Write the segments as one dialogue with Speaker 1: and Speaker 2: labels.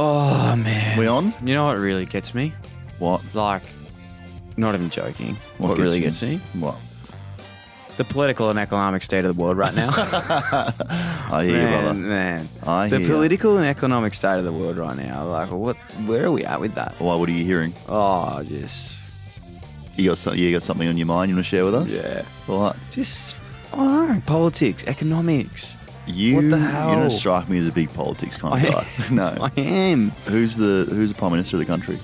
Speaker 1: Oh man.
Speaker 2: We on?
Speaker 1: You know what really gets me?
Speaker 2: What?
Speaker 1: Like, not even joking. What,
Speaker 2: What gets
Speaker 1: really
Speaker 2: you?
Speaker 1: gets me?
Speaker 2: What?
Speaker 1: The political and economic state of the world right now.
Speaker 2: I hear you,
Speaker 1: man,
Speaker 2: brother.
Speaker 1: man.
Speaker 2: I
Speaker 1: the
Speaker 2: hear.
Speaker 1: political and economic state of the world right now. Like, what? Where are we at with that?
Speaker 2: Why? What are you hearing?
Speaker 1: Oh, just
Speaker 2: You got some, you got something on your mind? You want to share with us? uh,
Speaker 1: yeah,
Speaker 2: What?
Speaker 1: just I don't know. Politics, economics.
Speaker 2: You?
Speaker 1: What the
Speaker 2: You
Speaker 1: hell?
Speaker 2: don't strike me as a big politics kind
Speaker 1: I
Speaker 2: of guy. no.
Speaker 1: I am
Speaker 2: Who's the Who's the prime minister of the country?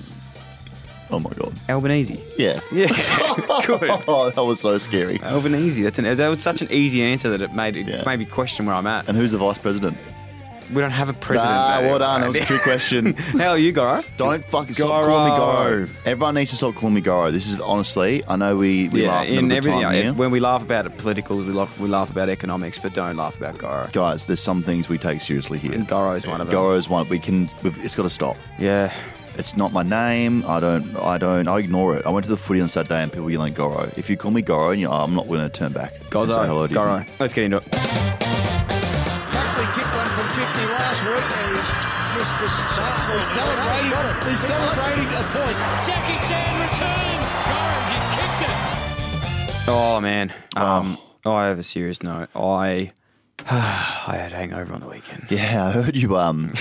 Speaker 2: Oh my god.
Speaker 1: Albanese.
Speaker 2: Yeah.
Speaker 1: Yeah, good.
Speaker 2: Oh, that was so scary.
Speaker 1: Albanese. That's an, that was such an easy answer that it made it
Speaker 2: Yeah.
Speaker 1: made me question where I'm at.
Speaker 2: And who's the vice president?
Speaker 1: We don't have a president.
Speaker 2: ah,
Speaker 1: mate.
Speaker 2: well done. That was a trick question.
Speaker 1: How are you, Goro?
Speaker 2: Don't fucking stop calling me
Speaker 1: Goro.
Speaker 2: Goro. Everyone needs to stop calling me Goro. This is honestly, I know we, we laugh in the time
Speaker 1: yeah,
Speaker 2: here.
Speaker 1: when we laugh about it, political, we laugh, we laugh about economics, but don't laugh about Goro.
Speaker 2: Guys, there's some things we take seriously here.
Speaker 1: And Goro's one of them.
Speaker 2: Goro's one. We can. We've, it's got to stop.
Speaker 1: Yeah,
Speaker 2: It's not my name. I don't. I don't. I ignore it. I went to the footy on Saturday and people yelling Goro. If you call me Goro, and you, I'm not going to turn back. and
Speaker 1: Gozo,
Speaker 2: say hello to you.
Speaker 1: Goro. Let's get into it.
Speaker 3: Buckley kicked one from 50 last week and he's missed the start. He's celebrating, he's celebrating a point.
Speaker 4: Jackie Chan returns. Gorham just kicked it.
Speaker 1: Oh man, um, I have a serious note. I I had a hangover on the weekend.
Speaker 2: Yeah, I heard you. Um,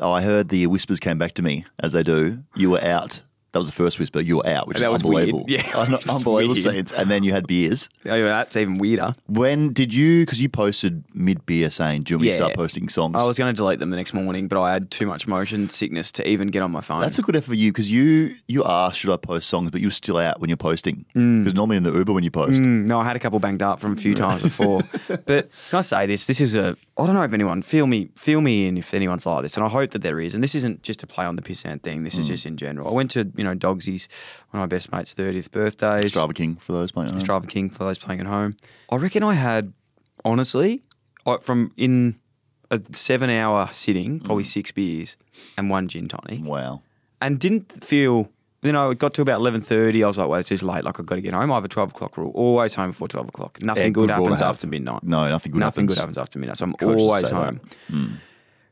Speaker 2: oh, I heard the whispers came back to me as they do. You were out. That was the first whisper. You were out, which
Speaker 1: That
Speaker 2: is
Speaker 1: was weird.
Speaker 2: unbelievable.
Speaker 1: Yeah,
Speaker 2: Un-
Speaker 1: it's
Speaker 2: unbelievable
Speaker 1: weird.
Speaker 2: scenes. And then you had beers.
Speaker 1: Anyway, that's even weirder.
Speaker 2: When did you? Because you posted mid beer saying, "Do you want me to
Speaker 1: Yeah.
Speaker 2: start posting songs?"
Speaker 1: I was going to delete them the next morning, but I had too much motion sickness to even get on my phone.
Speaker 2: That's a good effort for you because you you asked, "Should I post songs?" But you're still out when you're posting. Because normally in the Uber when you post,
Speaker 1: Mm, no, I had a couple banged up from a few times before. but can I say this? This is a I don't know if anyone feel me feel me in if anyone's like this, and I hope that there is. And this isn't just a play on the pissant thing. This is just in general. I went to you know Dogsy's one of my best mates' thirtieth birthdays.
Speaker 2: Strava King for those playing. at home.
Speaker 1: Strava King for those playing at home. I reckon I had honestly I- from in a seven hour sitting probably six beers and one gin tonic
Speaker 2: Wow.
Speaker 1: and didn't feel. You know, it got to about eleven thirty. I was like, "Well, it's just late. Like, I've got to get home." I have a twelve o'clock rule. Always home before twelve o'clock. Nothing
Speaker 2: Yeah,
Speaker 1: good,
Speaker 2: good rule to
Speaker 1: happens
Speaker 2: have.
Speaker 1: after midnight.
Speaker 2: No, nothing good
Speaker 1: nothing
Speaker 2: happens.
Speaker 1: good happens after midnight. So I'm
Speaker 2: would
Speaker 1: always
Speaker 2: say that. Hmm.
Speaker 1: home.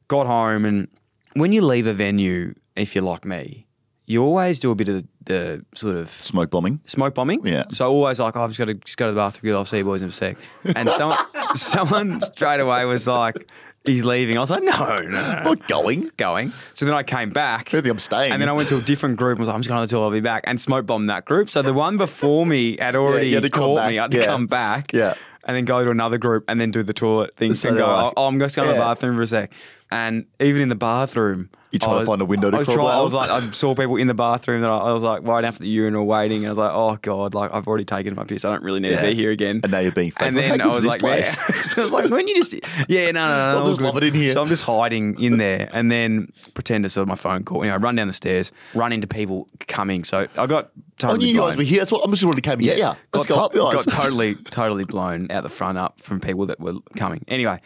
Speaker 1: Got home, and when you leave a venue, if you're like me, you always do a bit of the, the sort of
Speaker 2: Smoke bombing.
Speaker 1: smoke bombing.
Speaker 2: Yeah.
Speaker 1: So always like, oh, I've just got to just go to the bathroom. I'll see you boys in a sec. And someone, someone straight away was like, he's leaving. I was like, no, no, no
Speaker 2: I'm not going.
Speaker 1: going. So then I came back.
Speaker 2: I think I'm staying.
Speaker 1: And then I went to a different group and was like, I'm just going to the toilet, I'll be back. And smoke bombed that group. So the one before me had already
Speaker 2: you had to come
Speaker 1: caught
Speaker 2: back.
Speaker 1: me. I had to
Speaker 2: Yeah.
Speaker 1: come back.
Speaker 2: Yeah.
Speaker 1: And then go to another group and then do the toilet thing
Speaker 2: So
Speaker 1: and go,
Speaker 2: they're like-
Speaker 1: oh, I'm just going to the
Speaker 2: Yeah.
Speaker 1: bathroom for a sec. And even in the bathroom,
Speaker 2: You trying
Speaker 1: I
Speaker 2: to
Speaker 1: was-
Speaker 2: find a window to
Speaker 1: I was,
Speaker 2: crawl
Speaker 1: trying- I
Speaker 2: out?
Speaker 1: was like, I saw people in the bathroom that I, I was like right down for the urinal waiting. And I was like, oh God, like I've already taken my piss. I don't really need to
Speaker 2: Yeah.
Speaker 1: be here again.
Speaker 2: And now you're being fake.
Speaker 1: And
Speaker 2: Like,
Speaker 1: then
Speaker 2: how
Speaker 1: I
Speaker 2: good's
Speaker 1: was like,
Speaker 2: this
Speaker 1: yeah.
Speaker 2: place?
Speaker 1: I was like, when you just, yeah, no, no, no.
Speaker 2: I'll
Speaker 1: all
Speaker 2: just love
Speaker 1: good.
Speaker 2: it in here.
Speaker 1: So I'm just hiding in there and then pretend it's on my phone call. You know, I run down the stairs, run into people coming. So I got
Speaker 2: I
Speaker 1: totally
Speaker 2: knew Oh,
Speaker 1: blown.
Speaker 2: you guys were here. That's what I'm just wanted to come here. Yeah, let's go
Speaker 1: got
Speaker 2: up, guys.
Speaker 1: Got totally, totally blown out the front up from people that were coming. Anyway,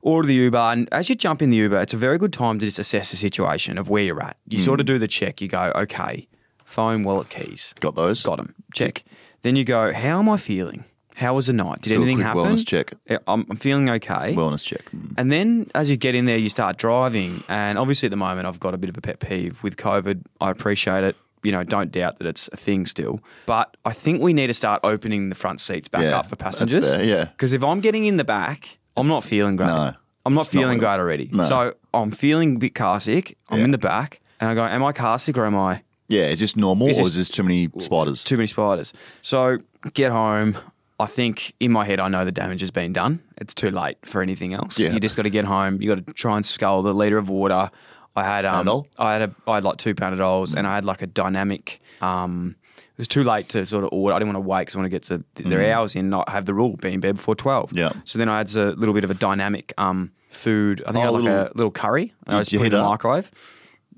Speaker 1: order the Uber. And as you jump in the Uber, it's a very good time to just assess the situation of where you're at. You sort of do the check. You go, okay, phone, wallet, keys.
Speaker 2: Mm. Got those.
Speaker 1: Got them. Check. Then you go, how am I feeling? How was the night? Did
Speaker 2: a
Speaker 1: anything
Speaker 2: quick
Speaker 1: happen?
Speaker 2: wellness check.
Speaker 1: Yeah, I'm, I'm feeling okay.
Speaker 2: Wellness check. Mm.
Speaker 1: And then as you get in there, you start driving. And obviously, at the moment, I've got a bit of a pet peeve with COVID. I appreciate it. You know, don't doubt that it's a thing still. But I think we need to start opening the front seats back
Speaker 2: Yeah,
Speaker 1: up for
Speaker 2: that's
Speaker 1: passengers.
Speaker 2: fair, yeah.
Speaker 1: Because if I'm getting in the back, I'm not feeling great.
Speaker 2: No,
Speaker 1: I'm not
Speaker 2: it's not
Speaker 1: feeling
Speaker 2: what it-
Speaker 1: great already.
Speaker 2: no.
Speaker 1: So I'm feeling a bit car sick. I'm
Speaker 2: Yeah.
Speaker 1: in the back. And I go, am I car sick or am I
Speaker 2: Yeah, is this normal
Speaker 1: Is
Speaker 2: or
Speaker 1: this-
Speaker 2: is this too many spiders?
Speaker 1: too many spiders. So get home. I think in my head, I know the damage has been done. It's too late for anything else.
Speaker 2: Yeah.
Speaker 1: You just got to get home. You got to try and scull the liter of water. I had um,
Speaker 2: Panadol?
Speaker 1: I had a, I had like two panadols, and I had like a dynamic. Um, it was too late to sort of order. I didn't want to wait because I want to get to th- their hours in. Not have the rule be in bed before twelve.
Speaker 2: Mm-hmm. Yeah.
Speaker 1: So then I had a little bit of a dynamic um, food. I think I
Speaker 2: Oh,
Speaker 1: had like
Speaker 2: little-
Speaker 1: a little curry. And I
Speaker 2: You-
Speaker 1: just
Speaker 2: you
Speaker 1: put it in
Speaker 2: heat it
Speaker 1: the
Speaker 2: up?
Speaker 1: microwave.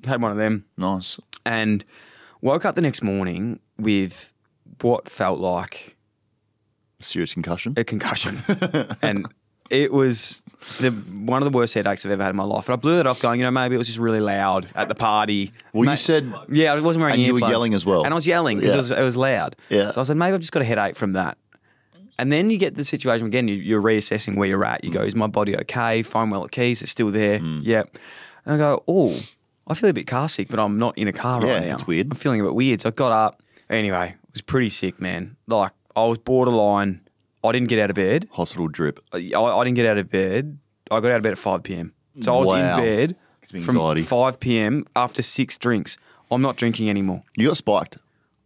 Speaker 1: Had one of them
Speaker 2: nice.
Speaker 1: and woke up the next morning with what felt like
Speaker 2: Serious concussion.
Speaker 1: a concussion. and it was the one of the worst headaches I've ever had in my life. And I blew it off going, you know, maybe it was just really loud at the party.
Speaker 2: Well, you
Speaker 1: Ma-
Speaker 2: said-
Speaker 1: Yeah, I wasn't wearing
Speaker 2: and you were
Speaker 1: earplugs.
Speaker 2: yelling as well.
Speaker 1: And I was yelling because
Speaker 2: Yeah.
Speaker 1: it, was, it was loud.
Speaker 2: Yeah.
Speaker 1: So I said, maybe I've just got a headache from that. And then you get the situation again, you, you're reassessing
Speaker 2: Mm.
Speaker 1: where you're at. You go, is my body okay? Fine, well, at keys, it's still there. Yep. And I go, oh, I feel a bit car sick, but I'm not in a car
Speaker 2: Yeah,
Speaker 1: right now.
Speaker 2: it's weird.
Speaker 1: I'm feeling a bit weird. So I got up. Anyway, it was pretty sick, man. Like, I was borderline. I didn't get out of bed.
Speaker 2: Hospital drip.
Speaker 1: I, I didn't get out of bed. I got out of bed at 5 p.m. So I was
Speaker 2: Wow.
Speaker 1: in bed
Speaker 2: me
Speaker 1: from
Speaker 2: anxiety.
Speaker 1: 5 p.m. after six drinks. I'm not drinking anymore.
Speaker 2: You got spiked.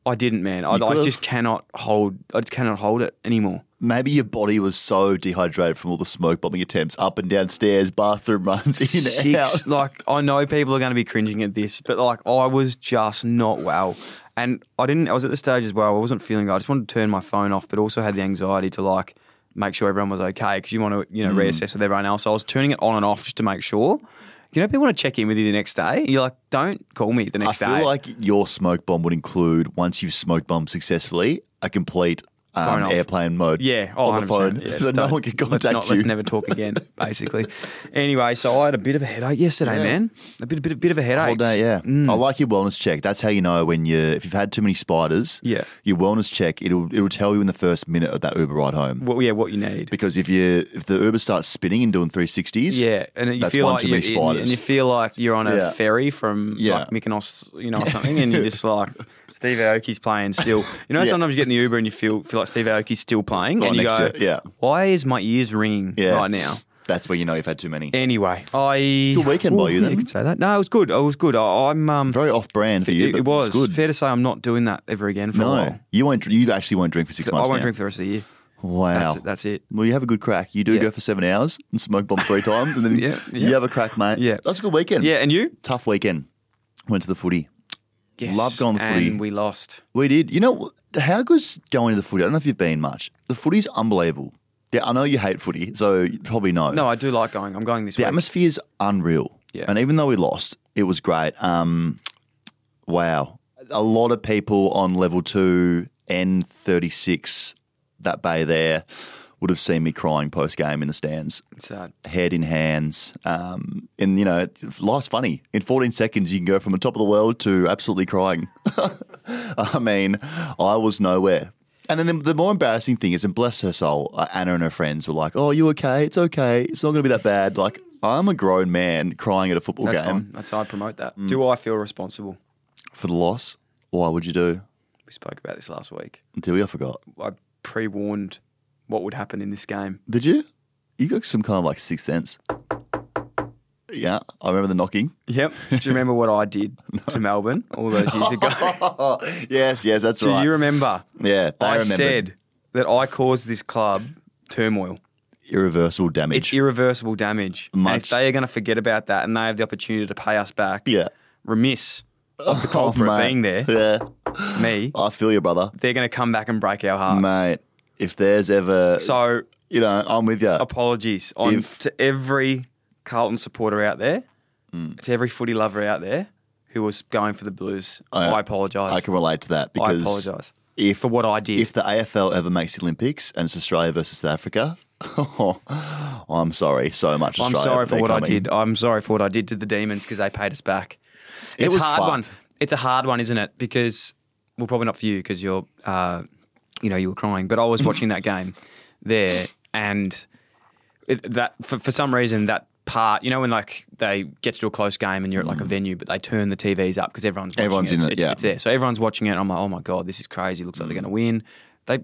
Speaker 1: I didn't, man. I,
Speaker 2: You
Speaker 1: I
Speaker 2: could've-
Speaker 1: just cannot hold. I just cannot hold it anymore.
Speaker 2: Maybe your body was so dehydrated from all the smoke bombing attempts up and downstairs, bathroom runs in and out.
Speaker 1: Six, like I know people are going to be cringing at this, but like I was just not well, and I didn't. I was at the stage as well. I wasn't feeling. good. I just wanted to turn my phone off, but also had the anxiety to like make sure everyone was okay because you want to you know
Speaker 2: Hmm.
Speaker 1: reassess with everyone else. So I was turning it on and off just to make sure. You know, people want to check in with you the next day. You're like, don't call me the
Speaker 2: I
Speaker 1: next
Speaker 2: feel
Speaker 1: day.
Speaker 2: like your smoke bomb would include once you've smoke bombed successfully, a complete
Speaker 1: Phone
Speaker 2: um,
Speaker 1: off.
Speaker 2: airplane mode.
Speaker 1: Yeah, oh,
Speaker 2: on the
Speaker 1: 100%.
Speaker 2: phone,
Speaker 1: Yeah,
Speaker 2: so no
Speaker 1: don't-
Speaker 2: one can contact
Speaker 1: let's not,
Speaker 2: you.
Speaker 1: Let's never talk again, basically. Anyway, so I had a bit of a headache yesterday,
Speaker 2: Yeah.
Speaker 1: man. A bit, a bit, a bit of a headache.
Speaker 2: Whole day, yeah.
Speaker 1: Mm.
Speaker 2: I like your wellness check. That's how you know when you if you've had too many spiders.
Speaker 1: Yeah.
Speaker 2: Your wellness check it'll it'll tell you in the first minute of that Uber ride home.
Speaker 1: Well, yeah, what you need.
Speaker 2: Because if you if the Uber starts spinning and doing three sixties,
Speaker 1: Yeah, and you
Speaker 2: that's
Speaker 1: feel
Speaker 2: one
Speaker 1: like
Speaker 2: too
Speaker 1: you
Speaker 2: many
Speaker 1: and-
Speaker 2: spiders.
Speaker 1: and you feel like you're on a
Speaker 2: Yeah.
Speaker 1: ferry from
Speaker 2: Yeah.
Speaker 1: like Mykonos, you know, or something, and you're just like Steve Aoki's playing still. You know,
Speaker 2: Yeah.
Speaker 1: sometimes you get in the Uber and you feel feel like Steve Aoki's still playing,
Speaker 2: Right
Speaker 1: and you
Speaker 2: next
Speaker 1: go,
Speaker 2: to it, yeah.
Speaker 1: why is my ears ringing
Speaker 2: Yeah.
Speaker 1: right now?"
Speaker 2: that's where you know you've had too many.
Speaker 1: Anyway, I
Speaker 2: Good weekend by
Speaker 1: Well,
Speaker 2: you
Speaker 1: yeah,
Speaker 2: then.
Speaker 1: You could say that. No, it was good. It was good. I, I'm um,
Speaker 2: Very off brand for you.
Speaker 1: it,
Speaker 2: but
Speaker 1: it was
Speaker 2: good.
Speaker 1: fair to say I'm not doing that ever again for a
Speaker 2: no,
Speaker 1: while.
Speaker 2: you won't. You actually won't drink for six
Speaker 1: I
Speaker 2: months.
Speaker 1: won't
Speaker 2: now.
Speaker 1: drink for the rest of the year.
Speaker 2: Wow,
Speaker 1: That's it- that's it.
Speaker 2: Well, you have a good crack. You do
Speaker 1: Yeah.
Speaker 2: go for seven hours and smoke bomb three times, and then
Speaker 1: Yeah, yeah.
Speaker 2: Mm. you have a crack, mate.
Speaker 1: Yeah.
Speaker 2: that's a good weekend.
Speaker 1: Yeah, and you?
Speaker 2: tough weekend. Went to the footy.
Speaker 1: Yes.
Speaker 2: Love going
Speaker 1: and
Speaker 2: footy.
Speaker 1: we lost.
Speaker 2: We did. You know how good's going to the footy? I don't know if you've been much. The footy's unbelievable. Yeah, I know you hate footy, so you probably know.
Speaker 1: No, I do like going. I'm going this
Speaker 2: the
Speaker 1: week.
Speaker 2: atmosphere's unreal.
Speaker 1: Yeah.
Speaker 2: And even though we lost, it was great. Um, wow, a lot of people on level two N thirty six that bay there would have seen me crying post game in the stands
Speaker 1: It's, uh,
Speaker 2: head in hands. Um, and, you know, life's funny. In 14 seconds, you can go from the top of the world to absolutely crying. I mean, I was nowhere. And then the, the more embarrassing thing is, and bless her soul, uh, Anna and her friends were like, oh, you okay? It's okay. It's not going to be that bad. Like, I'm a grown man crying at a football
Speaker 1: that's
Speaker 2: game
Speaker 1: fine. That's I promote that.
Speaker 2: Mm.
Speaker 1: Do I feel responsible?
Speaker 2: for the loss. Why would you do?
Speaker 1: We spoke about this last week.
Speaker 2: Until we, I forgot.
Speaker 1: I pre warned what would happen in this game.
Speaker 2: Did you? You got some kind of like sixth sense. Yeah, I remember the knocking.
Speaker 1: Yep. Do you remember what I did to Melbourne all those years ago?
Speaker 2: yes, yes, that's
Speaker 1: Do
Speaker 2: right.
Speaker 1: you remember?
Speaker 2: yeah, they
Speaker 1: I
Speaker 2: remembered.
Speaker 1: said that I caused this club turmoil.
Speaker 2: irreversible damage.
Speaker 1: It's irreversible damage. And if
Speaker 2: Much.
Speaker 1: they are going to forget about that and they have the opportunity to pay us back,
Speaker 2: yeah.
Speaker 1: remiss of the
Speaker 2: Oh,
Speaker 1: culprit
Speaker 2: mate.
Speaker 1: being there,
Speaker 2: Yeah.
Speaker 1: me,
Speaker 2: I feel you, brother.
Speaker 1: they're going to come back and break our hearts.
Speaker 2: Mate, if there's ever,
Speaker 1: So
Speaker 2: you know, I'm with you.
Speaker 1: apologies on
Speaker 2: If-
Speaker 1: to every Carlton supporter out there, to every footy lover out there who was going for the Blues. I, apologise.
Speaker 2: I can relate to that
Speaker 1: I
Speaker 2: because
Speaker 1: apologise
Speaker 2: if,
Speaker 1: for what I did.
Speaker 2: if the AFL ever makes the Olympics and it's Australia versus South Africa, I'm sorry so much.
Speaker 1: I'm
Speaker 2: Australia,
Speaker 1: sorry for
Speaker 2: they're
Speaker 1: what I
Speaker 2: coming.
Speaker 1: did. I'm sorry for what I did to the Demons because they paid us back.
Speaker 2: It
Speaker 1: it's
Speaker 2: was
Speaker 1: a hard
Speaker 2: fucked.
Speaker 1: one. It's a hard one, isn't it? Because well, probably not for you because you're, uh, you know, you were crying. But I was watching that game there, and it, that for, for some reason that part, you know, when like they get to a close game and you're at like a venue, but they turn the TVs up because everyone's watching
Speaker 2: Mm. Everyone's
Speaker 1: it.
Speaker 2: in
Speaker 1: It's-
Speaker 2: it,
Speaker 1: It's,
Speaker 2: yeah. Mm.
Speaker 1: it's there, so everyone's watching it. And I'm like, oh my god, this is crazy. Looks like they're going to win. They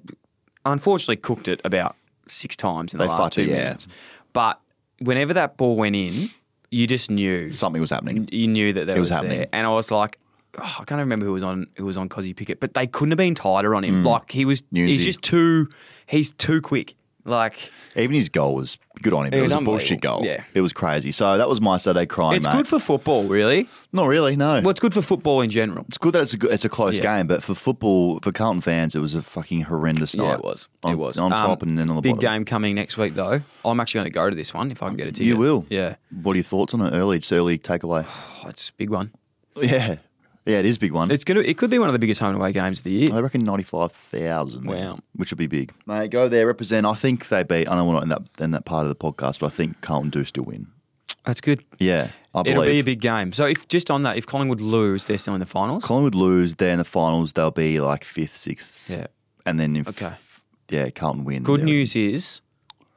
Speaker 1: unfortunately cooked it about six times in the
Speaker 2: They
Speaker 1: last
Speaker 2: fucked
Speaker 1: two
Speaker 2: it, yeah.
Speaker 1: minutes. But whenever that ball went in, you just knew
Speaker 2: Something was happening.
Speaker 1: you knew that there
Speaker 2: It
Speaker 1: was,
Speaker 2: was happening.
Speaker 1: there. And I was like, oh, I can't remember who was on who was on Cosy Pickett, but they couldn't have been tighter on him. Like he was,
Speaker 2: Mm. Newsy.
Speaker 1: he's just too, he's too quick. Like
Speaker 2: Even his goal was good on him. It,
Speaker 1: It
Speaker 2: was,
Speaker 1: was
Speaker 2: a bullshit
Speaker 1: unbelievable.
Speaker 2: goal.
Speaker 1: Yeah.
Speaker 2: It was crazy. So that was my Saturday crying,
Speaker 1: it's
Speaker 2: mate.
Speaker 1: good for football, really.
Speaker 2: Not really, no.
Speaker 1: Well, it's good for football in general.
Speaker 2: It's good that it's a, good, it's a close
Speaker 1: Yeah.
Speaker 2: game, but for football, for Carlton fans, it was a fucking horrendous night.
Speaker 1: Yeah, it was.
Speaker 2: On,
Speaker 1: it was
Speaker 2: On
Speaker 1: Um,
Speaker 2: top and then on the
Speaker 1: big
Speaker 2: bottom.
Speaker 1: game coming next week, though. I'm actually going to go to this one if I can get a ticket.
Speaker 2: You will.
Speaker 1: Yeah,
Speaker 2: What are your thoughts on an early, it's early takeaway?
Speaker 1: oh, it's a big one.
Speaker 2: Yeah. Yeah, it is a big one.
Speaker 1: It's gonna. It could be one of the biggest home and away games of the year.
Speaker 2: I reckon 95,000.
Speaker 1: Wow.
Speaker 2: Which would be big. Mate, go there, represent. I think they beat, I know we're not in that, in that part of the podcast, but I think Carlton do still win.
Speaker 1: That's good.
Speaker 2: Yeah, I believe.
Speaker 1: It'll be a big game. So if just on that, if Collingwood lose, they're still in the finals.
Speaker 2: Collingwood lose, they're in the finals, they'll be like fifth, sixth.
Speaker 1: Yeah.
Speaker 2: And then if,
Speaker 1: Okay.
Speaker 2: yeah, Carlton win.
Speaker 1: Good
Speaker 2: they're-
Speaker 1: news is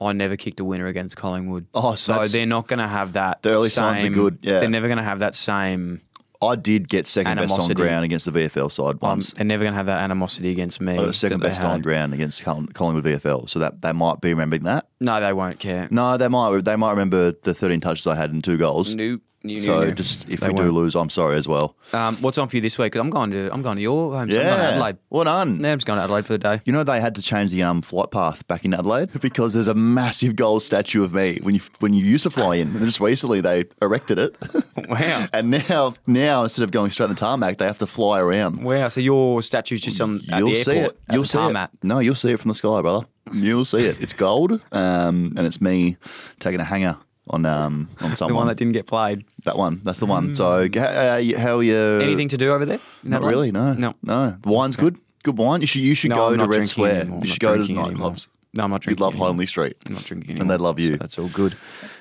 Speaker 1: I never kicked a winner against Collingwood.
Speaker 2: Oh, so
Speaker 1: so
Speaker 2: that's-
Speaker 1: they're not going to have that.
Speaker 2: The early
Speaker 1: same,
Speaker 2: signs are good, yeah.
Speaker 1: They're never going to have that same
Speaker 2: I did get second best on
Speaker 1: Animosity.
Speaker 2: ground against the VFL side
Speaker 1: Um,
Speaker 2: once.
Speaker 1: they're never going to have that animosity against me.
Speaker 2: I was Oh, second
Speaker 1: that they
Speaker 2: best on
Speaker 1: had.
Speaker 2: ground against Col- Collingwood VFL, so that they might be remembering that.
Speaker 1: No, they won't care.
Speaker 2: No, they might they might remember the 13 touches I had and two goals.
Speaker 1: Nope. No, no,
Speaker 2: so
Speaker 1: no.
Speaker 2: just if
Speaker 1: They
Speaker 2: we do
Speaker 1: won't.
Speaker 2: lose, I'm sorry as well.
Speaker 1: Um, what's on for you this week? 'Cause I'm going to I'm going to your home. So I'm going to
Speaker 2: yeah,
Speaker 1: Adelaide.
Speaker 2: well done.
Speaker 1: Yeah, I'm just going to Adelaide for the day.
Speaker 2: You know they had to change the um, flight path back in Adelaide because there's a massive gold statue of me when you when you used to fly in. And just recently they erected it,
Speaker 1: Wow.
Speaker 2: and now now instead of going straight on the tarmac, they have to fly around.
Speaker 1: Wow. So your statue's just on at
Speaker 2: you'll
Speaker 1: the
Speaker 2: see
Speaker 1: airport.
Speaker 2: it.
Speaker 1: at
Speaker 2: You'll
Speaker 1: the
Speaker 2: see
Speaker 1: tarmac.
Speaker 2: it. No, you'll see it from the sky, brother. You'll see it. It's gold, um, and it's me taking a hanger on um, on someone.
Speaker 1: The one that didn't get played.
Speaker 2: That one. That's the one. So g- uh, y- how are you?
Speaker 1: Anything to do over there? in
Speaker 2: Not
Speaker 1: Adelaide?
Speaker 2: really. No.
Speaker 1: No.
Speaker 2: No. The wine's good. Good wine. You should you should
Speaker 1: No,
Speaker 2: go
Speaker 1: I'm
Speaker 2: to
Speaker 1: not
Speaker 2: Red
Speaker 1: drinking
Speaker 2: Square.
Speaker 1: anymore. I'm
Speaker 2: You
Speaker 1: not
Speaker 2: should go to the
Speaker 1: drinking anymore.
Speaker 2: nightclubs.
Speaker 1: No, I'm not
Speaker 2: You'd
Speaker 1: drinking.
Speaker 2: love
Speaker 1: anymore.
Speaker 2: Holmley Street.
Speaker 1: I'm not drinking
Speaker 2: And
Speaker 1: anymore.
Speaker 2: they'd love you.
Speaker 1: So that's all good.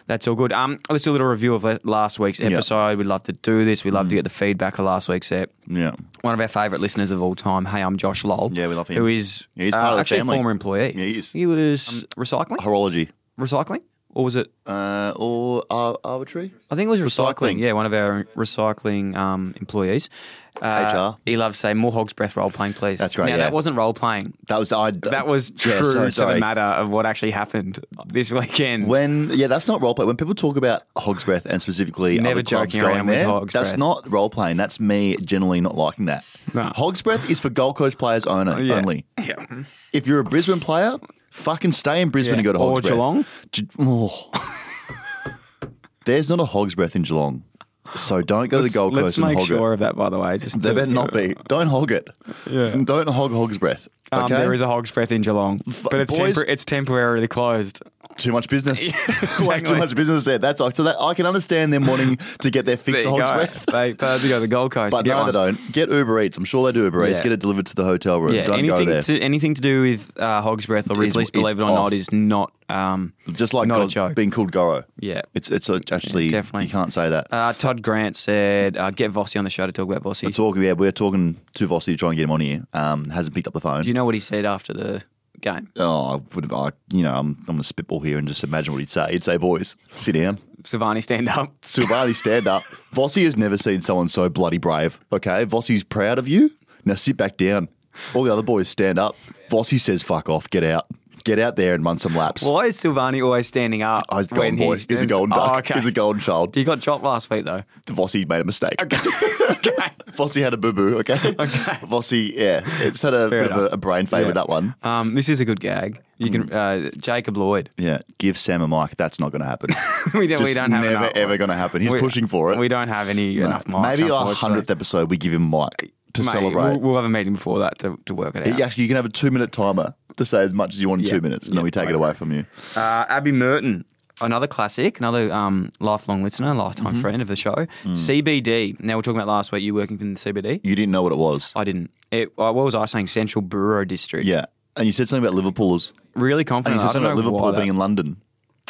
Speaker 1: That's all good. Um, let's do a little review of la- last week's episode. We'd love to do this. We'd
Speaker 2: Mm.
Speaker 1: love to get the feedback of last week's ep.
Speaker 2: Yeah.
Speaker 1: One of our favourite listeners of all time. Hey, I'm Josh Lowell.
Speaker 2: Yeah, we love him.
Speaker 1: Who is uh,
Speaker 2: Yeah, he's part of the
Speaker 1: actually
Speaker 2: family.
Speaker 1: a former employee.
Speaker 2: Yeah, he is. Um, uh-huh.
Speaker 1: He was recycling?
Speaker 2: Horology.
Speaker 1: recycling? Or was it?
Speaker 2: Uh, or ar- arbitrary?
Speaker 1: I think it was recycling.
Speaker 2: Recycling.
Speaker 1: Yeah, one of our recycling um, employees. Uh,
Speaker 2: HR.
Speaker 1: He loves saying more hog's breath role playing, please.
Speaker 2: That's great,
Speaker 1: Now
Speaker 2: yeah.
Speaker 1: that wasn't role playing.
Speaker 2: That was I.
Speaker 1: That was true
Speaker 2: yeah, so
Speaker 1: to the
Speaker 2: sorry.
Speaker 1: matter of what actually happened this weekend.
Speaker 2: When yeah, that's not role play. When people talk about hog's breath and specifically
Speaker 1: Never
Speaker 2: other clubs
Speaker 1: joking
Speaker 2: going
Speaker 1: around with
Speaker 2: there,
Speaker 1: hog's
Speaker 2: that's
Speaker 1: breath.
Speaker 2: not role playing. That's me generally not liking that.
Speaker 1: No. Oh,
Speaker 2: Hog's breath is for Gold Coast players only.
Speaker 1: Yeah.
Speaker 2: Only.
Speaker 1: Yeah.
Speaker 2: If you're a Brisbane player, fucking stay in Brisbane
Speaker 1: Yeah.
Speaker 2: and go to
Speaker 1: Or
Speaker 2: Hog's Breath.
Speaker 1: Geelong.
Speaker 2: Ge- oh. There's not a Hog's Breath in Geelong, so don't go to the Gold
Speaker 1: let's
Speaker 2: Coast and
Speaker 1: make
Speaker 2: hog
Speaker 1: sure
Speaker 2: it.
Speaker 1: of that, by the way. Just
Speaker 2: There
Speaker 1: to-
Speaker 2: better not be. Don't hog it.
Speaker 1: Yeah.
Speaker 2: Don't hog Hog's Breath.
Speaker 1: Um,
Speaker 2: Okay.
Speaker 1: There is a hog's breath in Geelong, but it's,
Speaker 2: boys-
Speaker 1: tempor- it's temporarily closed.
Speaker 2: too much business. Way too
Speaker 1: exactly.
Speaker 2: much business there. That's all. so that I can understand them wanting to get their
Speaker 1: There
Speaker 2: fix
Speaker 1: you
Speaker 2: of Hog's
Speaker 1: go.
Speaker 2: Breath.
Speaker 1: They, they have to go to the Gold Coast.
Speaker 2: But
Speaker 1: to get
Speaker 2: no,
Speaker 1: one.
Speaker 2: they don't. Get Uber Eats. I'm sure they do Uber Eats.
Speaker 1: Yeah.
Speaker 2: Get it delivered to the hotel room.
Speaker 1: Yeah,
Speaker 2: don't
Speaker 1: anything
Speaker 2: go there.
Speaker 1: to anything to do with uh, hog's breath or
Speaker 2: Is-
Speaker 1: Ripley's,
Speaker 2: is
Speaker 1: believe it or
Speaker 2: off.
Speaker 1: not, is not. Um,
Speaker 2: Just like
Speaker 1: Not a
Speaker 2: God-
Speaker 1: joke.
Speaker 2: being called Goro.
Speaker 1: Yeah.
Speaker 2: It's it's a- actually,
Speaker 1: Yeah, definitely.
Speaker 2: you can't say that.
Speaker 1: uh, Todd Grant said, uh, "Get Vossi on the show to talk about Vossi."
Speaker 2: Talking, yeah, we're talking to Vossi to try and get him on here. Um, hasn't picked up the phone.
Speaker 1: Do you know what he said after the game?
Speaker 2: oh, I would have, I, you know, I'm, I'm going to spitball here and just imagine what he'd say. He'd say, boys, sit down.
Speaker 1: Savani stand up.
Speaker 2: Silvani, stand up. Vossi has never seen someone so bloody brave. Okay, Vossi's proud of you. Now sit back down. All the other boys stand up. Vossi says, "Fuck off, get out, get out there and run some laps."
Speaker 1: Why is Silvani always standing up?
Speaker 2: Oh, he's a golden
Speaker 1: when he
Speaker 2: boy. He's a
Speaker 1: stands-
Speaker 2: golden duck.
Speaker 1: Oh, okay.
Speaker 2: He's a golden child.
Speaker 1: He got dropped last week though.
Speaker 2: Vossi made a mistake. Vossi had a boo boo. Okay. Vossi, yeah, it's had a
Speaker 1: Fair
Speaker 2: bit of
Speaker 1: enough.
Speaker 2: a, a brain fade
Speaker 1: Yeah.
Speaker 2: with that one.
Speaker 1: Um, this is a good gag. You can
Speaker 2: Mm.
Speaker 1: uh, Jacob Lloyd.
Speaker 2: Yeah, give Sam a mic. That's not going to happen.
Speaker 1: we don't.
Speaker 2: Just
Speaker 1: we don't have
Speaker 2: never
Speaker 1: enough.
Speaker 2: ever going to happen. He's
Speaker 1: We-
Speaker 2: pushing for it.
Speaker 1: We don't have any enough mics.
Speaker 2: Maybe our
Speaker 1: unfortunately.
Speaker 2: hundredth episode, we give him mic to
Speaker 1: Mate,
Speaker 2: celebrate.
Speaker 1: We'll, we'll have a meeting before that to, to work it out.
Speaker 2: Yeah, Actually, you can have a two minute timer to say as much as you want in
Speaker 1: Yeah.
Speaker 2: two minutes, and then
Speaker 1: Yeah,
Speaker 2: we take
Speaker 1: okay.
Speaker 2: it away from you.
Speaker 1: Uh, Abby Merton, another classic, another um, lifelong listener, lifetime
Speaker 2: Mm-hmm.
Speaker 1: friend of the show.
Speaker 2: Mm.
Speaker 1: CBD. Now we're talking about last week. You working in the CBD?
Speaker 2: You didn't know what it was.
Speaker 1: I didn't. It, uh, what was I saying? Central Bureau District.
Speaker 2: yeah. And you said something about Liverpool's.
Speaker 1: Really
Speaker 2: And
Speaker 1: confident.
Speaker 2: you said
Speaker 1: I don't
Speaker 2: something
Speaker 1: know
Speaker 2: about Liverpool
Speaker 1: why that-
Speaker 2: being in London.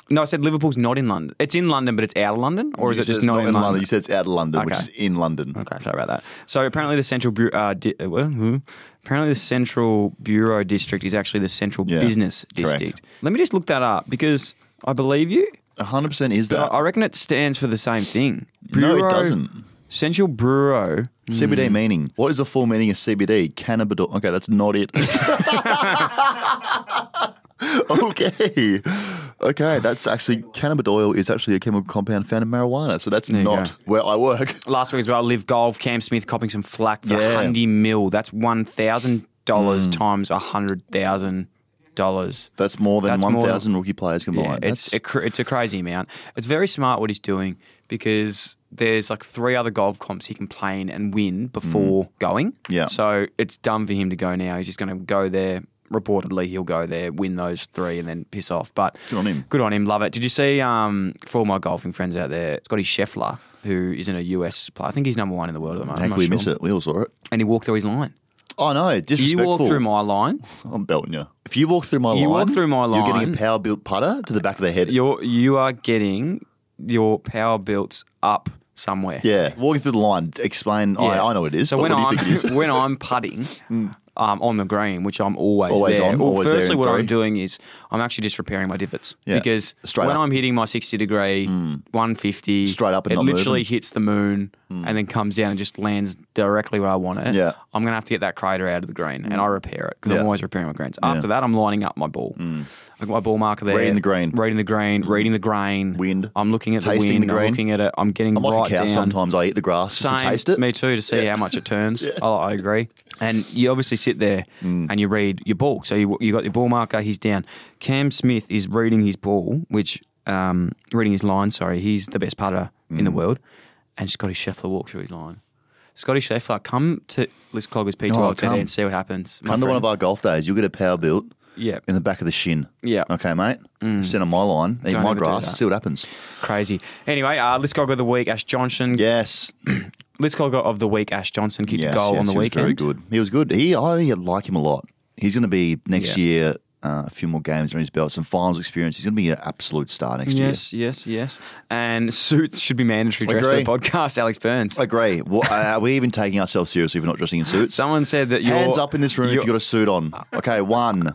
Speaker 1: No, I said Liverpool's not in London. It's in London, but it's out of London, or is
Speaker 2: You
Speaker 1: it
Speaker 2: said
Speaker 1: just
Speaker 2: it's
Speaker 1: not, in London?
Speaker 2: You said it's out of London, which
Speaker 1: Okay.
Speaker 2: is in London.
Speaker 1: Okay, sorry about that. So apparently the central bureau, uh, di- uh, well, hmm. apparently the central bureau district is actually the central
Speaker 2: Yeah,
Speaker 1: business
Speaker 2: correct.
Speaker 1: district. Let me just look that up because I believe you.
Speaker 2: 100% is
Speaker 1: I
Speaker 2: that.
Speaker 1: I reckon it stands for the same thing.
Speaker 2: Uh, No, it
Speaker 1: Bureau-
Speaker 2: doesn't.
Speaker 1: Central bureau. Hmm.
Speaker 2: CBD meaning. What is the full meaning of CBD? Cannabidol. Okay, that's not it. okay. Okay, that's actually cannabidiol is actually a chemical compound found in marijuana. So that's
Speaker 1: you
Speaker 2: not
Speaker 1: go.
Speaker 2: where I work.
Speaker 1: Last week as well, Live Golf, Cam Smith copping some flack for
Speaker 2: Yeah. Hmm.
Speaker 1: Hundy Mill. That's one thousand dollars times a hundred thousand dollars.
Speaker 2: That's more than
Speaker 1: That's more than-
Speaker 2: 1,000 rookie players combined.
Speaker 1: Yeah, it's
Speaker 2: That's-
Speaker 1: a, cr- it's a crazy amount. It's very smart what he's doing because there's like three other golf comps he can play in and win before going.
Speaker 2: Mm. Yeah.
Speaker 1: So it's dumb for him to go now. He's just going to go there. Reportedly, he'll go there, win those three, and then piss off. But
Speaker 2: Good on him.
Speaker 1: Good on him. Love it. Did you see, um, for all my golfing friends out there, Scotty Scheffler, who is in a US player, I think he's number one in the world at the moment. I'm
Speaker 2: Heck,
Speaker 1: not
Speaker 2: we
Speaker 1: sure.
Speaker 2: miss it. We all saw it.
Speaker 1: And he walked through his line.
Speaker 2: Oh no, disrespectful.
Speaker 1: You walk through my line.
Speaker 2: I'm belting you. If you walk through my
Speaker 1: You
Speaker 2: line,
Speaker 1: walk through my
Speaker 2: You're getting
Speaker 1: line.
Speaker 2: a power built putter to the back of the head.
Speaker 1: You're you are getting your power built up somewhere.
Speaker 2: yeah, walking through the line. Explain. I, I know what it is.
Speaker 1: So
Speaker 2: but
Speaker 1: when
Speaker 2: what
Speaker 1: I'm
Speaker 2: do you think it is?
Speaker 1: when I'm putting, um, on the green, which I'm always,
Speaker 2: Always
Speaker 1: there.
Speaker 2: on,
Speaker 1: Well,
Speaker 2: always there
Speaker 1: firstly,
Speaker 2: in
Speaker 1: what
Speaker 2: three.
Speaker 1: I'm doing is I'm actually just repairing my divots
Speaker 2: Yeah.
Speaker 1: because
Speaker 2: Straight
Speaker 1: when
Speaker 2: up. Mm.
Speaker 1: I'm hitting my 60 degree 150,
Speaker 2: Straight up and
Speaker 1: it
Speaker 2: not
Speaker 1: literally
Speaker 2: moving. Mm.
Speaker 1: hits the moon and then comes down and just lands directly where I want it.
Speaker 2: Yeah. Mm.
Speaker 1: I'm gonna have to get that crater out of the green and I repair it because
Speaker 2: Yeah. Mm.
Speaker 1: I'm always repairing my greens. After that, I'm lining up my ball. I've got my ball marker there.
Speaker 2: Reading the green.
Speaker 1: Reading the green. Reading the grain.
Speaker 2: Wind.
Speaker 1: I'm looking at
Speaker 2: Tasting
Speaker 1: the wind.
Speaker 2: the green.
Speaker 1: I'm looking at it. I'm getting
Speaker 2: I'm like
Speaker 1: right
Speaker 2: a cow
Speaker 1: down.
Speaker 2: sometimes. I eat the grass just to
Speaker 1: Same.
Speaker 2: taste it.
Speaker 1: Me too, to see how much it turns. I, I agree. And you obviously sit there
Speaker 2: Mm.
Speaker 1: and you read your ball. So you you got your ball marker. He's down. Cam Smith is reading his ball, which um, reading his line. Sorry, he's the best putter in
Speaker 2: Mm.
Speaker 1: the world. And Scotty Scheffler walks through his line. Scotty Scheffler, come to Liz Clogger's PGA
Speaker 2: Oh,
Speaker 1: Tour
Speaker 2: come.
Speaker 1: today and see what happens. my
Speaker 2: Come to one
Speaker 1: friend.
Speaker 2: of our golf days. You'll get a power built
Speaker 1: Yeah.
Speaker 2: in the back of the shin.
Speaker 1: Yeah. Mm.
Speaker 2: Okay, mate. Sit on my line, eat
Speaker 1: Don't
Speaker 2: my
Speaker 1: ever do
Speaker 2: grass,
Speaker 1: that.
Speaker 2: see what happens.
Speaker 1: Crazy. Anyway, uh, Liz Clogger of the week, Ash Johnson.
Speaker 2: Yes.
Speaker 1: Liz Clogger of the week, Ash Johnson kicked
Speaker 2: Yes.
Speaker 1: a goal
Speaker 2: yes,
Speaker 1: on the
Speaker 2: he was
Speaker 1: weekend.
Speaker 2: Very good. He was good. He I like him a lot. He's going to be next
Speaker 1: Yeah.
Speaker 2: year. Uh, a few more games under his belt, some finals experience. He's going to be an absolute star next year.
Speaker 1: Yes, yes, yes. And suits should be mandatory dress
Speaker 2: Agree.
Speaker 1: for the podcast, Alex Burns.
Speaker 2: I agree. What, are we even taking ourselves seriously if we're not dressing in suits?
Speaker 1: Someone said that you're
Speaker 2: Hands up in this room if
Speaker 1: you're-
Speaker 2: you've got a suit on. Okay, one.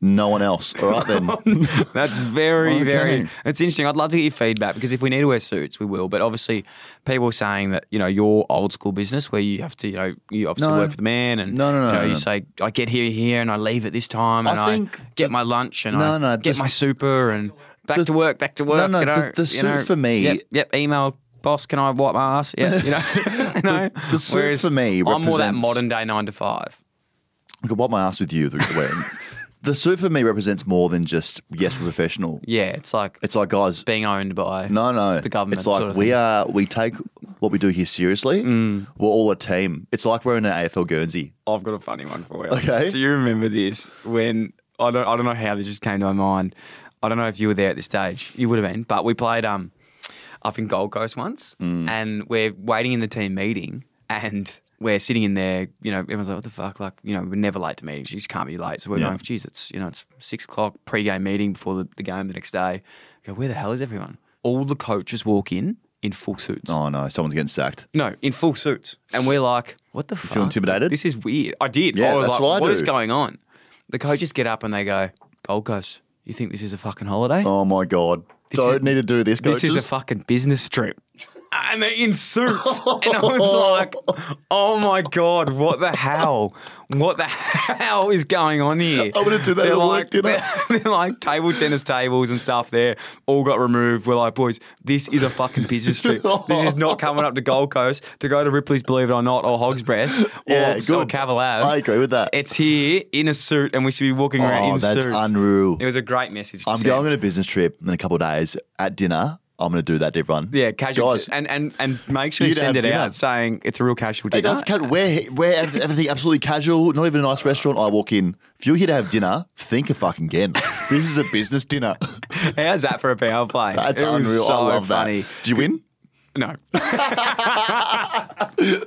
Speaker 2: no one else. All right then.
Speaker 1: That's very,
Speaker 2: Okay.
Speaker 1: very. It's interesting. I'd love to get your feedback because if we need to wear suits, we will. But obviously, people are saying that you know your old school business where you have to, you know, you obviously
Speaker 2: No.
Speaker 1: work for the man, and
Speaker 2: No, no, no,
Speaker 1: you, know,
Speaker 2: no,
Speaker 1: you
Speaker 2: no.
Speaker 1: say I get here here and I leave at this time,
Speaker 2: I
Speaker 1: and
Speaker 2: think
Speaker 1: get
Speaker 2: the-
Speaker 1: my lunch, and
Speaker 2: No,
Speaker 1: I
Speaker 2: no,
Speaker 1: get
Speaker 2: the-
Speaker 1: my super, and back
Speaker 2: the-
Speaker 1: to work, back to work.
Speaker 2: no,
Speaker 1: you
Speaker 2: the-
Speaker 1: know,
Speaker 2: the
Speaker 1: you
Speaker 2: suit
Speaker 1: know,
Speaker 2: for me-
Speaker 1: Yep, yep, email. Boss, can I wipe my ass? Yeah, you know. you know?
Speaker 2: the suit
Speaker 1: Whereas
Speaker 2: for me
Speaker 1: I'm more that
Speaker 2: represents-
Speaker 1: modern day nine to five.
Speaker 2: I could wipe my ass with you that you're wearing. the suit for me represents more than just yes, we're professional.
Speaker 1: Yeah, it's like
Speaker 2: It's like guys.
Speaker 1: being owned by
Speaker 2: No, no.
Speaker 1: the government.
Speaker 2: It's like
Speaker 1: sort of
Speaker 2: we
Speaker 1: thing. Mm.
Speaker 2: are. We take what we do here seriously. We're all a team. It's like we're in an AFL Guernsey.
Speaker 1: I've got a funny one for you.
Speaker 2: Okay.
Speaker 1: Do you remember this? When I don't, I don't know how this just came to my mind. I don't know if you were there at this stage. You would have been, but we played um up in Gold Coast once,
Speaker 2: Mm.
Speaker 1: and we're waiting in the team meeting, and we're sitting in there. You know, everyone's like, "What the fuck?" Like, you know, we're never late to meetings. You just can't be late. So we're
Speaker 2: Yeah.
Speaker 1: going, "Geez, it's you know, it's six o'clock pre-game meeting before the, the game the next day." I go, where the hell is everyone? All the coaches walk in in full suits.
Speaker 2: Oh no, someone's getting sacked.
Speaker 1: No, in full suits. And we're like, what the fuck?
Speaker 2: feel intimidated?
Speaker 1: This is weird. I did.
Speaker 2: Yeah,
Speaker 1: I was
Speaker 2: that's
Speaker 1: like,
Speaker 2: what I
Speaker 1: what
Speaker 2: do.
Speaker 1: is going on? The coaches get up and they go, Gold Coast, you think this is a fucking holiday?
Speaker 2: Oh my god. Don't
Speaker 1: is-
Speaker 2: need to do this,
Speaker 1: this
Speaker 2: coaches.
Speaker 1: is a fucking business trip. And they're in suits. and I was like, oh my God, what the hell? What the hell is going on here?
Speaker 2: I wouldn't do that
Speaker 1: They're
Speaker 2: at work,
Speaker 1: like,
Speaker 2: you know?
Speaker 1: they're, they're like table tennis tables and stuff there, all got removed. We're like, boys, this is a fucking business trip. This is not coming up to Gold Coast to go to Ripley's Believe It or Not or Hogs Breath or,
Speaker 2: Yeah,
Speaker 1: or
Speaker 2: good.
Speaker 1: Cavill Ave.
Speaker 2: I agree with that.
Speaker 1: It's here in a suit and we should be walking around
Speaker 2: oh,
Speaker 1: in
Speaker 2: that's
Speaker 1: suits.
Speaker 2: unreal.
Speaker 1: It was a great message. to
Speaker 2: I'm
Speaker 1: send.
Speaker 2: going on a business trip in a couple of days at dinner. I'm going to do that to everyone.
Speaker 1: Yeah, casual.
Speaker 2: Guys,
Speaker 1: and, and and make sure you,
Speaker 2: You'd
Speaker 1: send
Speaker 2: have
Speaker 1: it
Speaker 2: dinner.
Speaker 1: out saying it's a real casual
Speaker 2: Hey
Speaker 1: dinner.
Speaker 2: guys, can, where, where everything absolutely casual, not even a nice restaurant. I walk in. If you're here to have dinner, think a fucking again. This is a business dinner.
Speaker 1: How's that for a power play?
Speaker 2: That's
Speaker 1: It was
Speaker 2: unreal. I
Speaker 1: so
Speaker 2: love
Speaker 1: funny.
Speaker 2: that. Do you win?
Speaker 1: No.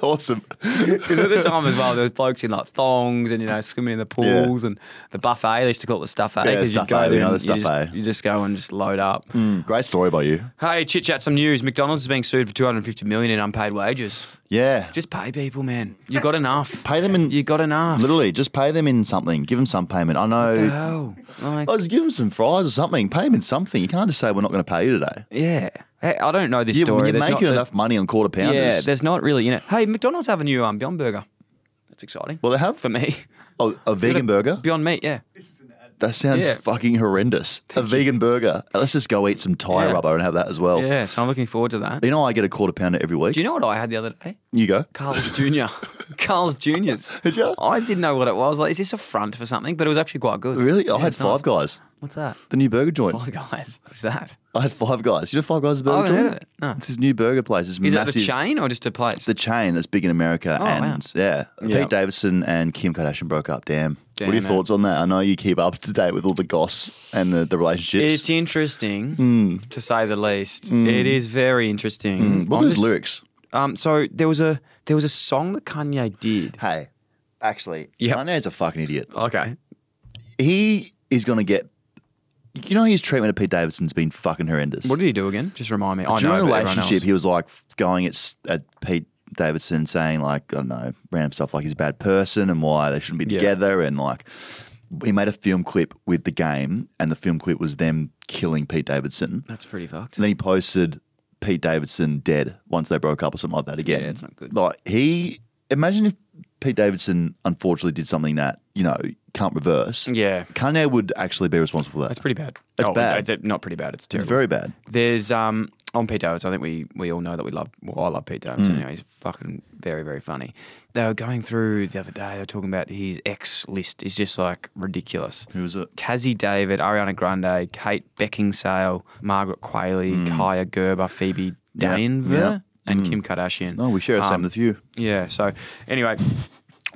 Speaker 2: Awesome.
Speaker 1: Because at the time as well, there was blokes in like thongs and, you know, swimming in the pools and the buffet. They used to call it the stuff A.
Speaker 2: Yeah,
Speaker 1: 'cause
Speaker 2: stuff
Speaker 1: you'd go
Speaker 2: A, we
Speaker 1: there
Speaker 2: know
Speaker 1: and
Speaker 2: the
Speaker 1: you
Speaker 2: stuff eh?
Speaker 1: just-
Speaker 2: A.
Speaker 1: You just go and just load up.
Speaker 2: Hmm. Great story by you.
Speaker 1: Hey, chit chat some news. McDonald's has been sued for 250 million in unpaid wages.
Speaker 2: Yeah.
Speaker 1: Just pay people, man. You got enough.
Speaker 2: Pay them in-
Speaker 1: You got enough.
Speaker 2: Literally, just pay them in something. Give them some payment. I know.
Speaker 1: Oh, like,
Speaker 2: I was give them some fries or something. Pay them in something. You can't just say we're not going to pay you today.
Speaker 1: yeah. Hey, I don't know this
Speaker 2: You,
Speaker 1: story.
Speaker 2: you're
Speaker 1: There's not-
Speaker 2: making
Speaker 1: there's-
Speaker 2: enough money on quarter
Speaker 1: Yeah,
Speaker 2: pounders.
Speaker 1: there's not really in it. Hey, McDonald's have a new um, Beyond Burger. That's exciting.
Speaker 2: well, they have
Speaker 1: for me,
Speaker 2: a, a vegan burger.
Speaker 1: Beyond Meat, yeah.
Speaker 2: That sounds
Speaker 1: Yeah.
Speaker 2: fucking horrendous. a vegan burger. Let's just go eat some Thai
Speaker 1: Yeah.
Speaker 2: rubber and have that as well.
Speaker 1: Yeah, so I'm looking forward to that.
Speaker 2: Oh. You know, I get a quarter pounder every week.
Speaker 1: Do you know what I had the other day?
Speaker 2: You go.
Speaker 1: Carl's Jr. Carl's Jr.'s.
Speaker 2: Did ya?
Speaker 1: I didn't know what it was. Like, is this a front for something? But it was actually quite good.
Speaker 2: Really? I
Speaker 1: Yeah,
Speaker 2: had
Speaker 1: it's
Speaker 2: Five
Speaker 1: nice.
Speaker 2: Guys,
Speaker 1: What's that?
Speaker 2: the new burger joint.
Speaker 1: Oh, guys, what's that?
Speaker 2: I had Five Guys. You know Five Guys is a
Speaker 1: Oh, I
Speaker 2: burger
Speaker 1: haven't
Speaker 2: joint?
Speaker 1: heard of it. No.
Speaker 2: It's this new burger place. It's
Speaker 1: Is
Speaker 2: massive.
Speaker 1: it a chain or just a place?
Speaker 2: The chain that's big in America.
Speaker 1: Oh,
Speaker 2: and
Speaker 1: wow.
Speaker 2: yeah,
Speaker 1: Yeah.
Speaker 2: Pete Davidson and Kim Kardashian broke up. Damn. what
Speaker 1: Damn
Speaker 2: are your
Speaker 1: it.
Speaker 2: thoughts on that? I know you keep up to date with all the goss and the, the relationships.
Speaker 1: it's interesting,
Speaker 2: Hmm.
Speaker 1: to say the least. It is very interesting.
Speaker 2: what
Speaker 1: I'm
Speaker 2: are those
Speaker 1: just-
Speaker 2: lyrics?
Speaker 1: Um, so there was a there was a song that Kanye did.
Speaker 2: Hey, actually,
Speaker 1: Yep.
Speaker 2: Kanye's a fucking idiot.
Speaker 1: Okay.
Speaker 2: he is going to get. You know his treatment of Pete Davidson's been fucking horrendous.
Speaker 1: What did he do again? Just remind me. I know.
Speaker 2: During the
Speaker 1: but everyone else-
Speaker 2: relationship, he was like f- going at, s- at Pete Davidson saying like I don't know random stuff like he's a bad person and why they shouldn't be
Speaker 1: Yeah.
Speaker 2: together and like he made a film clip with the game and the film clip was them killing Pete Davidson.
Speaker 1: That's pretty fucked.
Speaker 2: And then he posted Pete Davidson dead once they broke up or something like that again.
Speaker 1: Yeah, it's not good.
Speaker 2: Like he imagine if Pete Davidson unfortunately did something that, you know, can't reverse.
Speaker 1: Yeah.
Speaker 2: Kanye would actually be responsible for that.
Speaker 1: That's pretty bad.
Speaker 2: That's bad.
Speaker 1: It's, it's not pretty bad. It's terrible.
Speaker 2: It's very bad.
Speaker 1: There's um on Pete Davidson. I think we we all know that we love. Well, I love Pete
Speaker 2: Mm.
Speaker 1: Davidson. You know, he's fucking very very funny. They were going through the other day. They were talking about his ex list. Is just like ridiculous.
Speaker 2: Who was it?
Speaker 1: Kazi David, Ariana Grande, Kate Beckinsale, Margaret Qualley,
Speaker 2: Mm.
Speaker 1: Kaya Gerber, Phoebe Danver,
Speaker 2: yeah.
Speaker 1: and Kim Kardashian.
Speaker 2: Mm. No, we share the same
Speaker 1: Um,
Speaker 2: with you.
Speaker 1: yeah. So anyway,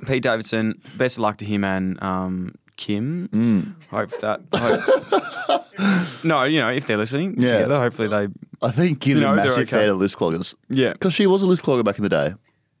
Speaker 1: Pete Davidson. Best of luck to him and um, Kim.
Speaker 2: Mm.
Speaker 1: Hope that. hope- no, you know, if they're listening
Speaker 2: Yeah.
Speaker 1: together, hopefully they.
Speaker 2: I think Kim's
Speaker 1: You know,
Speaker 2: a
Speaker 1: they're
Speaker 2: massive
Speaker 1: okay.
Speaker 2: fan of list cloggers.
Speaker 1: Yeah.
Speaker 2: Because she was a list clogger back in the day.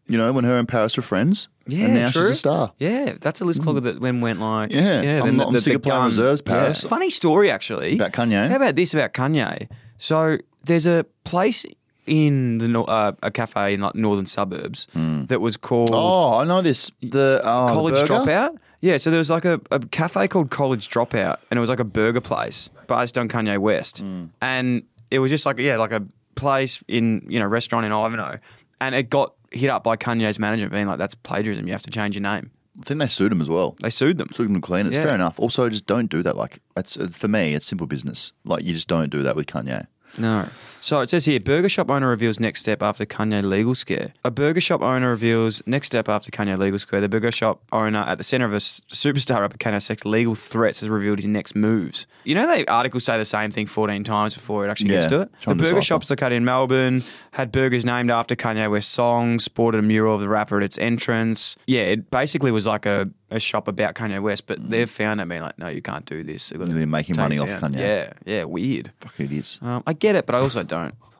Speaker 2: You know, when her and Paris were friends.
Speaker 1: Yeah,
Speaker 2: And now
Speaker 1: true.
Speaker 2: she's a star. Mm.
Speaker 1: Yeah, that's a list clogger that when went like.
Speaker 2: Yeah, I'm
Speaker 1: then
Speaker 2: not- I'm sick of playing reserves, Paris.
Speaker 1: Yeah. Funny story actually
Speaker 2: About Kanye?
Speaker 1: How about this about Kanye? So there's a place in the nor- uh, a cafe in like northern suburbs
Speaker 2: Mm.
Speaker 1: that was called
Speaker 2: Oh, I know this. The oh, the
Speaker 1: College
Speaker 2: burger?
Speaker 1: Dropout. Yeah, so there was like a, a cafe called College Dropout, and it was like a burger place based on Kanye West, and it was just like yeah, like a place in you know restaurant in Ivanhoe, and it got hit up by Kanye's management being like that's plagiarism. You have to change your name.
Speaker 2: I think they sued him as well.
Speaker 1: They sued them.
Speaker 2: Took them to clean. It's
Speaker 1: Yeah.
Speaker 2: fair enough. Also, just don't do that. Like, that's uh, for me, it's simple business. Like, you just don't do that with Kanye.
Speaker 1: No. So it says here, burger shop owner reveals next step after Kanye legal scare. A burger shop owner reveals next step after Kanye legal scare. The burger shop owner at the center of a s- superstar rapper Kanye Sex legal threats has revealed his next moves. You know, they articles say the same thing 14 times before it actually
Speaker 2: Yeah,
Speaker 1: gets to it. The
Speaker 2: trying to
Speaker 1: burger
Speaker 2: decipher.
Speaker 1: shop's located in Melbourne, had burgers named after Kanye West songs, sported a mural of the rapper at its entrance. Yeah, it basically was like a, a shop about Kanye West, but they've found it being like, no, you can't do this. They've got to
Speaker 2: They're making
Speaker 1: take
Speaker 2: money
Speaker 1: it
Speaker 2: off
Speaker 1: down.
Speaker 2: Kanye.
Speaker 1: Yeah, yeah, weird.
Speaker 2: Fucking idiots.
Speaker 1: Um, I get it, but I also don't.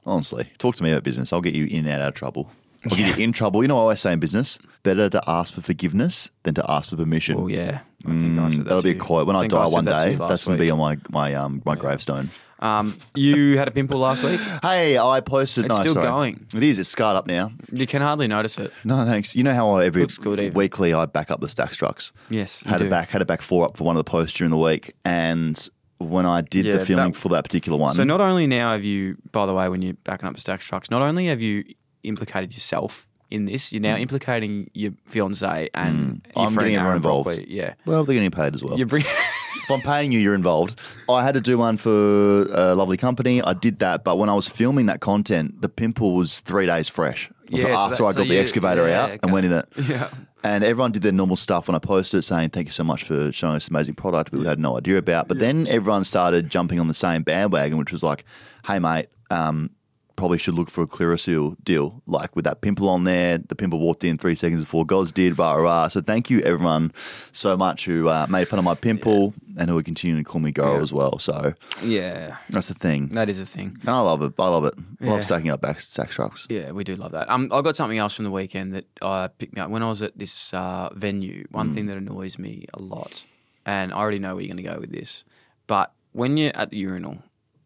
Speaker 2: Honestly, talk to me about business. I'll get you in and out of trouble. I'll get you in trouble. You know what I always say in business? Better to ask for forgiveness than to ask for permission.
Speaker 1: Oh yeah, I think I said that
Speaker 2: Mm, That'll
Speaker 1: to
Speaker 2: be a
Speaker 1: you.
Speaker 2: quote. When I,
Speaker 1: think
Speaker 2: die
Speaker 1: said
Speaker 2: one
Speaker 1: that to
Speaker 2: day,
Speaker 1: you last
Speaker 2: that's going to be
Speaker 1: week.
Speaker 2: on my my um my gravestone.
Speaker 1: Um, you had a pimple last week.
Speaker 2: Hey, I posted.
Speaker 1: It's
Speaker 2: no,
Speaker 1: still
Speaker 2: sorry.
Speaker 1: going.
Speaker 2: It is. It's scarred up now.
Speaker 1: You can hardly notice it.
Speaker 2: No, thanks. You know how I, every
Speaker 1: Looks good, even.
Speaker 2: weekly I back up the stack trucks.
Speaker 1: Yes, you
Speaker 2: had
Speaker 1: do.
Speaker 2: it back. Had it back four up for one of the posts during the week, and when I did
Speaker 1: Yeah,
Speaker 2: the filming
Speaker 1: that-
Speaker 2: for that particular one,
Speaker 1: So not only now have you, by the way, when you're backing up stack trucks, not only have you implicated yourself in this, you're now implicating your fiance and your
Speaker 2: Mm. I'm
Speaker 1: friend
Speaker 2: getting everyone
Speaker 1: Aaron
Speaker 2: involved.
Speaker 1: Brockway. Yeah,
Speaker 2: well, they're getting paid as well.
Speaker 1: you bring.
Speaker 2: if I'm paying you, you're involved. I had to do one for a lovely company. I did that, but when I was filming that content, the pimple was three days fresh. So
Speaker 1: Yeah, so
Speaker 2: after
Speaker 1: that-
Speaker 2: I
Speaker 1: so
Speaker 2: got the
Speaker 1: you-
Speaker 2: excavator
Speaker 1: yeah,
Speaker 2: out
Speaker 1: okay.
Speaker 2: and went in it.
Speaker 1: Yeah.
Speaker 2: And everyone did their normal stuff when I posted it, saying thank you so much for showing us amazing product we had no idea about. But then everyone started jumping on the same bandwagon, which was like, "Hey mate, um, probably should look for a clearer seal deal, like with that pimple on there. The pimple walked in three seconds before Goz did, rah, rah, rah. So thank you, everyone, so much who uh, made fun of my pimple and who are continuing to call me girl as well. So
Speaker 1: yeah,
Speaker 2: that's the thing.
Speaker 1: that is a thing.
Speaker 2: And I love it. I love it. I
Speaker 1: Yeah.
Speaker 2: love stacking up back stack trucks.
Speaker 1: Yeah, we do love that. Um, I got something else from the weekend that I picked me up when I was at this uh, venue. One
Speaker 2: Mm.
Speaker 1: thing that annoys me a lot, and I already know where you're going to go with this, but when you're at the urinal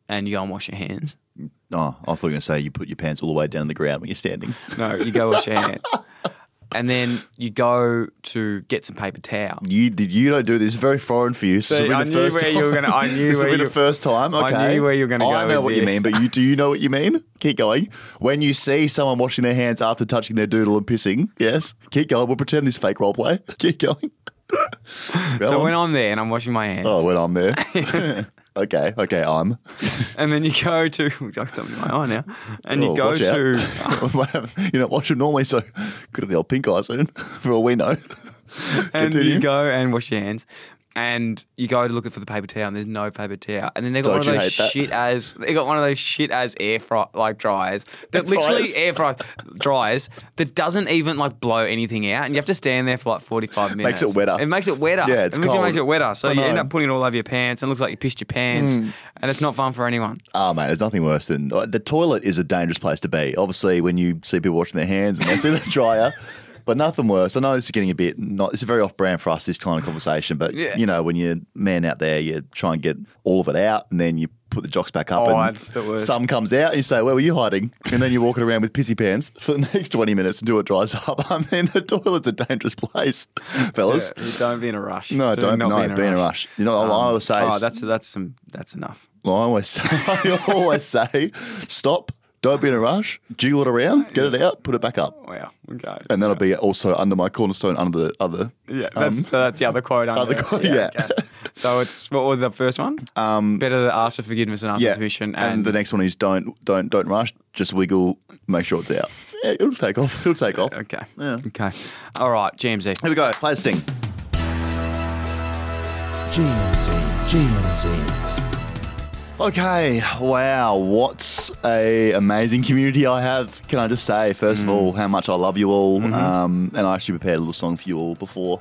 Speaker 1: and you go and wash your hands,
Speaker 2: Oh, I thought you were going to say you put your pants all the way down to the ground when you're standing.
Speaker 1: no, you go wash your hands, and then you go to get some paper towel.
Speaker 2: You did you don't do this. It's very foreign for you. This
Speaker 1: See,
Speaker 2: will be
Speaker 1: I
Speaker 2: the
Speaker 1: knew
Speaker 2: first
Speaker 1: where
Speaker 2: time.
Speaker 1: you were gonna- I knew
Speaker 2: this will
Speaker 1: where
Speaker 2: be
Speaker 1: you-
Speaker 2: the first time.
Speaker 1: I
Speaker 2: Okay,
Speaker 1: knew where you were gonna
Speaker 2: I
Speaker 1: go
Speaker 2: know
Speaker 1: with
Speaker 2: what you
Speaker 1: this.
Speaker 2: mean, but you do you know what you mean? Keep going. When you see someone washing their hands after touching their doodle and pissing, yes, keep going. We'll pretend this fake role play. Keep going.
Speaker 1: So
Speaker 2: Go
Speaker 1: when
Speaker 2: on.
Speaker 1: I'm there and I'm washing my hands,
Speaker 2: oh, when I'm there. okay, okay, I'm.
Speaker 1: and then you go to I've got something in my eye now, and you
Speaker 2: Oh,
Speaker 1: go
Speaker 2: watch out.
Speaker 1: to
Speaker 2: you know, watch them normally, so could have the old pink eye soon, for all we know.
Speaker 1: and
Speaker 2: Continue.
Speaker 1: you go and wash your hands. And you go to look for the paper towel, and there's no paper towel. And then they got
Speaker 2: Don't
Speaker 1: one of
Speaker 2: you
Speaker 1: those
Speaker 2: hate that?
Speaker 1: shit as they got one of those shit as air fry like dryers that
Speaker 2: Air
Speaker 1: literally
Speaker 2: fryers.
Speaker 1: air fry dryers that doesn't even like blow anything out, and you have to stand there for like 45 minutes.
Speaker 2: Makes it wetter.
Speaker 1: It makes it wetter.
Speaker 2: Yeah, it's
Speaker 1: it makes, it
Speaker 2: cold.
Speaker 1: makes it wetter. So
Speaker 2: I
Speaker 1: you end
Speaker 2: know. Hmm.
Speaker 1: up putting it all over your pants, and it looks like you pissed your pants, and it's not fun for anyone.
Speaker 2: Ah, mate, there's nothing worse than the toilet is a dangerous place to be. Obviously, when you see people washing their hands and they see the dryer, But nothing worse. I know this is getting a bit not. It's very off-brand for us this kind of conversation. But
Speaker 1: Yeah.
Speaker 2: you know, when you're man out there, you try and get all of it out, and then you put the jocks back up,
Speaker 1: Oh,
Speaker 2: and
Speaker 1: that's the worst.
Speaker 2: some comes out, and you say, "Where were you hiding?" And then you're walking around with pissy pants for the next twenty minutes until it dries up. I mean, the toilet's a dangerous place, fellas.
Speaker 1: Don't be in a rush.
Speaker 2: No,
Speaker 1: Do
Speaker 2: don't.
Speaker 1: not
Speaker 2: No, be in a rush. You know, I always say,
Speaker 1: Oh, that's that's some that's enough.
Speaker 2: I always say, I always say, stop. Don't be in a rush. Jiggle it around, get it out, put it back up,
Speaker 1: Wow. Okay.
Speaker 2: and that'll be also under my cornerstone, under the other.
Speaker 1: yeah. That's,
Speaker 2: um,
Speaker 1: so that's the other quote. Under,
Speaker 2: other
Speaker 1: it.
Speaker 2: quote, yeah.
Speaker 1: okay. So it's what was the first one? Um, Better to ask for forgiveness than ask for permission.
Speaker 2: and, the next one is don't don't don't rush. Just wiggle. Make sure it's out. Yeah, it'll take off. It'll take off.
Speaker 1: Okay.
Speaker 2: Yeah.
Speaker 1: Okay. All right, GMZ.
Speaker 2: Here we go. Play the sting. GMZ, GMZ. Okay, wow, what a amazing community I have. Can I just say, first of all, how much I love you all. Um, and I actually prepared a little song for you all before.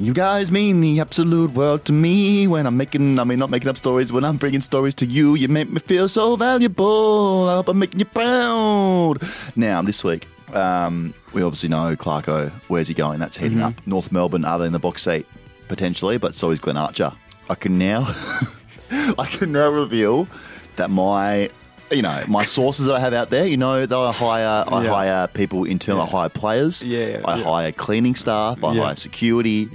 Speaker 2: You guys mean the absolute world to me when I'm making, I mean, not making up stories, when I'm bringing stories to you. You make me feel so valuable. I hope I'm making you proud. Now, this week, um, we obviously know Clarko, where's he going? That's heading up. North Melbourne, are they in the box seat? Potentially, but so is Glen Archer. I can now. I can now reveal that my, you know, my sources that I have out there, you know, that I hire, I
Speaker 1: Yeah.
Speaker 2: hire people internal, I hire players,
Speaker 1: Yeah, yeah,
Speaker 2: I
Speaker 1: yeah.
Speaker 2: hire cleaning staff, I
Speaker 1: Yeah.
Speaker 2: hire security,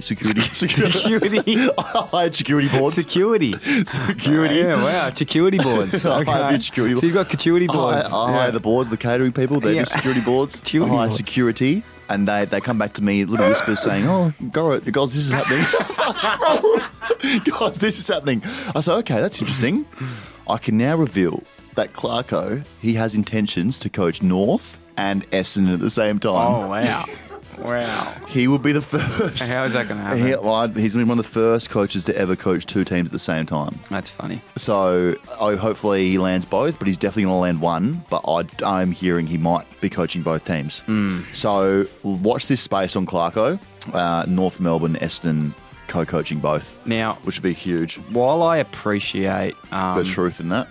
Speaker 2: security, security,
Speaker 1: Security.
Speaker 2: I hired security boards,
Speaker 1: Security.
Speaker 2: security.
Speaker 1: Yeah, wow. Security boards.
Speaker 2: I have
Speaker 1: Okay.
Speaker 2: your security
Speaker 1: So you've got security
Speaker 2: I,
Speaker 1: boards.
Speaker 2: I hire oh, the boards, the catering people, they
Speaker 1: Yeah.
Speaker 2: do security boards, I
Speaker 1: Security
Speaker 2: hire
Speaker 1: boards.
Speaker 2: security. And they, they come back to me, little whispers saying, Oh, Gorrit, the guys, this is happening. guys, this is happening. I said, Okay, that's interesting. I can now reveal that Clarko, he has intentions to coach North and Essendon at the same time.
Speaker 1: Oh, wow. wow.
Speaker 2: He will be the first.
Speaker 1: How is that going to happen?
Speaker 2: He, well, he's going to be one of the first coaches to ever coach two teams at the same time.
Speaker 1: That's funny.
Speaker 2: So I hopefully he lands both, but he's definitely going to land one. But I, I'm hearing he might be coaching both teams.
Speaker 1: Hmm.
Speaker 2: So watch this space on Clarko, uh, North Melbourne, Eston co-coaching both,
Speaker 1: Now,
Speaker 2: which would be huge.
Speaker 1: while I appreciate um,
Speaker 2: The truth in that.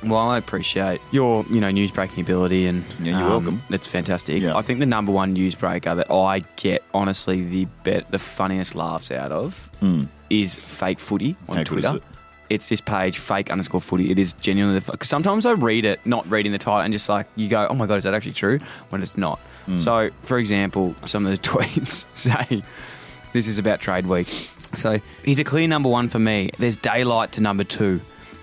Speaker 1: while I appreciate your you know news breaking ability and um,
Speaker 2: Yeah, you're welcome.
Speaker 1: It's fantastic.
Speaker 2: Yeah.
Speaker 1: I think the number one newsbreaker that I get honestly the bet the funniest laughs out of is fake footy on
Speaker 2: How good Hmm. is
Speaker 1: Twitter.
Speaker 2: it?
Speaker 1: It's this page, fake underscore footy. It is genuinely the. Because sometimes I read it, not reading the title, and just like, you go, oh my God, is that actually true? When it's not.
Speaker 2: Hmm.
Speaker 1: So, for example, some of the tweets say, this is about trade week. So he's a clear number one for me. There's daylight to number two.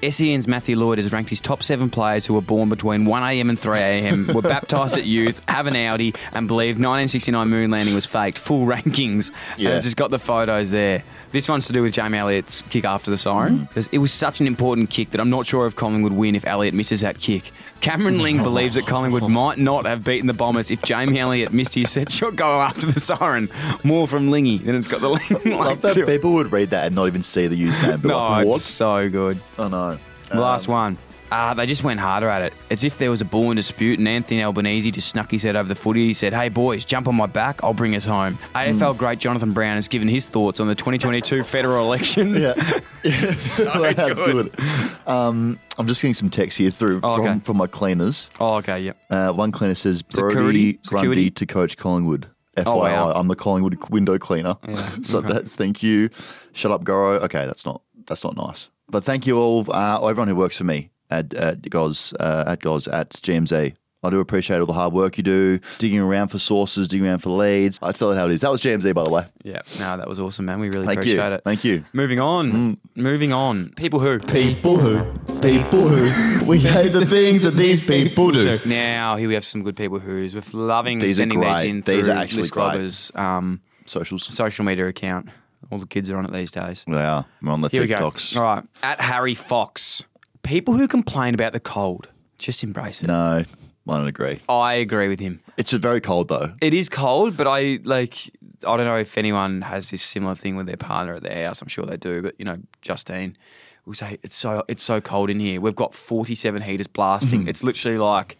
Speaker 1: SEN's Matthew Lloyd has ranked his top seven players who were born between 1am and 3am, were baptised at youth, have an Audi, and believe 1969 moon landing was faked. Full rankings.
Speaker 2: Yeah.
Speaker 1: And it's just got the photos there. This one's to do with Jamie Elliott's kick after the
Speaker 2: Mm.
Speaker 1: siren. It was such an important kick that I'm not sure if Collingwood win if Elliott misses that kick.
Speaker 2: Mm.
Speaker 1: Cameron Ling believes that Collingwood might not have beaten the Bombers if Jamie Elliott missed his set shot goal after the siren. More from Lingy than it's got the Ling
Speaker 2: Love
Speaker 1: link
Speaker 2: that
Speaker 1: to it.
Speaker 2: people would read that and not even see the username. But
Speaker 1: No,
Speaker 2: like,
Speaker 1: it's
Speaker 2: what?
Speaker 1: so good.
Speaker 2: I know.
Speaker 1: Last one. Uh, they just went harder at it. As if there was a ball in dispute and Anthony Albanese just snuck his head over the footy. He said, Hey, boys, jump on my back. I'll bring us home.
Speaker 2: Hmm.
Speaker 1: AFL great Jonathan Brown has given his thoughts on the 2022 federal election.
Speaker 2: Um, Yeah, Yes. that's
Speaker 1: good.
Speaker 2: good. Um, I'm just getting some text here through
Speaker 1: Oh,
Speaker 2: from,
Speaker 1: okay.
Speaker 2: from my cleaners.
Speaker 1: Oh, okay, yep.
Speaker 2: Uh, one cleaner says
Speaker 1: Security-
Speaker 2: Brody Grundy
Speaker 1: security?
Speaker 2: to coach Collingwood. FYI,
Speaker 1: Oh, wow.
Speaker 2: I'm the Collingwood window cleaner. so that, thank you. Shut up, Goro. Okay, that's not that's not nice. But thank you all, uh, everyone who works for me at at Goz uh, at Goz at GMZ. I do appreciate all the hard work you do, digging around for sources, digging around for leads. I tell it how it is. That was GMZ, by the way.
Speaker 1: Yeah, no, that was awesome, man. We really
Speaker 2: Thank you.
Speaker 1: appreciate it.
Speaker 2: Thank you. Hmm.
Speaker 1: Moving on. Moving on. People who.
Speaker 2: People who, people who, we hate the things that these people do.
Speaker 1: Now, here we have some good people who's. We're loving
Speaker 2: These are
Speaker 1: sending these
Speaker 2: great.
Speaker 1: in through
Speaker 2: These are actually
Speaker 1: List
Speaker 2: great.
Speaker 1: Glover's, um,
Speaker 2: Socials.
Speaker 1: social media account. All the kids are on it these days.
Speaker 2: Yeah, we're on the
Speaker 1: Here
Speaker 2: TikToks.
Speaker 1: we go. All right. At Harry Fox. People who complain about the cold, just embrace it.
Speaker 2: No, I don't agree.
Speaker 1: I agree with him.
Speaker 2: It's very cold though.
Speaker 1: It is cold, but I like. I don't know if anyone has this similar thing with their partner at their house. I'm sure they do, but you know, Justine will say it's so it's so cold in here. We've got 47 heaters
Speaker 2: Mm-hmm.
Speaker 1: blasting. It's literally like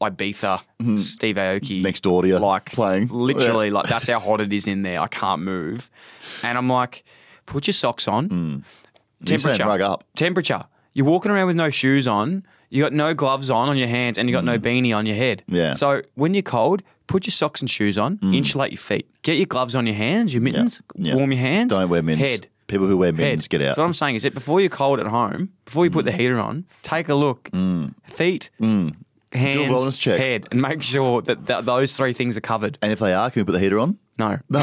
Speaker 1: Ibiza, Steve Aoki
Speaker 2: Next door to you,
Speaker 1: like
Speaker 2: playing.
Speaker 1: Literally, like that's how hot it is in there. I can't move, and I'm like, put your socks on.
Speaker 2: Mm. You're saying
Speaker 1: Temperature.
Speaker 2: rug up.
Speaker 1: Temperature. You're walking around with no shoes on. You got no gloves on on your hands, and you got no beanie on your head.
Speaker 2: Mm. Yeah. Mm.
Speaker 1: So when you're cold, Put your socks and shoes on. Insulate your feet. Get your gloves on your hands, your mittens.
Speaker 2: Yeah.
Speaker 1: Warm your hands.
Speaker 2: Don't wear mittens.
Speaker 1: Head.
Speaker 2: People who wear
Speaker 1: Head.
Speaker 2: mittens get out. Mm.
Speaker 1: So what I'm saying is that before you're cold at home, before you put the heater on, take a look. Feet. Hands,
Speaker 2: wellness check.
Speaker 1: head, and make sure that th- those three things are covered.
Speaker 2: and if they are, can we put the heater on?
Speaker 1: No,
Speaker 2: No,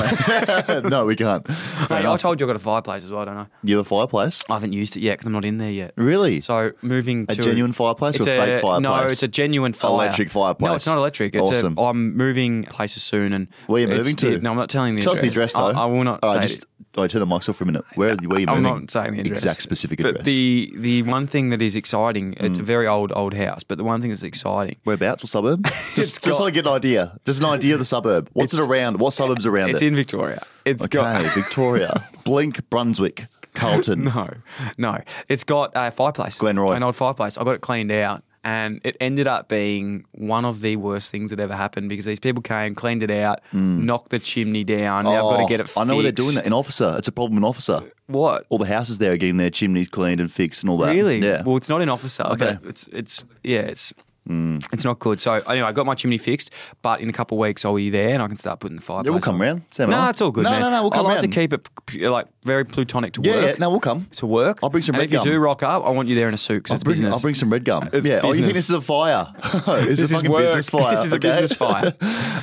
Speaker 2: no, we can't.
Speaker 1: Mate, I told you I got a fireplace as well, don't I?
Speaker 2: You have a fireplace?
Speaker 1: I haven't used it yet because I'm not in there yet.
Speaker 2: Really?
Speaker 1: So moving
Speaker 2: A
Speaker 1: to
Speaker 2: genuine fireplace or
Speaker 1: It's
Speaker 2: a fake fireplace?
Speaker 1: No, it's a genuine fire.
Speaker 2: Electric fireplace.
Speaker 1: No, it's not electric. It's
Speaker 2: Awesome.
Speaker 1: A, I'm moving places soon, and
Speaker 2: Where you
Speaker 1: it's
Speaker 2: moving
Speaker 1: the-
Speaker 2: to?
Speaker 1: no, I'm not telling the
Speaker 2: Tell us
Speaker 1: address.
Speaker 2: the address, though.
Speaker 1: I, I will not
Speaker 2: All
Speaker 1: say
Speaker 2: right,
Speaker 1: it.
Speaker 2: just, all right, turn the mics off for a minute. Where, where are you
Speaker 1: I'm
Speaker 2: moving?
Speaker 1: not saying the address.
Speaker 2: Exact specific
Speaker 1: But
Speaker 2: address. Mm.
Speaker 1: the the one thing that is exciting, it's a very old old house. But the one thing that's exciting,
Speaker 2: Whereabouts? What suburb? Just,
Speaker 1: got-
Speaker 2: just so I get an idea. Just an idea of the suburb. What's it around? What suburbs around
Speaker 1: it's
Speaker 2: it?
Speaker 1: in Victoria. It's got
Speaker 2: okay, Victoria. Blink, Brunswick, Carlton.
Speaker 1: No, no. It's got a fireplace.
Speaker 2: Glenroy.
Speaker 1: An old fireplace. I got it cleaned out and it ended up being one of the worst things that ever happened because these people came, cleaned it out, knocked the chimney down. Now I've got
Speaker 2: Mm. Oh,
Speaker 1: to get it fixed.
Speaker 2: I know where they're doing that. In Officer. It's a problem in Officer.
Speaker 1: What?
Speaker 2: All the houses there are getting their chimneys cleaned and fixed and all that.
Speaker 1: Really?
Speaker 2: Yeah.
Speaker 1: Well, it's not an officer.
Speaker 2: Okay. Hmm.
Speaker 1: But it's, it's, yeah, it's. It's not good. So anyway, I got my chimney fixed, but in a couple of weeks I'll be there and I can start putting the fireplace.
Speaker 2: we'll come
Speaker 1: on.
Speaker 2: round. Sam and
Speaker 1: No,
Speaker 2: I.
Speaker 1: it's all good.
Speaker 2: No,
Speaker 1: man.
Speaker 2: no, no, we'll come
Speaker 1: I like
Speaker 2: round.
Speaker 1: to keep it p- like very plutonic to
Speaker 2: yeah,
Speaker 1: work.
Speaker 2: yeah. No, we'll come.
Speaker 1: to work.
Speaker 2: I'll bring some
Speaker 1: and
Speaker 2: red
Speaker 1: if you
Speaker 2: gum.
Speaker 1: do rock up, I want you there in a suit because
Speaker 2: I'll
Speaker 1: it's
Speaker 2: bring,
Speaker 1: business.
Speaker 2: I'll bring some red gum.
Speaker 1: It's
Speaker 2: yeah. Oh, you
Speaker 1: business.
Speaker 2: think this is a fire? it's
Speaker 1: This
Speaker 2: a
Speaker 1: is
Speaker 2: fucking
Speaker 1: work.
Speaker 2: business fire.
Speaker 1: This is a
Speaker 2: okay?
Speaker 1: business fire.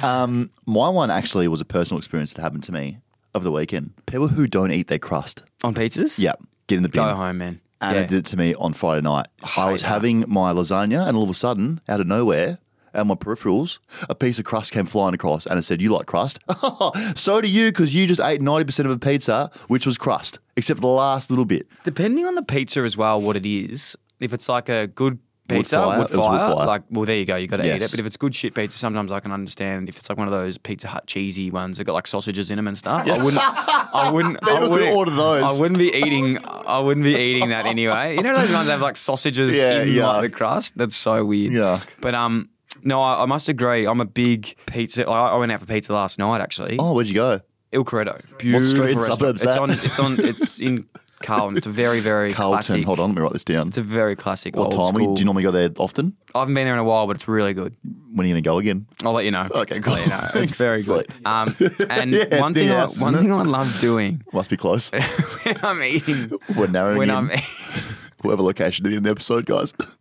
Speaker 2: um, my one actually was a personal experience that happened to me over the weekend. People who don't eat their crust.
Speaker 1: on pizzas.
Speaker 2: Yeah. Get in the bin.
Speaker 1: go home, man.
Speaker 2: And
Speaker 1: yeah.
Speaker 2: it did it to me on Friday night. I was
Speaker 1: hate that.
Speaker 2: having my lasagna, and all of a sudden, out of nowhere, and my peripherals, a piece of crust came flying across, and it said, "You like crust? so do you, because you just ate ninety percent of a pizza, which was crust, except for the last little bit."
Speaker 1: Depending on the pizza as well, what it is. If it's like a good pizza,
Speaker 2: fire.
Speaker 1: wood
Speaker 2: It was wood
Speaker 1: fire,
Speaker 2: fire.
Speaker 1: like well, there you go, you got to eat
Speaker 2: Yes.
Speaker 1: it. But if it's good shit pizza, sometimes I can understand. If it's like one of those Pizza Hut cheesy ones that got like sausages in them and stuff, I wouldn't, I wouldn't,
Speaker 2: Maybe
Speaker 1: I
Speaker 2: we'll
Speaker 1: wouldn't
Speaker 2: order those.
Speaker 1: I wouldn't be eating, I wouldn't be eating that anyway. You know those ones that have like sausages
Speaker 2: Yeah,
Speaker 1: in
Speaker 2: yuck.
Speaker 1: like, the crust. That's so weird.
Speaker 2: Yuck.
Speaker 1: But um, no, I, I must agree. I'm a big pizza. I, I went out for pizza last night actually.
Speaker 2: Oh, where'd you go?
Speaker 1: Il Corretto.
Speaker 2: What street and
Speaker 1: Beautiful
Speaker 2: suburbs
Speaker 1: restaurant.
Speaker 2: that?
Speaker 1: It's on. It's on. It's in Carlton. It's a very, very
Speaker 2: Carlton.
Speaker 1: Classic,
Speaker 2: Hold on, let me write this down.
Speaker 1: It's a very classic.
Speaker 2: What
Speaker 1: old
Speaker 2: time?
Speaker 1: School.
Speaker 2: Do you normally go there often?
Speaker 1: I haven't been there in a while, but it's really good.
Speaker 2: When are you going to go again?
Speaker 1: I'll let you know.
Speaker 2: Okay,
Speaker 1: I'll let you know.
Speaker 2: thanks.
Speaker 1: It's very
Speaker 2: It's
Speaker 1: good.
Speaker 2: like-
Speaker 1: Um, and
Speaker 2: Yeah, it's
Speaker 1: one thing,
Speaker 2: near
Speaker 1: I,
Speaker 2: us,
Speaker 1: one
Speaker 2: isn't
Speaker 1: thing I love doing
Speaker 2: Must be close.
Speaker 1: when I'm eating,
Speaker 2: We're narrowing
Speaker 1: when
Speaker 2: in.
Speaker 1: I'm
Speaker 2: Whatever location to the end of the episode, guys.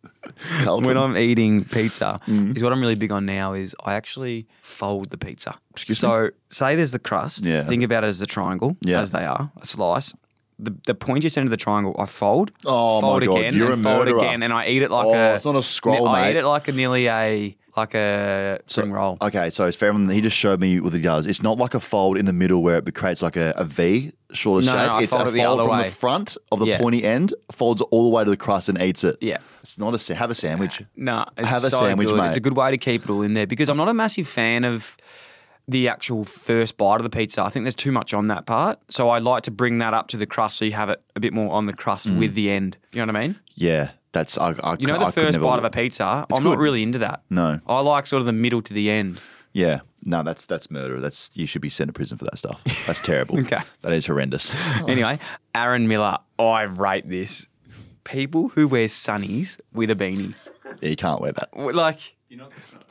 Speaker 2: Carlton.
Speaker 1: when I'm eating pizza
Speaker 2: Mm.
Speaker 1: is what I'm really big on now is I actually fold the pizza.
Speaker 2: Excuse
Speaker 1: so say there's the crust.
Speaker 2: Yeah.
Speaker 1: Think about it as a triangle,
Speaker 2: Yeah.
Speaker 1: as they are, a slice. The, the pointiest end of the triangle, I fold.
Speaker 2: Oh, my
Speaker 1: fold
Speaker 2: God,
Speaker 1: again,
Speaker 2: you're
Speaker 1: and
Speaker 2: a
Speaker 1: fold
Speaker 2: murderer.
Speaker 1: again, and I eat it like
Speaker 2: Oh,
Speaker 1: a.
Speaker 2: it's not a scroll,
Speaker 1: I
Speaker 2: mate.
Speaker 1: eat it like a nearly a like a spring roll.
Speaker 2: Okay, so it's Fairman, he just showed me what he does. It's not like a fold in the middle where it creates like a, a V shorter
Speaker 1: No, no,
Speaker 2: shape.
Speaker 1: no, I
Speaker 2: it's
Speaker 1: fold
Speaker 2: a
Speaker 1: it the
Speaker 2: fold
Speaker 1: other
Speaker 2: from
Speaker 1: way.
Speaker 2: the front of the
Speaker 1: Yeah.
Speaker 2: pointy end, folds all the way to the crust and eats it.
Speaker 1: Yeah.
Speaker 2: It's not a sa- have a sandwich.
Speaker 1: No, it's
Speaker 2: Have a
Speaker 1: so
Speaker 2: sandwich,
Speaker 1: good.
Speaker 2: mate.
Speaker 1: It's a good way to keep it all in there because I'm not a massive fan of the actual first bite of the pizza. I think there's too much on that part. So I like to bring that up to the crust so you have it a bit more on the crust with the end. You know what I mean?
Speaker 2: Yeah. That's I, Mm. I
Speaker 1: You know the first bite of a pizza? I'm not
Speaker 2: good.
Speaker 1: really into that.
Speaker 2: No.
Speaker 1: I like sort of the middle to the end.
Speaker 2: Yeah. No, that's that's murder. That's you should be sent to prison for that stuff. That's terrible.
Speaker 1: Okay.
Speaker 2: That is horrendous.
Speaker 1: Anyway, Aaron Miller, I rate this. People who wear sunnies with a beanie.
Speaker 2: yeah, you can't wear that.
Speaker 1: Like,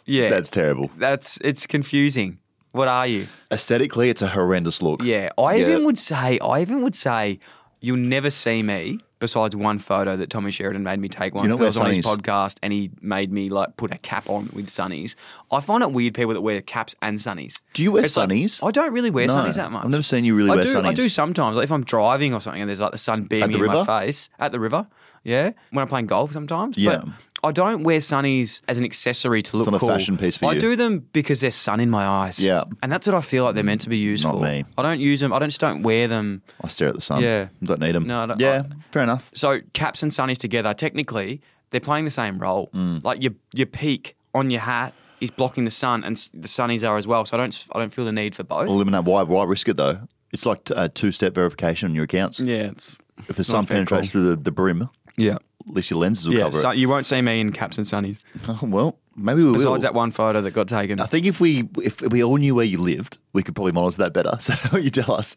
Speaker 1: yeah.
Speaker 2: That's terrible.
Speaker 1: That's, it's confusing. What are you?
Speaker 2: Aesthetically, it's a horrendous look.
Speaker 1: Yeah, I
Speaker 2: Yeah.
Speaker 1: even would say, I even would say, you'll never see me besides one photo that Tommy Sheridan made me take once.
Speaker 2: You
Speaker 1: I
Speaker 2: don't wear
Speaker 1: was on his
Speaker 2: sunnies.
Speaker 1: podcast and he made me like put a cap on with sunnies. I find it weird people that wear caps and sunnies.
Speaker 2: Do you wear
Speaker 1: It's like,
Speaker 2: sunnies?
Speaker 1: I don't really wear
Speaker 2: No,
Speaker 1: sunnies that much.
Speaker 2: I've never seen you really
Speaker 1: I
Speaker 2: wear
Speaker 1: do, I
Speaker 2: sunnies.
Speaker 1: do sometimes. Like if I'm driving or something and there's like the sun beaming
Speaker 2: the
Speaker 1: in
Speaker 2: river?
Speaker 1: my face at the river. Yeah, when I'm playing golf sometimes.
Speaker 2: Yeah.
Speaker 1: But I don't wear sunnies as an accessory to look
Speaker 2: not a
Speaker 1: cool.
Speaker 2: fashion piece for
Speaker 1: I
Speaker 2: you.
Speaker 1: do them because there's sun in my eyes.
Speaker 2: Yeah.
Speaker 1: And that's what I feel like they're meant to be used
Speaker 2: Not
Speaker 1: for.
Speaker 2: me.
Speaker 1: I don't use them. I don't, just don't wear them.
Speaker 2: I stare at the sun.
Speaker 1: Yeah.
Speaker 2: Don't need them.
Speaker 1: No, I don't-
Speaker 2: Yeah,
Speaker 1: I-
Speaker 2: fair enough.
Speaker 1: So caps and sunnies together, technically, they're playing the same role.
Speaker 2: Mm.
Speaker 1: Like your your peak on your hat is blocking the sun, and s- the sunnies are as well. So I don't I don't feel the need for both.
Speaker 2: eliminate. Why? Why risk it though? It's like a two-step verification on your accounts.
Speaker 1: yeah, it's,
Speaker 2: If the sun
Speaker 1: Mm. fair
Speaker 2: penetrates
Speaker 1: call.
Speaker 2: through the, the brim, at
Speaker 1: yeah,
Speaker 2: least your lenses will
Speaker 1: yeah.
Speaker 2: cover
Speaker 1: So
Speaker 2: it.
Speaker 1: you won't see me in caps and sunnies.
Speaker 2: Oh, well, maybe we will.
Speaker 1: Besides that one photo that got taken.
Speaker 2: I think if we if we all knew where you lived, we could probably monitor that better. So you tell us.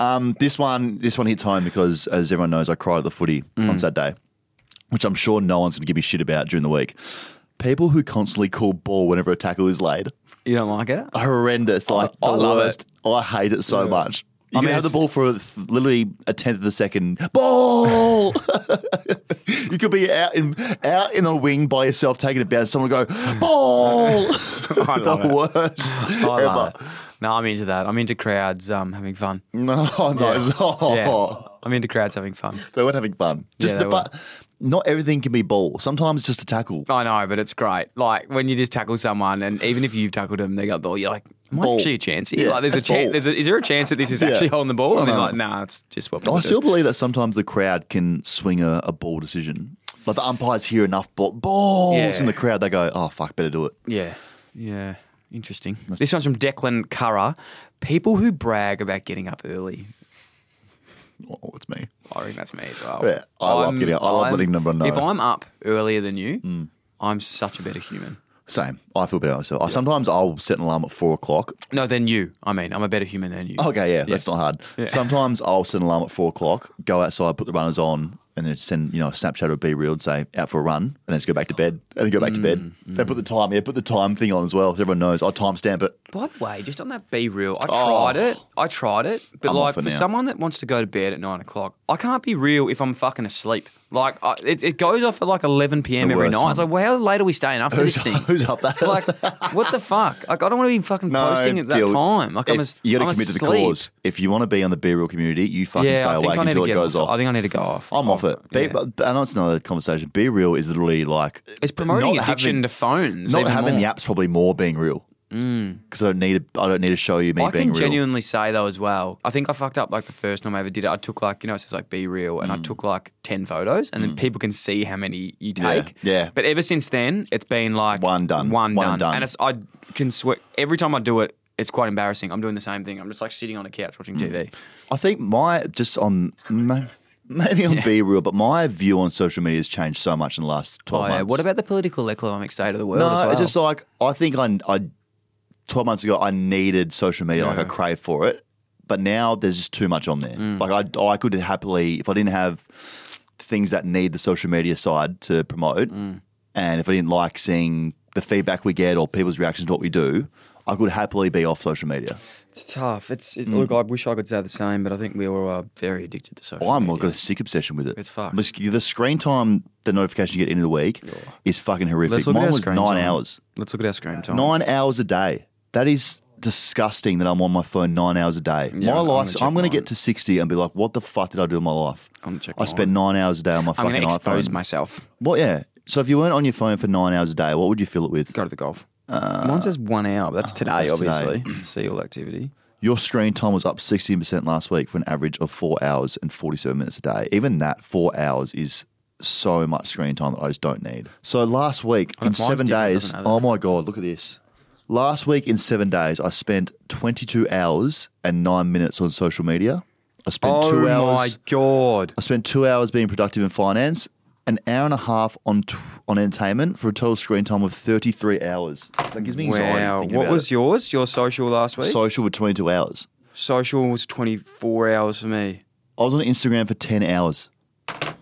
Speaker 2: Um, this one this one hits home because, as everyone knows, I cried at the footy
Speaker 1: Mm.
Speaker 2: on Saturday, which I'm sure no one's going to give me shit about during the week. People who constantly call ball whenever a tackle is laid.
Speaker 1: You don't like it?
Speaker 2: horrendous. Like
Speaker 1: I
Speaker 2: the
Speaker 1: love
Speaker 2: worst. I hate it so much.
Speaker 1: I
Speaker 2: You can
Speaker 1: mean,
Speaker 2: have the
Speaker 1: it's-
Speaker 2: ball for th- literally a tenth of a second. Ball. you could be out in out in a wing by yourself, taking it bounce. Someone go ball.
Speaker 1: love
Speaker 2: the
Speaker 1: it.
Speaker 2: worst
Speaker 1: I like
Speaker 2: ever.
Speaker 1: it. No, I'm into that. I'm into crowds um, having fun.
Speaker 2: No, no.
Speaker 1: Yeah.
Speaker 2: Oh.
Speaker 1: Yeah. I'm into crowds having fun.
Speaker 2: They weren't having fun. Just
Speaker 1: Yeah,
Speaker 2: the,
Speaker 1: they
Speaker 2: but not everything can be ball. Sometimes just a tackle.
Speaker 1: I know, but it's great. Like when you just tackle someone, and even if you've tackled them, they got ball. You're like, am I
Speaker 2: Ball.
Speaker 1: actually a chance here?
Speaker 2: Yeah,
Speaker 1: like, there's a
Speaker 2: it's
Speaker 1: chance.
Speaker 2: ball.
Speaker 1: There's a, is there a chance that this is actually holding the ball? And they're like, nah, it's just what. people
Speaker 2: I
Speaker 1: do."
Speaker 2: still believe that sometimes the crowd can swing a, a ball decision. Like the umpires hear enough ball, balls
Speaker 1: Yeah.
Speaker 2: in the crowd, they go, "Oh fuck, better do it."
Speaker 1: Yeah. Yeah. Interesting. This one's from Declan Curra. People who brag about getting up early.
Speaker 2: Oh, it's me.
Speaker 1: I reckon that's me as well.
Speaker 2: Yeah, I love
Speaker 1: I'm-
Speaker 2: getting up. I love
Speaker 1: I'm-
Speaker 2: letting everyone know. Mm.
Speaker 1: If I'm up earlier than you, I'm such a better human.
Speaker 2: Same. I feel better myself. I Sometimes I'll set an alarm at four o'clock.
Speaker 1: No, than you. I mean, I'm a better human than you.
Speaker 2: Okay, yeah, that's not hard. Sometimes I'll set an alarm at four o'clock, go outside, put the runners on, and then send you know a Snapchat or be real and say out for a run, and then just go back to bed, and then go back to bed.
Speaker 1: Mm,
Speaker 2: They put the time, yeah, put the time thing on as well, so everyone knows. I timestamp it.
Speaker 1: By the way, just on that be real, I
Speaker 2: Oh.
Speaker 1: tried it. I tried it. But
Speaker 2: I'm
Speaker 1: like
Speaker 2: off it
Speaker 1: for
Speaker 2: now.
Speaker 1: someone that wants to go to bed at nine o'clock, I can't be real if I'm fucking asleep. Like I, it, it goes off at like eleven PM
Speaker 2: The
Speaker 1: every
Speaker 2: worst
Speaker 1: night. It's
Speaker 2: time.
Speaker 1: like, well, how late are we staying up for
Speaker 2: Who's,
Speaker 1: this thing?
Speaker 2: who's up that?
Speaker 1: like, what the fuck? Like, I don't want to be fucking
Speaker 2: No,
Speaker 1: posting at that
Speaker 2: deal.
Speaker 1: time. Like, I'm
Speaker 2: If-
Speaker 1: as,
Speaker 2: you got
Speaker 1: I'm
Speaker 2: to commit to the
Speaker 1: asleep.
Speaker 2: cause. If you want to be on the B real community, you fucking
Speaker 1: Yeah,
Speaker 2: stay
Speaker 1: I think
Speaker 2: awake
Speaker 1: I need
Speaker 2: until
Speaker 1: to
Speaker 2: it
Speaker 1: get
Speaker 2: goes off.
Speaker 1: I think I need to go off.
Speaker 2: I'm off it. Be,
Speaker 1: Yeah.
Speaker 2: but, but I know it's another conversation. Be real is literally like
Speaker 1: it's promoting
Speaker 2: not
Speaker 1: addiction
Speaker 2: having-
Speaker 1: to phones.
Speaker 2: Not
Speaker 1: even
Speaker 2: having
Speaker 1: more. Mm.
Speaker 2: the app's probably more being real because I don't need to, I don't need to show you me
Speaker 1: I
Speaker 2: being
Speaker 1: can
Speaker 2: real.
Speaker 1: genuinely say though as well. I think I fucked up like the first time I ever did it. I took like you know it says like be real,
Speaker 2: Mm.
Speaker 1: and I took like ten photos, and then people can see how many you
Speaker 2: Yeah,
Speaker 1: take.
Speaker 2: yeah.
Speaker 1: But ever since then, it's been like
Speaker 2: One done,
Speaker 1: one,
Speaker 2: one
Speaker 1: done.
Speaker 2: and done.
Speaker 1: And it's I can swear every time I do it, it's quite embarrassing. I'm doing the same thing. I'm just like sitting on a couch watching
Speaker 2: Mm.
Speaker 1: TV.
Speaker 2: I think my just on ma- maybe on be real, but my view on social media has changed so much in the last twelve
Speaker 1: Oh, yeah.
Speaker 2: months.
Speaker 1: What about the political economic state of the world?
Speaker 2: no?
Speaker 1: as well?
Speaker 2: It's just like I think I, I twelve months ago I needed social media, like I craved for it, but now there's just too much on there.
Speaker 1: Mm.
Speaker 2: Like I I could happily if I didn't have things that need the social media side to promote,
Speaker 1: Mm.
Speaker 2: and if I didn't like seeing the feedback we get or people's reactions to what we do. I could happily be off social media.
Speaker 1: It's tough. It's it,
Speaker 2: Mm.
Speaker 1: look. I wish I could say the same, but I think we all are very addicted to social.
Speaker 2: I'm
Speaker 1: media.
Speaker 2: got a sick obsession with it.
Speaker 1: It's fucked.
Speaker 2: The sc- The screen time, the notification you get into the week is fucking horrific.
Speaker 1: Let's look at
Speaker 2: Mine
Speaker 1: our
Speaker 2: was
Speaker 1: screen
Speaker 2: nine
Speaker 1: time.
Speaker 2: hours.
Speaker 1: Let's look at our screen time.
Speaker 2: Nine hours a day. That is disgusting that I'm on my phone nine hours a day.
Speaker 1: Yeah,
Speaker 2: my
Speaker 1: I'm gonna
Speaker 2: life,
Speaker 1: check
Speaker 2: I'm going to
Speaker 1: mine.
Speaker 2: get to 60 and be like, what the fuck did I do in my life?
Speaker 1: I'm gonna check
Speaker 2: I spend nine hours a day on my
Speaker 1: I'm
Speaker 2: fucking
Speaker 1: going to expose
Speaker 2: iPhone.
Speaker 1: myself.
Speaker 2: Well, yeah. So if you weren't on your phone for nine hours a day, what would you fill it with?
Speaker 1: Go to the golf. Mine says one hour. But that's today,
Speaker 2: Uh, oh, that's today.
Speaker 1: obviously. See all activity.
Speaker 2: Your screen time was up 16% last week for an average of four hours and 47 minutes a day. Even that, four hours is so much screen time that I just don't need. So last week, in
Speaker 1: mine's
Speaker 2: seven
Speaker 1: different,
Speaker 2: days,
Speaker 1: doesn't it?
Speaker 2: oh my God, look at this. Last week, in seven days, I spent 22 hours and nine minutes on social media. I spent
Speaker 1: Oh
Speaker 2: two
Speaker 1: my
Speaker 2: hours.
Speaker 1: god!
Speaker 2: I spent two hours being productive in finance, an hour and a half on t- on entertainment for a total screen time of 33 hours. That gives me anxiety.
Speaker 1: Wow.
Speaker 2: thinking
Speaker 1: What
Speaker 2: about
Speaker 1: was
Speaker 2: it.
Speaker 1: yours? Your social last week?
Speaker 2: social with 22 hours?
Speaker 1: social was 24 hours for me.
Speaker 2: I was on Instagram for 10 hours.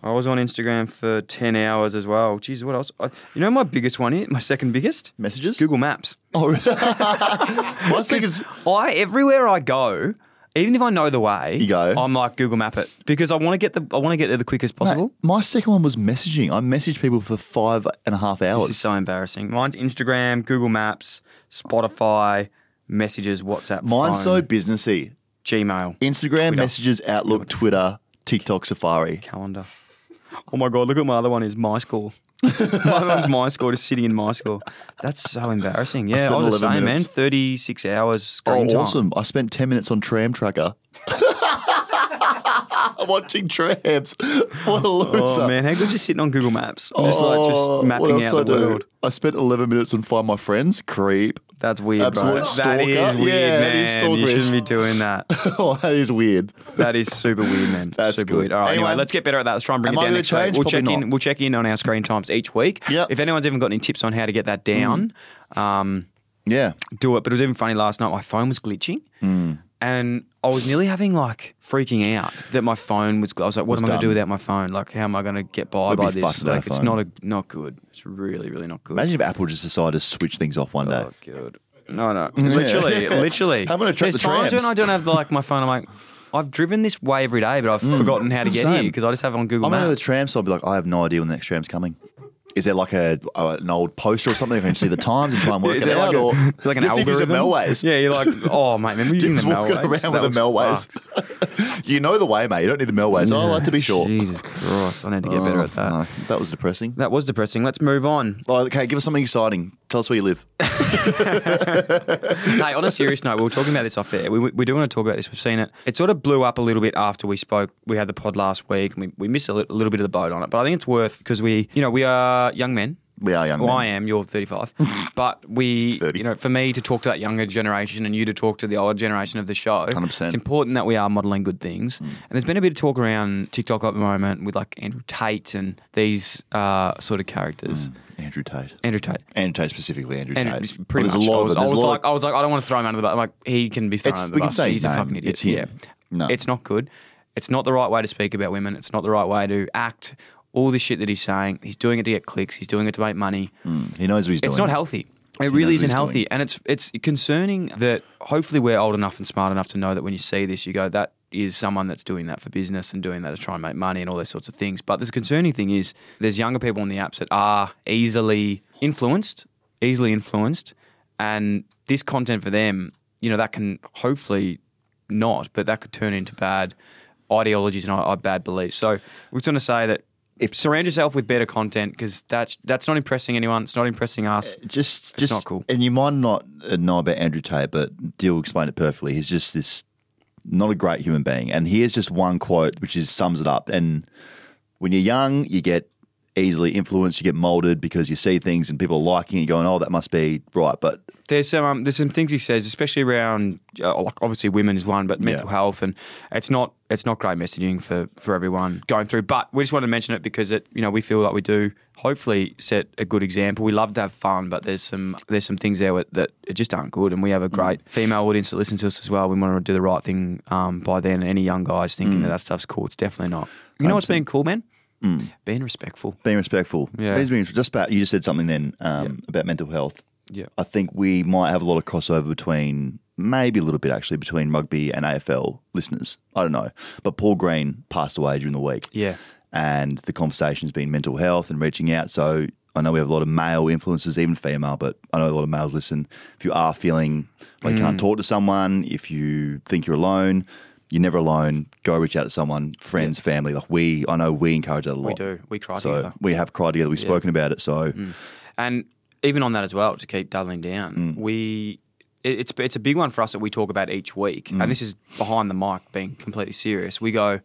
Speaker 1: I was on Instagram for 10 hours as well. Jeez, what else? I, you know my biggest one here, my second biggest
Speaker 2: Messages?
Speaker 1: Google Maps.
Speaker 2: Oh, really? My second's.
Speaker 1: I everywhere I go, even if I know the way,
Speaker 2: You go.
Speaker 1: I'm like Google Map it because I want to get the I want to get there the quickest possible.
Speaker 2: Mate, my second one was messaging. I messaged people for five and a half
Speaker 1: This is
Speaker 2: hours.
Speaker 1: so embarrassing. Mine's Instagram, Google Maps, Spotify, messages, WhatsApp,
Speaker 2: Mine's so
Speaker 1: phone,
Speaker 2: businessy.
Speaker 1: Gmail,
Speaker 2: Instagram, messages, Outlook, Twitter, TikTok, Safari.
Speaker 1: calendar. Oh my god! Look at my other one is my score. my other one's my score, just sitting in my score. That's so embarrassing. Yeah, I,
Speaker 2: spent
Speaker 1: was the
Speaker 2: 11
Speaker 1: same man.
Speaker 2: minutes.
Speaker 1: Thirty six hours
Speaker 2: Oh,
Speaker 1: screen time.
Speaker 2: awesome. I spent 10 minutes on Tram Tracker. Watching trams. What a loser.
Speaker 1: Oh man, how good just sitting on Google Maps. I'm just like
Speaker 2: Oh,
Speaker 1: just
Speaker 2: what
Speaker 1: mapping
Speaker 2: else
Speaker 1: out
Speaker 2: did
Speaker 1: the
Speaker 2: I do?
Speaker 1: world.
Speaker 2: I spent 11 minutes on Find My Friends. Creep.
Speaker 1: That's weird, bro.
Speaker 2: Absolute
Speaker 1: That is
Speaker 2: stalker.
Speaker 1: weird,
Speaker 2: Yeah, that
Speaker 1: man.
Speaker 2: is
Speaker 1: you
Speaker 2: stalkerish.
Speaker 1: shouldn't be doing that.
Speaker 2: oh, that is weird.
Speaker 1: That is super weird, man.
Speaker 2: That's
Speaker 1: super
Speaker 2: good.
Speaker 1: weird. All right, anyway,
Speaker 2: Anyway,
Speaker 1: let's get better at that. Let's try and bring
Speaker 2: am
Speaker 1: it
Speaker 2: I
Speaker 1: down
Speaker 2: gonna
Speaker 1: next week.
Speaker 2: change?
Speaker 1: We'll
Speaker 2: Probably
Speaker 1: check in.
Speaker 2: not.
Speaker 1: We'll check in on our screen times each week.
Speaker 2: Yep. Mm.
Speaker 1: If anyone's even got any tips on how to get that down, um,
Speaker 2: Yeah.
Speaker 1: do it. But it was even funny last night. My phone was glitching,
Speaker 2: Mm.
Speaker 1: and I was nearly having like freaking out that my phone was. I was like, "What am I going to do without
Speaker 2: done.
Speaker 1: my phone? Like, how am I going to get by
Speaker 2: We'd be
Speaker 1: by
Speaker 2: fucked
Speaker 1: this?
Speaker 2: without a
Speaker 1: Like, it's
Speaker 2: phone.
Speaker 1: not a not good. It's really, really not good.
Speaker 2: Imagine if Apple just decided to switch things off one day.
Speaker 1: Not good. No, no. Literally, literally.
Speaker 2: How about a trip
Speaker 1: There's
Speaker 2: to
Speaker 1: times
Speaker 2: trams?
Speaker 1: when I don't have like my phone. I'm like, I've driven this way every day, but I've forgotten how to get here
Speaker 2: Hmm. Same.
Speaker 1: because I just have it on Google
Speaker 2: I'm
Speaker 1: Maps.
Speaker 2: under the tram, so I'll be like, I have no idea when the next tram's coming. Is there like a, uh, an old poster or something? I can see the times and try and work
Speaker 1: Is
Speaker 2: it
Speaker 1: it
Speaker 2: out,
Speaker 1: like,
Speaker 2: or
Speaker 1: a, like an
Speaker 2: Let's even use a
Speaker 1: algorithm?
Speaker 2: Melways.
Speaker 1: Yeah, you're like, oh mate, remember using the
Speaker 2: Dick's walking
Speaker 1: Melways?
Speaker 2: around with
Speaker 1: That
Speaker 2: the
Speaker 1: was
Speaker 2: Melways. you know the way, mate. You don't need the Melways. Oh, I like to be short. Oh,
Speaker 1: Jesus Christ, I need to get better at that.
Speaker 2: No, that was depressing.
Speaker 1: That was depressing. Let's move on.
Speaker 2: Oh, okay, give us something exciting. Tell us where you live.
Speaker 1: hey, on a serious note, we were talking about this off there. We, we do want to talk about this. We've seen it. It sort of blew up a little bit after we spoke. We had the pod last week, and we, we missed a li- a little bit of the boat on it. But I think it's worth because we, you know, we are young men.
Speaker 2: We are young
Speaker 1: Well,
Speaker 2: men.
Speaker 1: I am. You're 35. but we,
Speaker 2: 30.
Speaker 1: you know, for me to talk to that younger generation and you to talk to the older generation of the show,
Speaker 2: 100%.
Speaker 1: it's important that we are modelling good things.
Speaker 2: Mm.
Speaker 1: And there's been a bit of talk around TikTok at the moment with like Andrew Tate and these uh, sort of characters.
Speaker 2: Andrew Tate.
Speaker 1: Andrew Tate.
Speaker 2: Andrew Tate specifically. Andrew
Speaker 1: And
Speaker 2: Mm. Tate.
Speaker 1: it's
Speaker 2: Well,
Speaker 1: pretty
Speaker 2: there's
Speaker 1: much.
Speaker 2: a lot
Speaker 1: I was,
Speaker 2: of it.
Speaker 1: I
Speaker 2: There's
Speaker 1: was
Speaker 2: a lot
Speaker 1: like, I was like, I don't want to throw him under the bus. I'm like, he can be thrown
Speaker 2: It's-
Speaker 1: under the
Speaker 2: we can
Speaker 1: bus.
Speaker 2: say his
Speaker 1: He's a
Speaker 2: name.
Speaker 1: fucking idiot.
Speaker 2: It's him.
Speaker 1: Yeah.
Speaker 2: No.
Speaker 1: It's not good. It's not the right way to speak about women. It's not the right way to act. All this shit that he's saying, he's doing it to get clicks. He's doing it to make money.
Speaker 2: of- he knows what he's doing.
Speaker 1: oh, It's not healthy. It
Speaker 2: knows what
Speaker 1: really isn't
Speaker 2: he's
Speaker 1: healthy,
Speaker 2: doing.
Speaker 1: and it's it's concerning that hopefully we're old enough and smart enough to know that when you see this, you go, "That is someone that's doing that for business and doing that to try and make money and all those sorts of things." But the concerning thing is, there's younger people on the apps that are easily influenced, easily influenced, and this content for them, you know, that can hopefully not, but that could turn into bad ideologies and uh, bad beliefs. So we're going to say that. If, surround yourself with better content because that's that's not impressing anyone. It's not impressing us.
Speaker 2: Just, just
Speaker 1: not cool.
Speaker 2: And you might not uh, know about Andrew Tate, but Dill explained it perfectly. He's just this not a great human being. And here's just one quote which is sums it up. And when you're young, you get easily influenced, you get molded because you see things and people are liking it, you're going, oh, that must be right. But
Speaker 1: There's some um, there's some things he says, especially around uh, like obviously women's one, but mental
Speaker 2: Yeah.
Speaker 1: health, and it's not it's not great messaging for for everyone going through. But we just wanted to mention it because it you know we feel like we do hopefully set a good example. We love to have fun, but there's some there's some things there that- that just aren't good, and we
Speaker 2: Mm.
Speaker 1: have a great female audience that listens to us as well. We want to do the right thing um, by then. Any young guys thinking
Speaker 2: Mm.
Speaker 1: that that stuff's cool, it's definitely not. You know what's being cool, man?
Speaker 2: Mm.
Speaker 1: Being respectful.
Speaker 2: being respectful.
Speaker 1: Yeah.
Speaker 2: Please be- just about you just said something then um, about mental health.
Speaker 1: Yeah.
Speaker 2: I think we might have a lot of crossover between maybe a little bit actually between rugby and AFL listeners. I don't know, but Paul Green passed away during the week.
Speaker 1: Yeah.
Speaker 2: and the conversation's been mental health and reaching out. So I know we have a lot of male influences, even female, but I know a lot of males listen. If you are feeling like you
Speaker 1: Mm.
Speaker 2: can't talk to someone, if you think you're alone. You're never alone. Go reach out to someone, friends, family. Like we, I know we encourage that a lot.
Speaker 1: We do. Mm. We cry
Speaker 2: So
Speaker 1: together.
Speaker 2: we have cried together. We've spoken about it. So
Speaker 1: And even on that as well, to keep doubling down, we it, it's it's a big one for us that we talk about each week. And this is behind the mic, being completely serious. We go,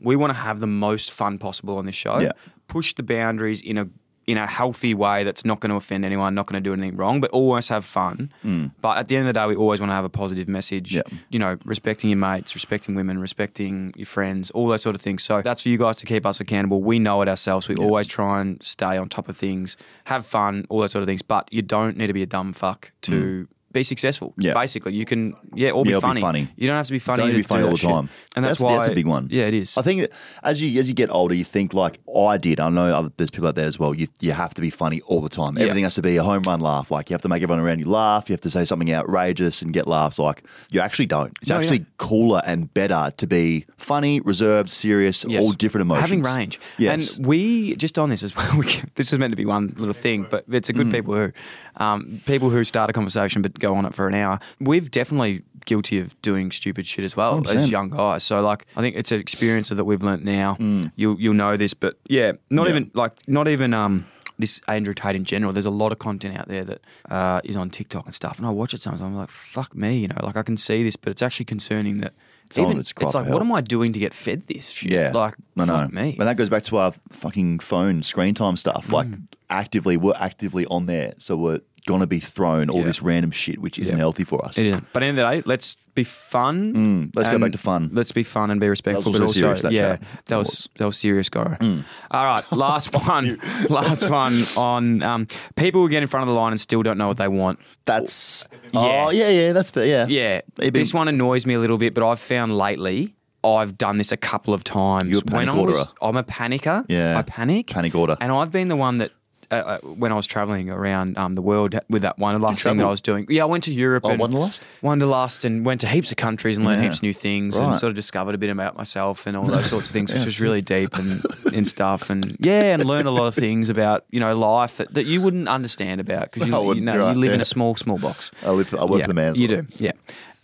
Speaker 1: we want to have the most fun possible on this show.
Speaker 2: Yeah.
Speaker 1: Push the boundaries in a in a healthy way that's not going to offend anyone, not going to do anything wrong, but always have fun. But at the end of the day, we always want to have a positive message.
Speaker 2: Mm. Yeah.
Speaker 1: You know, respecting your mates, respecting women, respecting your friends, all those sort of things. So that's for you guys to keep us accountable. We know it ourselves. We always try and stay on top of things, have fun, all those sort of things. But you don't need to be a dumb fuck to be successful.
Speaker 2: Mm. Yeah.
Speaker 1: Basically, you can, yeah, or
Speaker 2: Yeah,
Speaker 1: be
Speaker 2: or be
Speaker 1: funny.
Speaker 2: funny.
Speaker 1: You don't have to be funny.
Speaker 2: don't need
Speaker 1: to
Speaker 2: to be funny
Speaker 1: do
Speaker 2: all the
Speaker 1: that shit.
Speaker 2: time.
Speaker 1: And that's, why
Speaker 2: that's a big one.
Speaker 1: Yeah, it is.
Speaker 2: I think that as you as you get older, you think like I did. I know other, there's people out there as well. You you have to be funny all the time. Everything has to be a home run laugh. Like you have to make everyone around you laugh. You have to say something outrageous and get laughs. Like you actually don't. It's
Speaker 1: No,
Speaker 2: actually
Speaker 1: yeah.
Speaker 2: cooler and better to be funny, reserved, serious, all different emotions.
Speaker 1: Having range.
Speaker 2: Yes.
Speaker 1: And we, just on this as well, we, can- this was meant to be one little thing, but it's a
Speaker 2: Mm.
Speaker 1: good people who, um, people who start a conversation but go on it for an hour. We've definitely guilty of doing stupid shit as well as
Speaker 2: 100%.
Speaker 1: young guys. So like, I think it's an experience that we've learnt now.
Speaker 2: Mm.
Speaker 1: You'll, you'll know this, but yeah, not even like, not even, um, this Andrew Tate in general, there's a lot of content out there that uh, is on TikTok and stuff, and I watch it sometimes. I'm like, "Fuck me," you know. Like I can see this, but it's actually concerning that
Speaker 2: on
Speaker 1: even
Speaker 2: its
Speaker 1: it's
Speaker 2: cry for
Speaker 1: like,
Speaker 2: help.
Speaker 1: what am I doing to get fed this shit?
Speaker 2: Yeah.
Speaker 1: like
Speaker 2: I know.
Speaker 1: fuck me.
Speaker 2: And that goes back to our fucking phone screen time stuff. Like
Speaker 1: Mm.
Speaker 2: actively, we're actively on there, so we're gonna be thrown all this random shit which isn't healthy for us.
Speaker 1: It isn't. But at the end of the day, let's be fun.
Speaker 2: Mm, let's go
Speaker 1: and
Speaker 2: back to fun.
Speaker 1: Let's be fun and be respectful.
Speaker 2: also
Speaker 1: But also,
Speaker 2: serious, that
Speaker 1: yeah,
Speaker 2: chat. Mm.
Speaker 1: that
Speaker 2: Was.
Speaker 1: was that was serious, Goro. All right, last one. last one on um, people who get in front of the line and still don't know what they want.
Speaker 2: That's
Speaker 1: Yeah.
Speaker 2: oh yeah yeah that's fair yeah
Speaker 1: Yeah,
Speaker 2: Maybe-
Speaker 1: this one annoys me a little bit, but I've found lately. I've done this a couple of times.
Speaker 2: You're a panic
Speaker 1: I was,
Speaker 2: orderer.
Speaker 1: I'm a panicker.
Speaker 2: Yeah.
Speaker 1: I panic.
Speaker 2: Panic order.
Speaker 1: And I've been the one that uh, uh, when I was traveling around um, the world with that wanderlust thing that
Speaker 2: travel?
Speaker 1: I was doing. Yeah, I went to Europe.
Speaker 2: Oh,
Speaker 1: and
Speaker 2: wanderlust?
Speaker 1: Wanderlust, and went to heaps of countries and learned
Speaker 2: Yeah.
Speaker 1: heaps of new things,
Speaker 2: Right.
Speaker 1: and sort of discovered a bit about myself and all those sorts of things, which was really deep and, and stuff. And yeah, and learned a lot of things about you know life that, that you wouldn't understand about because
Speaker 2: I
Speaker 1: you, you
Speaker 2: wouldn't,
Speaker 1: know
Speaker 2: right,
Speaker 1: you live in
Speaker 2: yeah.
Speaker 1: a small small box.
Speaker 2: I live- I work for the man as
Speaker 1: You
Speaker 2: well.
Speaker 1: do, yeah.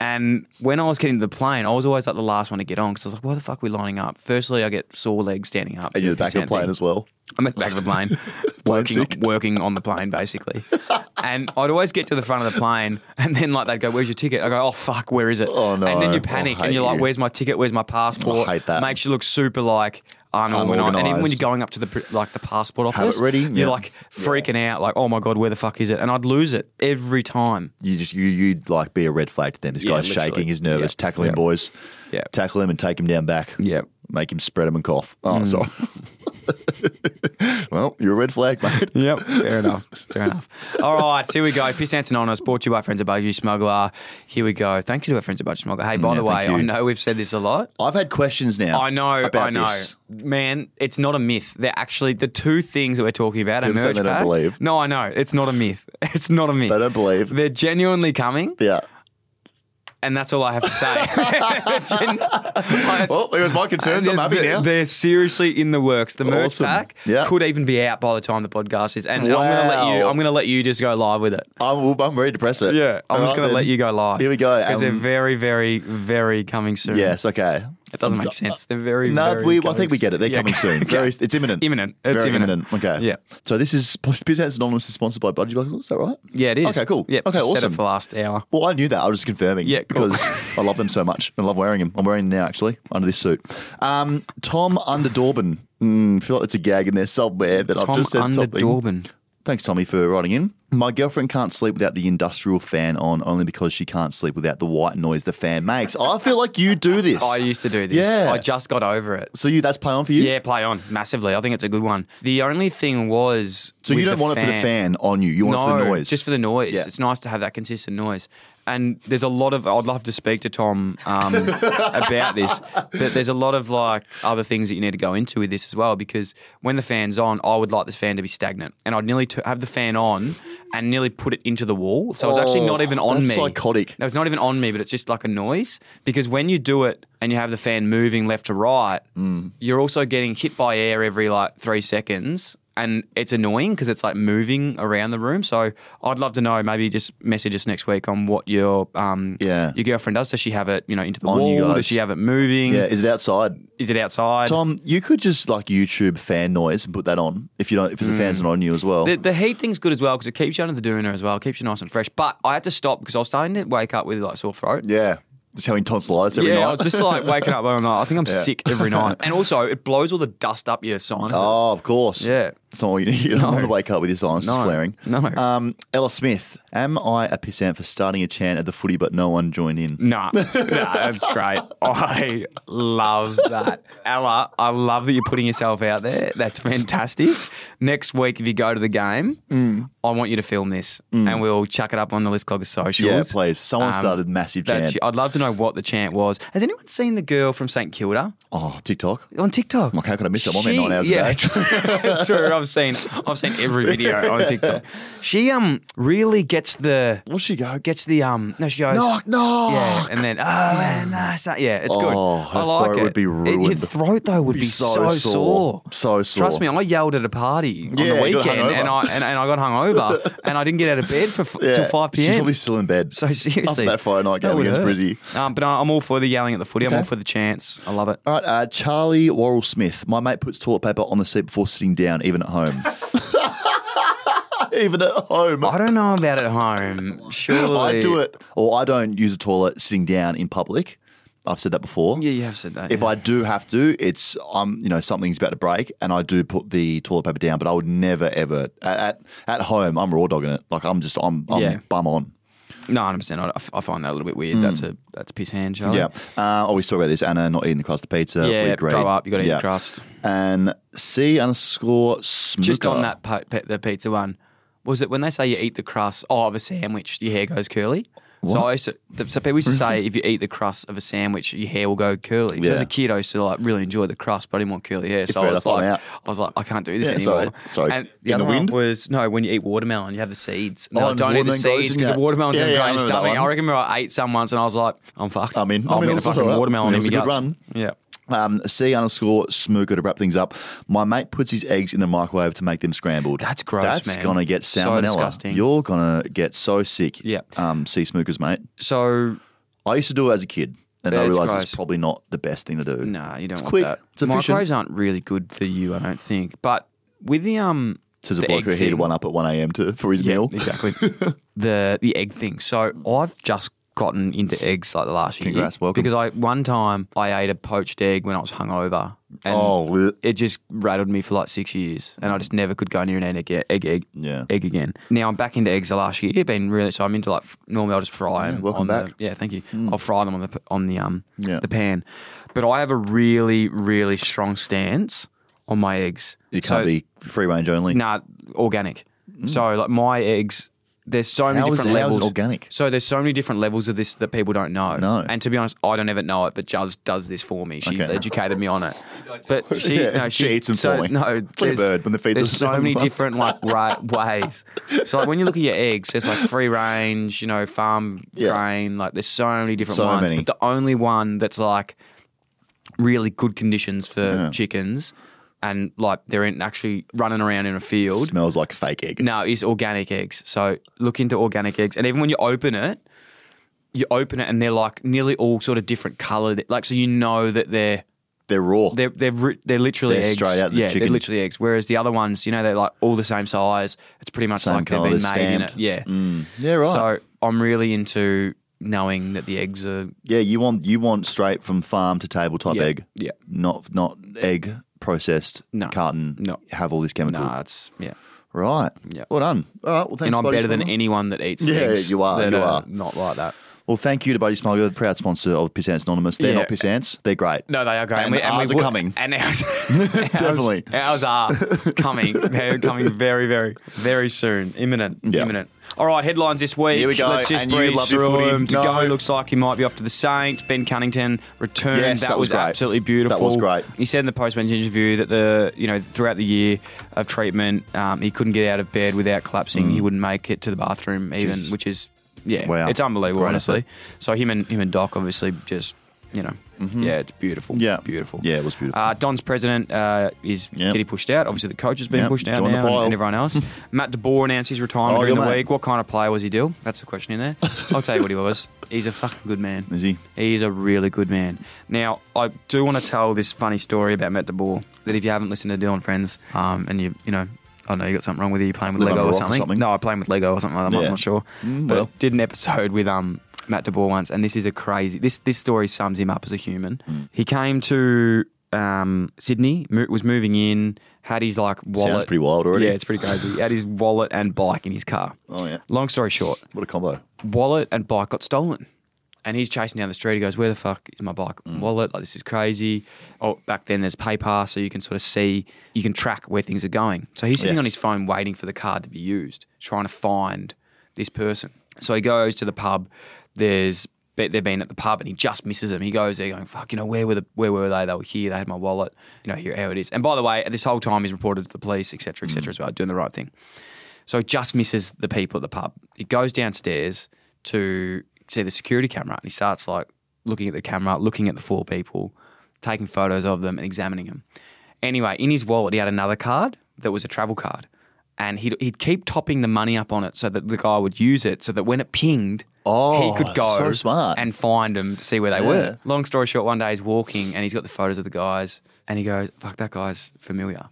Speaker 1: And when I was getting to the plane, I was always like the last one to get on because I was like, "Why the fuck are we lining up?" Firstly, I get sore legs standing up,
Speaker 2: And you're the back of the plane
Speaker 1: as well.
Speaker 2: as well.
Speaker 1: I'm at the back of the plane, working,
Speaker 2: sick.
Speaker 1: working on the plane basically. and I'd always get to the front of the plane, and then like they'd go, "Where's your ticket?" I go, "Oh fuck, where is it?"
Speaker 2: Oh, no.
Speaker 1: And then
Speaker 2: I
Speaker 1: you panic,
Speaker 2: hate
Speaker 1: and you're like,
Speaker 2: you.
Speaker 1: "Where's my ticket? Where's my passport?"
Speaker 2: I hate that.
Speaker 1: Makes you look super like. Unorganized. And even when
Speaker 2: Unorganised.
Speaker 1: you're going up to the pr- like the passport
Speaker 2: Have it
Speaker 1: office,
Speaker 2: ready?
Speaker 1: you're
Speaker 2: Yeah.
Speaker 1: like freaking out, like, "Oh my god, where the fuck is it?" And I'd lose it every time.
Speaker 2: You just you you'd like be a red flag to them. This
Speaker 1: Yeah,
Speaker 2: guy's
Speaker 1: literally.
Speaker 2: shaking, he's nervous.
Speaker 1: Yeah.
Speaker 2: Tackle him,
Speaker 1: Yeah.
Speaker 2: boys.
Speaker 1: Yeah.
Speaker 2: Tackle him and take him down back.
Speaker 1: Yeah. Hmm.
Speaker 2: Make him spread him and cough. Oh, sorry. well, you're a red flag, mate.
Speaker 1: Yep. Fair enough. Fair enough. All right, here we go. Piss Ants Anonymous, brought to you by Friends of Budgie Smuggler. Here we go. Thank you to our Friends of Budgie Smuggler. Hey, by
Speaker 2: Yeah,
Speaker 1: the way,
Speaker 2: thank you.
Speaker 1: I know we've said this a lot.
Speaker 2: I've had questions now.
Speaker 1: I know,
Speaker 2: About
Speaker 1: I know.
Speaker 2: This.
Speaker 1: Man, it's not a myth. They're actually the two things that we're talking about.
Speaker 2: People
Speaker 1: are
Speaker 2: say they
Speaker 1: merge
Speaker 2: don't
Speaker 1: pack-
Speaker 2: believe.
Speaker 1: No, I know. It's not a myth. It's not a myth.
Speaker 2: They don't believe.
Speaker 1: They're genuinely coming,
Speaker 2: yeah.
Speaker 1: and that's all I have to say. Gen- Like,
Speaker 2: Well, it was my concerns. I'm happy
Speaker 1: they're,
Speaker 2: now.
Speaker 1: they're seriously in the works. The merge
Speaker 2: Awesome.
Speaker 1: pack
Speaker 2: Yeah.
Speaker 1: could even be out by the time the podcast is. And I'm gonna let you.
Speaker 2: Wow.
Speaker 1: I'm gonna let you just go live with it.
Speaker 2: I'm, I'm ready to press it.
Speaker 1: Yeah, I'm
Speaker 2: All
Speaker 1: just
Speaker 2: right
Speaker 1: gonna
Speaker 2: then.
Speaker 1: let you go live.
Speaker 2: Here we go.
Speaker 1: Because they're
Speaker 2: Um,
Speaker 1: very, very, very coming soon.
Speaker 2: Yes, okay.
Speaker 1: it doesn't make sense. They're very,
Speaker 2: No,
Speaker 1: very
Speaker 2: we, I
Speaker 1: coming
Speaker 2: think we get it. They're
Speaker 1: soon. Yeah.
Speaker 2: coming soon.
Speaker 1: Okay.
Speaker 2: Very, it's imminent.
Speaker 1: Imminent. It's
Speaker 2: Very
Speaker 1: imminent.
Speaker 2: Okay.
Speaker 1: Yeah.
Speaker 2: So this is Bizance Anonymous is sponsored by Budgie Buckles. Is that right?
Speaker 1: Yeah, it is.
Speaker 2: Okay, cool.
Speaker 1: Yeah,
Speaker 2: okay,
Speaker 1: just Set
Speaker 2: awesome.
Speaker 1: it for last hour.
Speaker 2: Well, I knew that. I was just confirming.
Speaker 1: Yeah, cool.
Speaker 2: Because I love them so much. I love wearing them. I'm wearing them now, actually, under this suit. Um, Tom Under Dorbin. Mm, I feel like it's a gag in there somewhere that I've
Speaker 1: Tom
Speaker 2: just said
Speaker 1: under
Speaker 2: something.
Speaker 1: Dorbin.
Speaker 2: Thanks, Tommy, for writing in. My girlfriend can't sleep without the industrial fan on only because she can't sleep without the white noise the fan makes. I feel like you do this.
Speaker 1: I used to do this.
Speaker 2: Yeah.
Speaker 1: I just got over it.
Speaker 2: so you that's play on for you?
Speaker 1: Yeah, play on massively. I think it's a good one. The only thing was.
Speaker 2: So you don't want it for the fan on you. You want it for the noise.
Speaker 1: Just for the noise.
Speaker 2: Yeah.
Speaker 1: It's nice to have that consistent noise. And there's a lot of I'd love to speak to Tom um, about this, but there's a lot of like other things that you need to go into with this as well because when the fan's on, I would like this fan to be stagnant, and I'd nearly t- have the fan on and nearly put it into the wall, so it's actually
Speaker 2: Oh,
Speaker 1: not even on
Speaker 2: that's
Speaker 1: me.
Speaker 2: psychotic.
Speaker 1: No, it's not even on me, but it's just like a noise because when you do it and you have the fan moving left to right,
Speaker 2: Mm.
Speaker 1: you're also getting hit by air every like three seconds. And it's annoying because it's like moving around the room. So I'd love to know. Maybe just message us next week on what your um
Speaker 2: Yeah.
Speaker 1: your girlfriend does. Does she have it you know into the
Speaker 2: On you
Speaker 1: wall?
Speaker 2: guys.
Speaker 1: Does she have it moving?
Speaker 2: Yeah, is it outside?
Speaker 1: Is it outside?
Speaker 2: Tom, you could just like YouTube fan noise and put that on if you don't if the fan's not on you as well.
Speaker 1: Mm. The, the heat thing's good as well because it keeps you under the doona as well. It keeps you nice and fresh. But I had to stop because I was starting to wake up with like sore throat.
Speaker 2: yeah, just having tonsillitis every
Speaker 1: yeah,
Speaker 2: night.
Speaker 1: I was just like waking up. I don't know. I think I'm sick every night. And also, it blows all the dust up your sinuses.
Speaker 2: Oh, of course.
Speaker 1: Yeah.
Speaker 2: It's not all you need. You don't want to wake up with your sinuses
Speaker 1: No.
Speaker 2: flaring.
Speaker 1: No.
Speaker 2: Um, Ella Smith, am I a pissant for starting a chant at the footy but no one joined in?
Speaker 1: Nah, nah, that's great. I love that. Ella, I love that you're putting yourself out there. That's fantastic. Next week, if you go to the game,
Speaker 2: Mm.
Speaker 1: I want you to film this and we'll chuck it up on the List Clogger socials.
Speaker 2: Yeah, please. Someone
Speaker 1: Um,
Speaker 2: started massive
Speaker 1: That's,
Speaker 2: chant.
Speaker 1: I'd love to know what the chant was. Has anyone seen the girl from St Kilda
Speaker 2: Oh, TikTok.
Speaker 1: on TikTok?
Speaker 2: Like, how could I miss that? I'm on there
Speaker 1: She-
Speaker 2: nine hours
Speaker 1: yeah.
Speaker 2: a day.
Speaker 1: True, I've seen I've seen every video on TikTok. She um really gets the
Speaker 2: What's she go?
Speaker 1: gets the um no she goes
Speaker 2: knock, knock.
Speaker 1: yeah and then oh man nah, it's not- yeah it's good
Speaker 2: Oh, her
Speaker 1: I like
Speaker 2: throat
Speaker 1: it.
Speaker 2: would be
Speaker 1: It- your
Speaker 2: ruined.
Speaker 1: throat though would be,
Speaker 2: so
Speaker 1: so,
Speaker 2: sore.
Speaker 1: sore.
Speaker 2: So sore.
Speaker 1: trust me I yelled at a party on
Speaker 2: Yeah,
Speaker 1: the
Speaker 2: you got
Speaker 1: weekend
Speaker 2: hungover.
Speaker 1: and I and, and I got hungover and I didn't get out of bed for f-
Speaker 2: Yeah.
Speaker 1: till five
Speaker 2: She's
Speaker 1: p.m.
Speaker 2: probably still in bed.
Speaker 1: so seriously
Speaker 2: that Friday night
Speaker 1: that
Speaker 2: game
Speaker 1: would
Speaker 2: against
Speaker 1: hurt.
Speaker 2: Brizzy.
Speaker 1: Um, but I- I'm all for the yelling at the footy.
Speaker 2: Okay.
Speaker 1: I'm all for the chance. I love it.
Speaker 2: All right, uh, Charlie Worrell Smith. My mate puts toilet paper on the seat before sitting down, even at home. even at home.
Speaker 1: I don't know about at home. Surely
Speaker 2: I do it, or I don't use a toilet sitting down in public. I've said that before.
Speaker 1: Yeah, you have said that.
Speaker 2: If
Speaker 1: yeah.
Speaker 2: I do have to, it's um, you know, something's about to break, and I do put the toilet paper down. But I would never ever at at, at home. I'm raw dogging it. Like I'm just I'm, I'm
Speaker 1: Yeah.
Speaker 2: bum on.
Speaker 1: No, hundred percent. I, I find that a little bit weird. That's a that's a piss hand, Charlie.
Speaker 2: Hmm. Yeah. Uh, always talk about this. Anna not eating the crust of pizza.
Speaker 1: Yeah,
Speaker 2: we agree.
Speaker 1: grow up, you gotta eat the crust.
Speaker 2: And C underscore Smooker.
Speaker 1: Just on that pi- pe- the pizza one, was it when they say you eat the crust oh, of a sandwich, your hair goes curly? So I used to, th- so people used to say if you eat the crust of a sandwich, your hair will go curly. So as
Speaker 2: Yeah.
Speaker 1: a kid, I used to like really enjoy the crust, but I didn't want curly hair. So
Speaker 2: fair
Speaker 1: I was
Speaker 2: enough, I'm
Speaker 1: like,
Speaker 2: out.
Speaker 1: I was like, I can't do this
Speaker 2: Yeah, sorry,
Speaker 1: anymore.
Speaker 2: sorry.
Speaker 1: And the
Speaker 2: In
Speaker 1: other
Speaker 2: the
Speaker 1: one
Speaker 2: wind?
Speaker 1: was no. When you eat watermelon, you have the seeds.
Speaker 2: Oh,
Speaker 1: No,
Speaker 2: and
Speaker 1: don't eat the
Speaker 2: watermelon goes
Speaker 1: seeds
Speaker 2: in,
Speaker 1: because
Speaker 2: yeah.
Speaker 1: the watermelon's
Speaker 2: Yeah,
Speaker 1: going to
Speaker 2: yeah,
Speaker 1: go
Speaker 2: I
Speaker 1: in your
Speaker 2: remember that
Speaker 1: stomach.
Speaker 2: one.
Speaker 1: I remember I ate some once and I was like, I'm fucked.
Speaker 2: I'm in.
Speaker 1: I'm
Speaker 2: I'm in
Speaker 1: in a
Speaker 2: also,
Speaker 1: fucking
Speaker 2: right?
Speaker 1: watermelon
Speaker 2: It
Speaker 1: in
Speaker 2: was
Speaker 1: my
Speaker 2: a good
Speaker 1: guts.
Speaker 2: run.
Speaker 1: Yeah.
Speaker 2: Um, C underscore Smooker to wrap things up. My mate puts his eggs in the microwave to make them scrambled.
Speaker 1: That's gross,
Speaker 2: That's
Speaker 1: man.
Speaker 2: gonna get
Speaker 1: So
Speaker 2: salmonella.
Speaker 1: disgusting.
Speaker 2: You're gonna get so sick.
Speaker 1: Yeah.
Speaker 2: Um, C Smookers, mate.
Speaker 1: So
Speaker 2: I used to do it as a kid, and I
Speaker 1: That's
Speaker 2: realised
Speaker 1: gross.
Speaker 2: it's probably not the best thing to do.
Speaker 1: nah, you don't
Speaker 2: It's
Speaker 1: want
Speaker 2: quick.
Speaker 1: that.
Speaker 2: It's efficient.
Speaker 1: Microwaves aren't really good for you, I don't think. But with the um,
Speaker 2: Says a
Speaker 1: the
Speaker 2: bloke
Speaker 1: egg
Speaker 2: who heated
Speaker 1: thing-
Speaker 2: one up at one a.m. to for his meal.
Speaker 1: Exactly. the the egg thing. So I've just gotten into eggs like the last year.
Speaker 2: Congrats, welcome.
Speaker 1: Because I one time I ate a poached egg when I was hungover. And
Speaker 2: Oh, li-
Speaker 1: it just rattled me for like six years, and I just never could go near an egg egg egg, egg,
Speaker 2: Yeah.
Speaker 1: egg again. Now I'm back into eggs the last year. Been really so I'm into like f- normally I'll just fry them.
Speaker 2: welcome
Speaker 1: on the-
Speaker 2: back. Mm.
Speaker 1: yeah, thank you. I'll fry them on the p- on the um
Speaker 2: Yeah.
Speaker 1: the pan, but I have a really really strong stance on my eggs.
Speaker 2: it
Speaker 1: So-
Speaker 2: can't be free range only.
Speaker 1: Nah, organic. So like my eggs, there's so many
Speaker 2: Mm. How is-
Speaker 1: different
Speaker 2: how is
Speaker 1: levels.
Speaker 2: it organic?
Speaker 1: So there's so many different levels of this that people don't know.
Speaker 2: No.
Speaker 1: And to be honest, I don't ever know it, but Judge does this for me. She
Speaker 2: Okay.
Speaker 1: educated me on it. But she,
Speaker 2: Yeah,
Speaker 1: no, she,
Speaker 2: she eats them
Speaker 1: so,
Speaker 2: for me.
Speaker 1: No,
Speaker 2: It's like a
Speaker 1: there's-
Speaker 2: bird when the feeds
Speaker 1: There's
Speaker 2: us
Speaker 1: so
Speaker 2: down
Speaker 1: many
Speaker 2: the
Speaker 1: different like right ways. So like when you look at your eggs, there's like free range, you know, farm
Speaker 2: Yeah.
Speaker 1: grain. Like there's so many different
Speaker 2: So
Speaker 1: ones.
Speaker 2: many.
Speaker 1: But the only one that's like really good conditions for chickens. And like they're in actually running around in a field.
Speaker 2: smells like fake egg.
Speaker 1: No, it's organic eggs. So look into organic eggs. And even when you open it, you open it and they're like nearly all sort of different coloured. Like so you know that they're
Speaker 2: They're raw.
Speaker 1: they're they're ri- they're literally
Speaker 2: They're
Speaker 1: eggs.
Speaker 2: straight out the
Speaker 1: yeah,
Speaker 2: chicken.
Speaker 1: they're literally eggs. Whereas the other ones, you know, they're like all the same size. It's pretty much
Speaker 2: Same
Speaker 1: like they've
Speaker 2: colour,
Speaker 1: been made
Speaker 2: they're
Speaker 1: in
Speaker 2: stamped.
Speaker 1: it. Yeah.
Speaker 2: yeah, right.
Speaker 1: So I'm really into knowing that the eggs are
Speaker 2: Yeah, you want you want straight from farm to table type
Speaker 1: Yeah,
Speaker 2: egg.
Speaker 1: yeah.
Speaker 2: Not not egg processed
Speaker 1: No,
Speaker 2: carton.
Speaker 1: no.
Speaker 2: Have all this chemical.
Speaker 1: nah, it's yeah.
Speaker 2: Right.
Speaker 1: Yeah.
Speaker 2: Well done. All right. Well, thanks.
Speaker 1: And I'm
Speaker 2: Buddy
Speaker 1: better than
Speaker 2: Smuggler.
Speaker 1: anyone that eats
Speaker 2: Yeah,
Speaker 1: eggs.
Speaker 2: you are,
Speaker 1: that
Speaker 2: you are.
Speaker 1: Not like that.
Speaker 2: Well, thank you to Buddy Smuggler, the proud sponsor of Pissants Anonymous. They're
Speaker 1: Yeah.
Speaker 2: not Pissants. They're great.
Speaker 1: No, they are great.
Speaker 2: And ours are
Speaker 1: would-
Speaker 2: coming.
Speaker 1: And ours,
Speaker 2: Definitely.
Speaker 1: Ours, ours are coming. They're coming very, very, very soon. Imminent.
Speaker 2: Yeah.
Speaker 1: Imminent. All right, headlines this week.
Speaker 2: Here we go,
Speaker 1: Let's just
Speaker 2: and you
Speaker 1: breeze
Speaker 2: love your
Speaker 1: through
Speaker 2: footy.
Speaker 1: them.
Speaker 2: No.
Speaker 1: To go looks like he might be off to the Saints. Ben Cunnington returned.
Speaker 2: Yes, that was great.
Speaker 1: absolutely beautiful.
Speaker 2: That was great.
Speaker 1: He said in the post match interview that the you know throughout the year of treatment, um, he couldn't get out of bed without collapsing.
Speaker 2: Mm.
Speaker 1: He wouldn't make it to the bathroom even,
Speaker 2: Jesus.
Speaker 1: which is yeah,
Speaker 2: Wow.
Speaker 1: it's unbelievable
Speaker 2: Great
Speaker 1: honestly.
Speaker 2: effort.
Speaker 1: So him and him and Doc obviously just you know yeah, it's beautiful.
Speaker 2: Mm-hmm. Yeah.
Speaker 1: Beautiful.
Speaker 2: Yeah, it was beautiful.
Speaker 1: Uh, Don's president uh, is
Speaker 2: Yep.
Speaker 1: getting pushed out. Obviously, the coach has been
Speaker 2: Yep,
Speaker 1: pushed out
Speaker 2: join the
Speaker 1: now and-
Speaker 2: pile.
Speaker 1: and everyone else. Matt DeBoer announced his retirement
Speaker 2: Oh,
Speaker 1: during the
Speaker 2: your mate.
Speaker 1: week. What kind of player was he, Dill? That's the question in there. I'll tell you what he was. He's a fucking good man.
Speaker 2: Is he?
Speaker 1: He's a really good man. Now, I do want to tell this funny story about Matt DeBoer that if you haven't listened to Dill and Friends um, and you, you know, I don't know, you got something wrong with you, you're playing with
Speaker 2: Live
Speaker 1: Lego
Speaker 2: under a
Speaker 1: or
Speaker 2: rock or
Speaker 1: something.
Speaker 2: something.
Speaker 1: No, I'm playing with Lego or something like that.
Speaker 2: Yeah.
Speaker 1: I'm not sure.
Speaker 2: Mm,
Speaker 1: But
Speaker 2: well.
Speaker 1: did an episode with um Matt DeBoer once, and this is a crazy. This this story sums him up as a human.
Speaker 2: Mm.
Speaker 1: He came to um Sydney, mo- was moving in, had his like wallet.
Speaker 2: pretty wild already.
Speaker 1: Yeah, it's pretty crazy. he had his wallet and bike in his car.
Speaker 2: Oh, yeah.
Speaker 1: Long story short,
Speaker 2: What a combo.
Speaker 1: wallet and bike got stolen. And he's chasing down the street. He goes, "Where the fuck is my bike and wallet? Like this is crazy." Oh, back then there's PayPal, so you can sort of see, you can track where things are going. So he's sitting
Speaker 2: Yes.
Speaker 1: on his phone waiting for the card to be used, trying to find this person. So he goes to the pub. There's they've been at the pub and he just misses them. He goes there going, "Fuck, you know where were the where were they? They were here. They had my wallet. You know here how it is." And by the way, this whole time he's reported to the police, etc., etc. as well, doing the right thing. So he just misses the people at the pub. He goes downstairs to see the security camera and he starts like looking at the camera, looking at the four people, taking photos of them and examining them. Anyway, in his wallet, he had another card that was a travel card and he'd, he'd keep topping the money up on it so that the guy would use it so that when it pinged,
Speaker 2: Oh,
Speaker 1: he could go
Speaker 2: so smart.
Speaker 1: and find them to see where they
Speaker 2: Yeah.
Speaker 1: were. Long story short, one day he's walking and he's got the photos of the guys and he goes, fuck, that guy's familiar.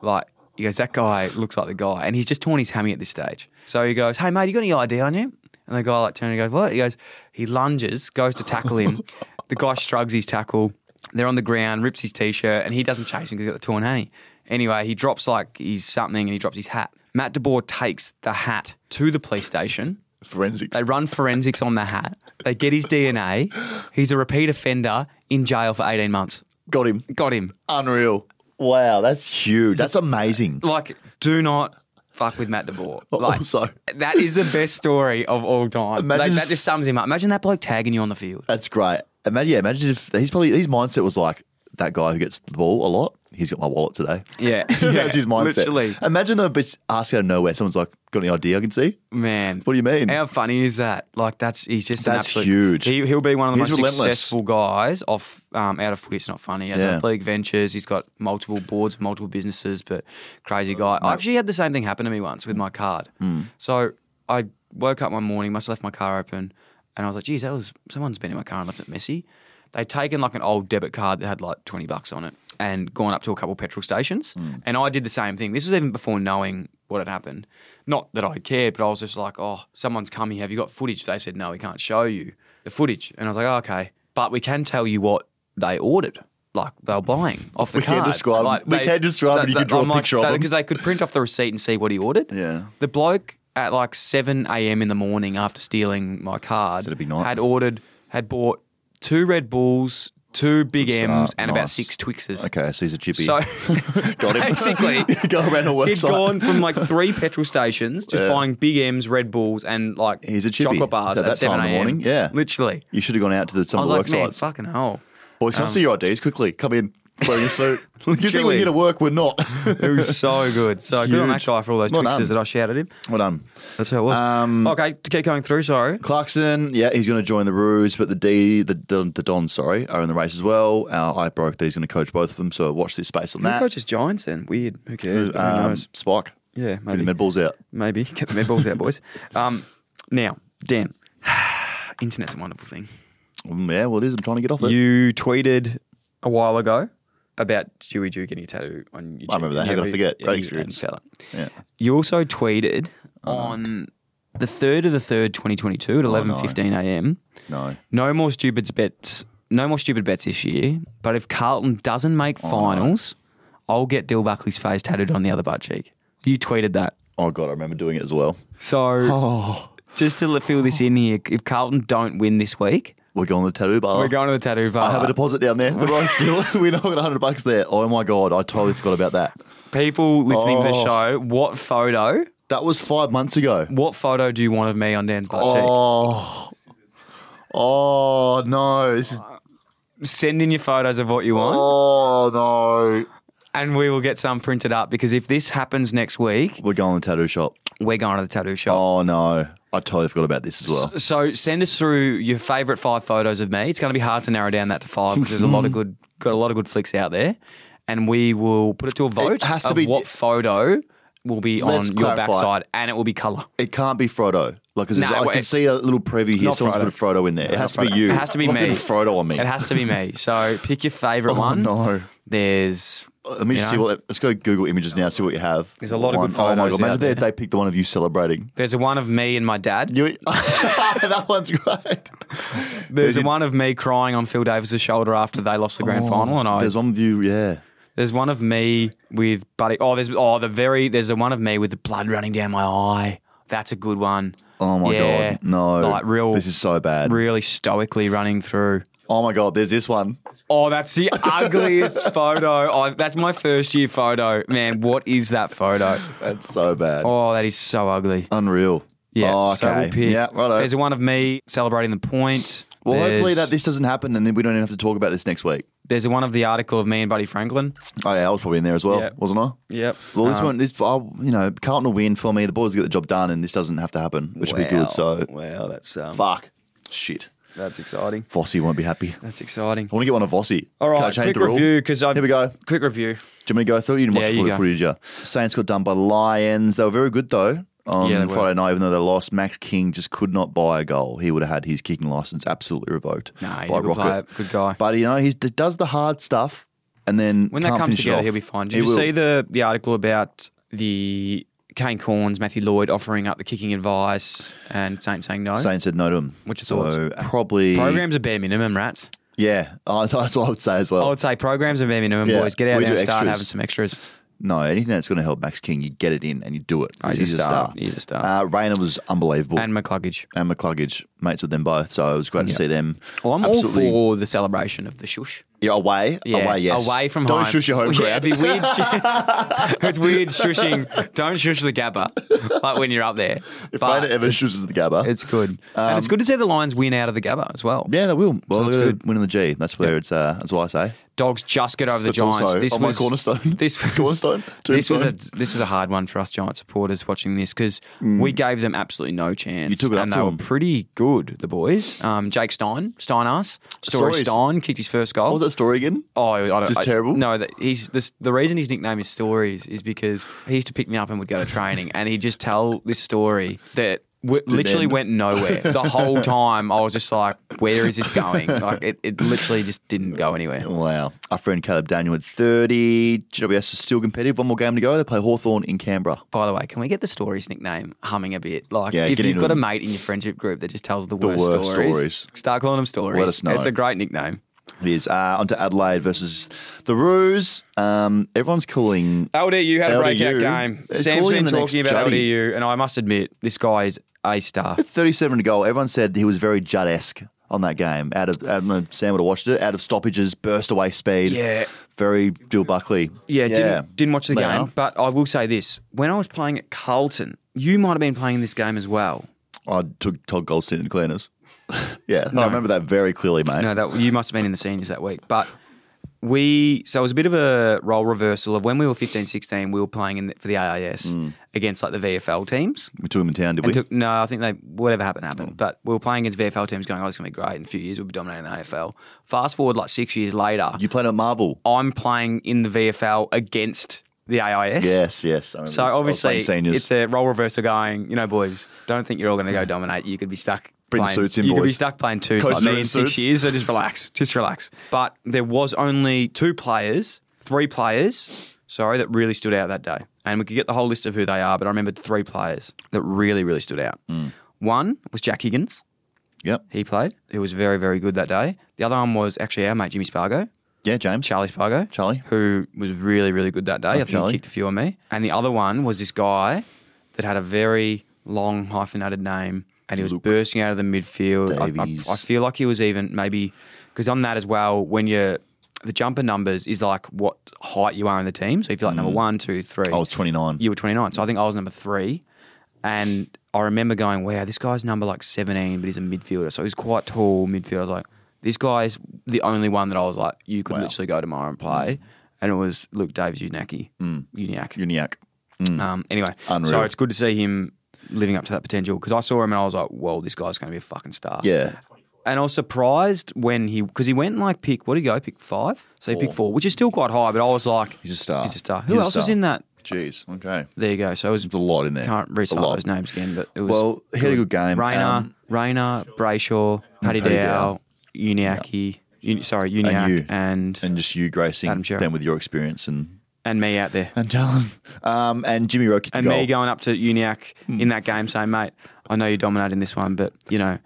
Speaker 1: Like, he goes, that guy looks like the guy. And he's just torn his hammy at this stage. So he goes, hey, mate, you got any ID on you? And the guy like turns and goes, what? He goes, he lunges, goes to tackle him. the guy shrugs his tackle. They're on the ground, rips his t-shirt, and he doesn't chase him because he's got the torn hammy. Anyway, he drops like he's something and he drops his hat. Matt DeBoer takes the hat to the police station.
Speaker 2: Forensics.
Speaker 1: They run forensics on the hat. They get his DNA. He's a repeat offender in jail for 18 months.
Speaker 2: Got him.
Speaker 1: Got him.
Speaker 2: Unreal. Wow, that's huge. That's amazing.
Speaker 1: Like, do not fuck with Matt DeBoer.
Speaker 2: Al-
Speaker 1: Like,
Speaker 2: also-
Speaker 1: that is the best story of all time.
Speaker 2: Imagine
Speaker 1: Like, that
Speaker 2: s-
Speaker 1: just sums him up. Imagine that bloke tagging you on the field.
Speaker 2: That's great. Imagine, yeah, imagine if he's probably his mindset was like that guy who gets the ball a lot. He's got my wallet today.
Speaker 1: Yeah,
Speaker 2: That's his mindset.
Speaker 1: Literally,
Speaker 2: Imagine though, but ask out of nowhere. Someone's like, "Got any idea? I can see."
Speaker 1: man.
Speaker 2: What do you mean?
Speaker 1: How funny is that? Like that's he's just an
Speaker 2: That's
Speaker 1: absolute-
Speaker 2: huge.
Speaker 1: He, he'll be one of the
Speaker 2: He's
Speaker 1: most
Speaker 2: relentless.
Speaker 1: successful guys off um, out of footy. It's not funny. He has
Speaker 2: Yeah.
Speaker 1: athletic ventures. He's got multiple boards, multiple businesses, but crazy guy. I actually had the same thing happen to me once with my card. So I woke up one morning, must have left my car open, and I was like, "Geez, that was someone's been in my car and left it messy." They'd taken like an old debit card that had like twenty bucks on it and gone up to a couple petrol stations, and I did the same thing. This was even before knowing what had happened. Not that I cared, but I was just like, oh, someone's coming. Have you got footage? They said, no, we can't show you the footage. And I was like, oh, okay, but we can tell you what they ordered. Like they were buying off the
Speaker 2: We can't
Speaker 1: card.
Speaker 2: describe- we can't describe it, you can draw a
Speaker 1: I'm like-
Speaker 2: picture of
Speaker 1: they-
Speaker 2: them.
Speaker 1: Because they could print off the receipt and see what he ordered.
Speaker 2: Yeah.
Speaker 1: The bloke at like 7 a.m. in the morning after stealing my card
Speaker 2: Said a big night.
Speaker 1: had ordered, had bought two Red Bulls, two Big
Speaker 2: start,
Speaker 1: M's, and about
Speaker 2: nice.
Speaker 1: six Twixes.
Speaker 2: Okay, so he's a chippy.
Speaker 1: So
Speaker 2: Got him.
Speaker 1: basically,
Speaker 2: go around a
Speaker 1: He'd
Speaker 2: website.
Speaker 1: gone from like three petrol stations, just
Speaker 2: Yeah.
Speaker 1: buying Big M's, Red Bulls, and like
Speaker 2: He's a chippy.
Speaker 1: chocolate bars
Speaker 2: At
Speaker 1: at,
Speaker 2: that
Speaker 1: 7
Speaker 2: time in the
Speaker 1: a.m.
Speaker 2: morning, yeah.
Speaker 1: Literally.
Speaker 2: You should have gone out to the, some
Speaker 1: I
Speaker 2: of
Speaker 1: was
Speaker 2: the
Speaker 1: like,
Speaker 2: work
Speaker 1: man,
Speaker 2: sites.
Speaker 1: fucking hell.
Speaker 2: Boys, come see your IDs quickly. Come in wearing a suit. you think we're
Speaker 1: Um, Literally.
Speaker 2: here to work? We're not.
Speaker 1: It was so good. So good on that
Speaker 2: Huge.
Speaker 1: guy for all those
Speaker 2: Well
Speaker 1: Twixes
Speaker 2: done.
Speaker 1: that I shouted him.
Speaker 2: well done.
Speaker 1: That's how it was.
Speaker 2: Um,
Speaker 1: okay, to keep going through, sorry.
Speaker 2: Clarkson, yeah, he's going to join the Roos, but the D, the, the, the Don, sorry, are in the race as well. Uh, I broke that he's going to coach both of them, so watch this space on
Speaker 1: Who
Speaker 2: that.
Speaker 1: coaches Giants then? Weird. Who cares? But who
Speaker 2: Um,
Speaker 1: knows?
Speaker 2: Spike.
Speaker 1: Yeah,
Speaker 2: Get
Speaker 1: maybe.
Speaker 2: the med balls out.
Speaker 1: Maybe. Get the med balls out, boys. Um, now, Dan, internet's a wonderful thing.
Speaker 2: Mm, yeah, well, it is. I'm trying to get off it.
Speaker 1: You tweeted a while ago about Stewie Jew getting a tattoo on your
Speaker 2: I remember
Speaker 1: cheek.
Speaker 2: that. How could I
Speaker 1: we-
Speaker 2: forget? Great
Speaker 1: you-
Speaker 2: experience.
Speaker 1: and fella.
Speaker 2: yeah.
Speaker 1: You also tweeted on the 3rd of the 3rd, 2022 at 11.15 a.m.
Speaker 2: No.
Speaker 1: No more stupid bets. No more stupid bets this year. But if Carlton doesn't make
Speaker 2: Oh.
Speaker 1: finals, I'll get Dill Buckley's face tattooed on the other butt cheek. You tweeted that.
Speaker 2: Oh, God, I remember doing it as well.
Speaker 1: So
Speaker 2: Oh.
Speaker 1: just to fill this in here, if Carlton don't win this week,
Speaker 2: We're going to the tattoo bar.
Speaker 1: we're going to the tattoo bar.
Speaker 2: I have a deposit down there. We're on still. We're not got 100 bucks there. Oh, my God. I totally forgot about that.
Speaker 1: People listening to the
Speaker 2: Oh.
Speaker 1: show, what photo?
Speaker 2: That was five months ago.
Speaker 1: What photo do you want of me on Dan's butt
Speaker 2: Oh. Oh, no. This is.
Speaker 1: cheek? Send in your photos of what you want,
Speaker 2: Oh, no.
Speaker 1: and we will get some printed up. Because if this happens next week,
Speaker 2: We're going to the tattoo shop.
Speaker 1: we're going to the tattoo shop.
Speaker 2: Oh no, I totally forgot about this as well.
Speaker 1: So send us through your favourite five photos of me. It's going to be hard to narrow down that to five because there's a lot of good, got a lot of good flicks out there, and we will put it to a vote
Speaker 2: has to
Speaker 1: of
Speaker 2: be-
Speaker 1: what photo will be on
Speaker 2: Let's
Speaker 1: your
Speaker 2: clarify.
Speaker 1: backside, and it will be colour.
Speaker 2: It can't be Frodo. Like, 'cause it's-
Speaker 1: No,
Speaker 2: I can
Speaker 1: it-
Speaker 2: see a little preview here.
Speaker 1: Not
Speaker 2: Someone's
Speaker 1: Frodo.
Speaker 2: put a Frodo in there. it has to
Speaker 1: not
Speaker 2: be
Speaker 1: Frodo.
Speaker 2: you.
Speaker 1: It has to be
Speaker 2: Not
Speaker 1: me.
Speaker 2: putting Frodo on me.
Speaker 1: It has to be me. So pick your favourite
Speaker 2: Oh
Speaker 1: one.
Speaker 2: no.
Speaker 1: There's
Speaker 2: Let me
Speaker 1: you
Speaker 2: just see
Speaker 1: know,
Speaker 2: what. Let's go Google images now. See what you have.
Speaker 1: There's a lot of
Speaker 2: One-
Speaker 1: good
Speaker 2: Oh my
Speaker 1: photos
Speaker 2: god! Imagine
Speaker 1: out
Speaker 2: they,
Speaker 1: there.
Speaker 2: they picked the one of you celebrating.
Speaker 1: there's a one of me and my dad.
Speaker 2: You. that one's great.
Speaker 1: There's a
Speaker 2: There's- Oh,
Speaker 1: one of me crying on Phil Davis's shoulder after they lost the grand final, and I
Speaker 2: There's one with you. Yeah.
Speaker 1: There's one of me with Buddy. Oh, there's oh the very there's the one of me with the blood running down my eye. That's a good one.
Speaker 2: Oh my
Speaker 1: Yeah.
Speaker 2: god. No.
Speaker 1: like real,
Speaker 2: This is so bad.
Speaker 1: really stoically running through.
Speaker 2: Oh my god. There's this one.
Speaker 1: Oh, that's the ugliest photo. I, that's my first year photo. Man, what is that photo?
Speaker 2: That's so bad.
Speaker 1: Oh, that is so ugly.
Speaker 2: Unreal.
Speaker 1: Yeah.
Speaker 2: Oh,
Speaker 1: So we'll
Speaker 2: okay.
Speaker 1: pick-
Speaker 2: yeah. Righto.
Speaker 1: There's one of me celebrating the point.
Speaker 2: well, hopefully
Speaker 1: There's-
Speaker 2: that this doesn't happen, and then we don't even have to talk about this next week.
Speaker 1: There's one of the article of me and Buddy Franklin.
Speaker 2: Oh yeah, I was probably in there as well,
Speaker 1: Yeah. Um,
Speaker 2: wasn't I?
Speaker 1: Yep.
Speaker 2: Well, this one, this I'll, you know, Carlton will win for me. The boys get the job done, and this doesn't have to happen, which would be good. So
Speaker 1: wow, that's um,
Speaker 2: fuck, shit,
Speaker 1: that's exciting.
Speaker 2: Vossi won't be happy. I
Speaker 1: That's exciting.
Speaker 2: want to get one of Vossi.
Speaker 1: All
Speaker 2: Can I
Speaker 1: right,
Speaker 2: change
Speaker 1: quick
Speaker 2: the rule?
Speaker 1: review because I
Speaker 2: Here we go.
Speaker 1: Quick review.
Speaker 2: Do you want me to go? I thought you didn't watch
Speaker 1: Yeah,
Speaker 2: the
Speaker 1: you
Speaker 2: full
Speaker 1: go.
Speaker 2: footage. Yeah. Saints got done by the Lions. They were very good though. On
Speaker 1: Yeah, they were.
Speaker 2: Friday night, even though they lost, Max King just could not buy a goal. He would have had his kicking license absolutely revoked
Speaker 1: Nah, he's
Speaker 2: by
Speaker 1: a good
Speaker 2: Rocket.
Speaker 1: player, good guy.
Speaker 2: But you know, he does the hard stuff, and then
Speaker 1: When
Speaker 2: can't
Speaker 1: that comes
Speaker 2: finish it
Speaker 1: together,
Speaker 2: off.
Speaker 1: he'll be fine. Did
Speaker 2: He
Speaker 1: you
Speaker 2: will.
Speaker 1: see the the article about the Kane Corns, Matthew Lloyd offering up the kicking advice and Saint saying no?
Speaker 2: Saints said no to him.
Speaker 1: Which is
Speaker 2: so
Speaker 1: odd.
Speaker 2: probably
Speaker 1: Programs are bare minimum, rats.
Speaker 2: Yeah, oh, that's what I would say as well.
Speaker 1: I would say programs are bare minimum,
Speaker 2: Yeah,
Speaker 1: boys. Get out
Speaker 2: we
Speaker 1: there and
Speaker 2: do
Speaker 1: start
Speaker 2: extras.
Speaker 1: having some extras.
Speaker 2: no, anything that's going to help Max King, you get it in and you do it. 'cause
Speaker 1: Oh, he's a star. He's a star.
Speaker 2: Uh, Rayner was unbelievable, and,
Speaker 1: And McCluggage.
Speaker 2: and McCluggage mates with them both, so it was great to see them.
Speaker 1: Well, I'm
Speaker 2: absolutely-
Speaker 1: all for the celebration of the shush.
Speaker 2: Yeah, away,
Speaker 1: Yeah,
Speaker 2: away, yes.
Speaker 1: Away from
Speaker 2: Don't
Speaker 1: home.
Speaker 2: shush your home
Speaker 1: Yeah,
Speaker 2: crowd.
Speaker 1: it'd be weird. sh- it's weird shushing. Don't shush the gabba, like when you're up there.
Speaker 2: if
Speaker 1: but
Speaker 2: Raider ever shushes the Gabba,
Speaker 1: it's good, and it's good to see the Lions win out of the gabba as well.
Speaker 2: Um, yeah, they will. Well,
Speaker 1: Sounds
Speaker 2: they're
Speaker 1: good.
Speaker 2: winning the G. That's where it's. Uh, that's what I say.
Speaker 1: Dogs just get over the
Speaker 2: That's
Speaker 1: Giants.
Speaker 2: also
Speaker 1: this
Speaker 2: on my
Speaker 1: was
Speaker 2: cornerstone.
Speaker 1: This was
Speaker 2: Cornerstone?
Speaker 1: This was a
Speaker 2: Tombstone?
Speaker 1: this was a hard one for us Giant supporters watching this because we gave them absolutely no chance.
Speaker 2: Mm. You took it up
Speaker 1: and
Speaker 2: to
Speaker 1: they were
Speaker 2: them.
Speaker 1: pretty good. The boys, um, Jake Stein, Stein us, Story
Speaker 2: Stories.
Speaker 1: Stein kicked his first goal.
Speaker 2: What was that story again?
Speaker 1: Oh, I don't,
Speaker 2: Just
Speaker 1: I-
Speaker 2: terrible?
Speaker 1: No, that he's this, the reason his nickname is Stories is because he used to pick me up and would go to training, and he'd just tell this story that w- literally
Speaker 2: end.
Speaker 1: went nowhere the whole time. I was just like, "Where is this going?" Like it, it literally just didn't go anywhere.
Speaker 2: Wow. Our friend Caleb Daniel at 30. GWS is still competitive. One more game to go. They play Hawthorn in Canberra.
Speaker 1: By the way, can we get the Stories nickname humming a bit? Like,
Speaker 2: Yeah,
Speaker 1: if
Speaker 2: get
Speaker 1: you've
Speaker 2: into
Speaker 1: got
Speaker 2: them.
Speaker 1: a mate in your friendship group that just tells the, worst,
Speaker 2: worst
Speaker 1: stories,
Speaker 2: stories.
Speaker 1: start calling them Stories.
Speaker 2: Let us know.
Speaker 1: It's a great nickname.
Speaker 2: It is. Uh, on to Adelaide versus the Roos. Um, everyone's calling.
Speaker 1: LDU had a
Speaker 2: LDU?
Speaker 1: breakout game.
Speaker 2: They're
Speaker 1: Sam's
Speaker 2: calling him
Speaker 1: been
Speaker 2: the next
Speaker 1: talking about
Speaker 2: Juddy.
Speaker 1: LDU, and I must admit, this guy is a star.
Speaker 2: 37 to go. Everyone said he was very Judd esque on that game. Out of, I don't know, Sam would have watched it. Out of stoppages, burst away speed.
Speaker 1: Yeah.
Speaker 2: Very Bill Buckley.
Speaker 1: Yeah, Didn't, didn't watch the
Speaker 2: They
Speaker 1: game,
Speaker 2: are.
Speaker 1: but I will say this: when I was playing at Carlton, you might have been playing this game as well.
Speaker 2: I took Todd Goldstein and cleaners. yeah. I remember that very clearly, mate.
Speaker 1: No, that you must have been in the seniors that week, but. We so it was a bit of a role reversal of when we were 15, 16, we were playing in the, for the AIS
Speaker 2: Mm.
Speaker 1: against like the VFL teams.
Speaker 2: We took him in town, did we?
Speaker 1: And took, no, I think they whatever happened happened. But we were playing against VFL teams, going, "Oh, it's gonna be great in a few years. We'll be dominating the AFL." Fast forward like six years later,
Speaker 2: you played at Marvel.
Speaker 1: I'm playing in the VFL against the AIS.
Speaker 2: Yes, yes. I
Speaker 1: So
Speaker 2: remember this. I was
Speaker 1: obviously,
Speaker 2: playing seniors.
Speaker 1: it's a role reversal going. You know, boys, don't think you're all going to go dominate. You could be stuck.
Speaker 2: Bring the
Speaker 1: playing,
Speaker 2: suits in,
Speaker 1: you could be
Speaker 2: boys.
Speaker 1: stuck playing twos
Speaker 2: Coaches
Speaker 1: like
Speaker 2: are
Speaker 1: me
Speaker 2: in
Speaker 1: in six
Speaker 2: suits.
Speaker 1: years. So just relax, just relax. But there was only two players, three players, sorry, that really stood out that day. And we could get the whole list of who they are, but I remembered three players that really, really stood out.
Speaker 2: Mm.
Speaker 1: One was Jack Higgins.
Speaker 2: yep.
Speaker 1: He played. He was very, very good that day. The other one was actually our mate Jimmy Spargo.
Speaker 2: Yeah, James.
Speaker 1: Charlie Spargo.
Speaker 2: Charlie.
Speaker 1: Who was really, really good that day. I think
Speaker 2: Charlie.
Speaker 1: he kicked a few on me. And the other one was this guy that had a very long hyphenated name and he was
Speaker 2: Luke
Speaker 1: bursting out of the midfield. I-
Speaker 2: Davies.
Speaker 1: I, I, feel like he was even maybe, because on that as well, when you're, the jumper numbers is like what height you are in the team. So if you're like
Speaker 2: Mm.
Speaker 1: number one, two, three.
Speaker 2: I was 29.
Speaker 1: You were 29. So I think I was number three. And I remember going, wow, this guy's number like 17, but he's a midfielder. So he's quite tall midfielder. I was like, this guy's the only one that I was like, you could
Speaker 2: Wow. Mm.
Speaker 1: literally go tomorrow and play. And it was Luke Davis Uniaki. Mm. Uniac.
Speaker 2: Uniac.
Speaker 1: Um, anyway,
Speaker 2: Mm. Unreal.
Speaker 1: so it's good to see him living up to that potential because I saw him and I was like, whoa, this guy's going to be a fucking star.
Speaker 2: Yeah.
Speaker 1: And I was surprised when he, because he went like pick, what did he go? Pick five? So he picked four, which is still quite high, but I was like,
Speaker 2: He's a star.
Speaker 1: He's a star. Who
Speaker 2: He's a
Speaker 1: else was
Speaker 2: star.
Speaker 1: in that?
Speaker 2: Jeez. Okay.
Speaker 1: There you go. So it was
Speaker 2: There's a lot in there.
Speaker 1: can't
Speaker 2: It's a
Speaker 1: recite
Speaker 2: lot.
Speaker 1: those names again, but it was
Speaker 2: Well, he had a good game.
Speaker 1: Rayner,
Speaker 2: Um,
Speaker 1: Rayner, Brayshaw, Paddy
Speaker 2: Paddy
Speaker 1: Dow, Uniaki, Uni- sorry, Uniac,
Speaker 2: you.
Speaker 1: and, and
Speaker 2: And just you gracing
Speaker 1: Adam Sherrill.
Speaker 2: them with your experience and
Speaker 1: me out there,
Speaker 2: and Dylan um, and Jimmy Rowe kicked
Speaker 1: and
Speaker 2: the goal. Hmm.
Speaker 1: me going up to Uniac in that game saying, "Mate, I know you're dominating this one, but you know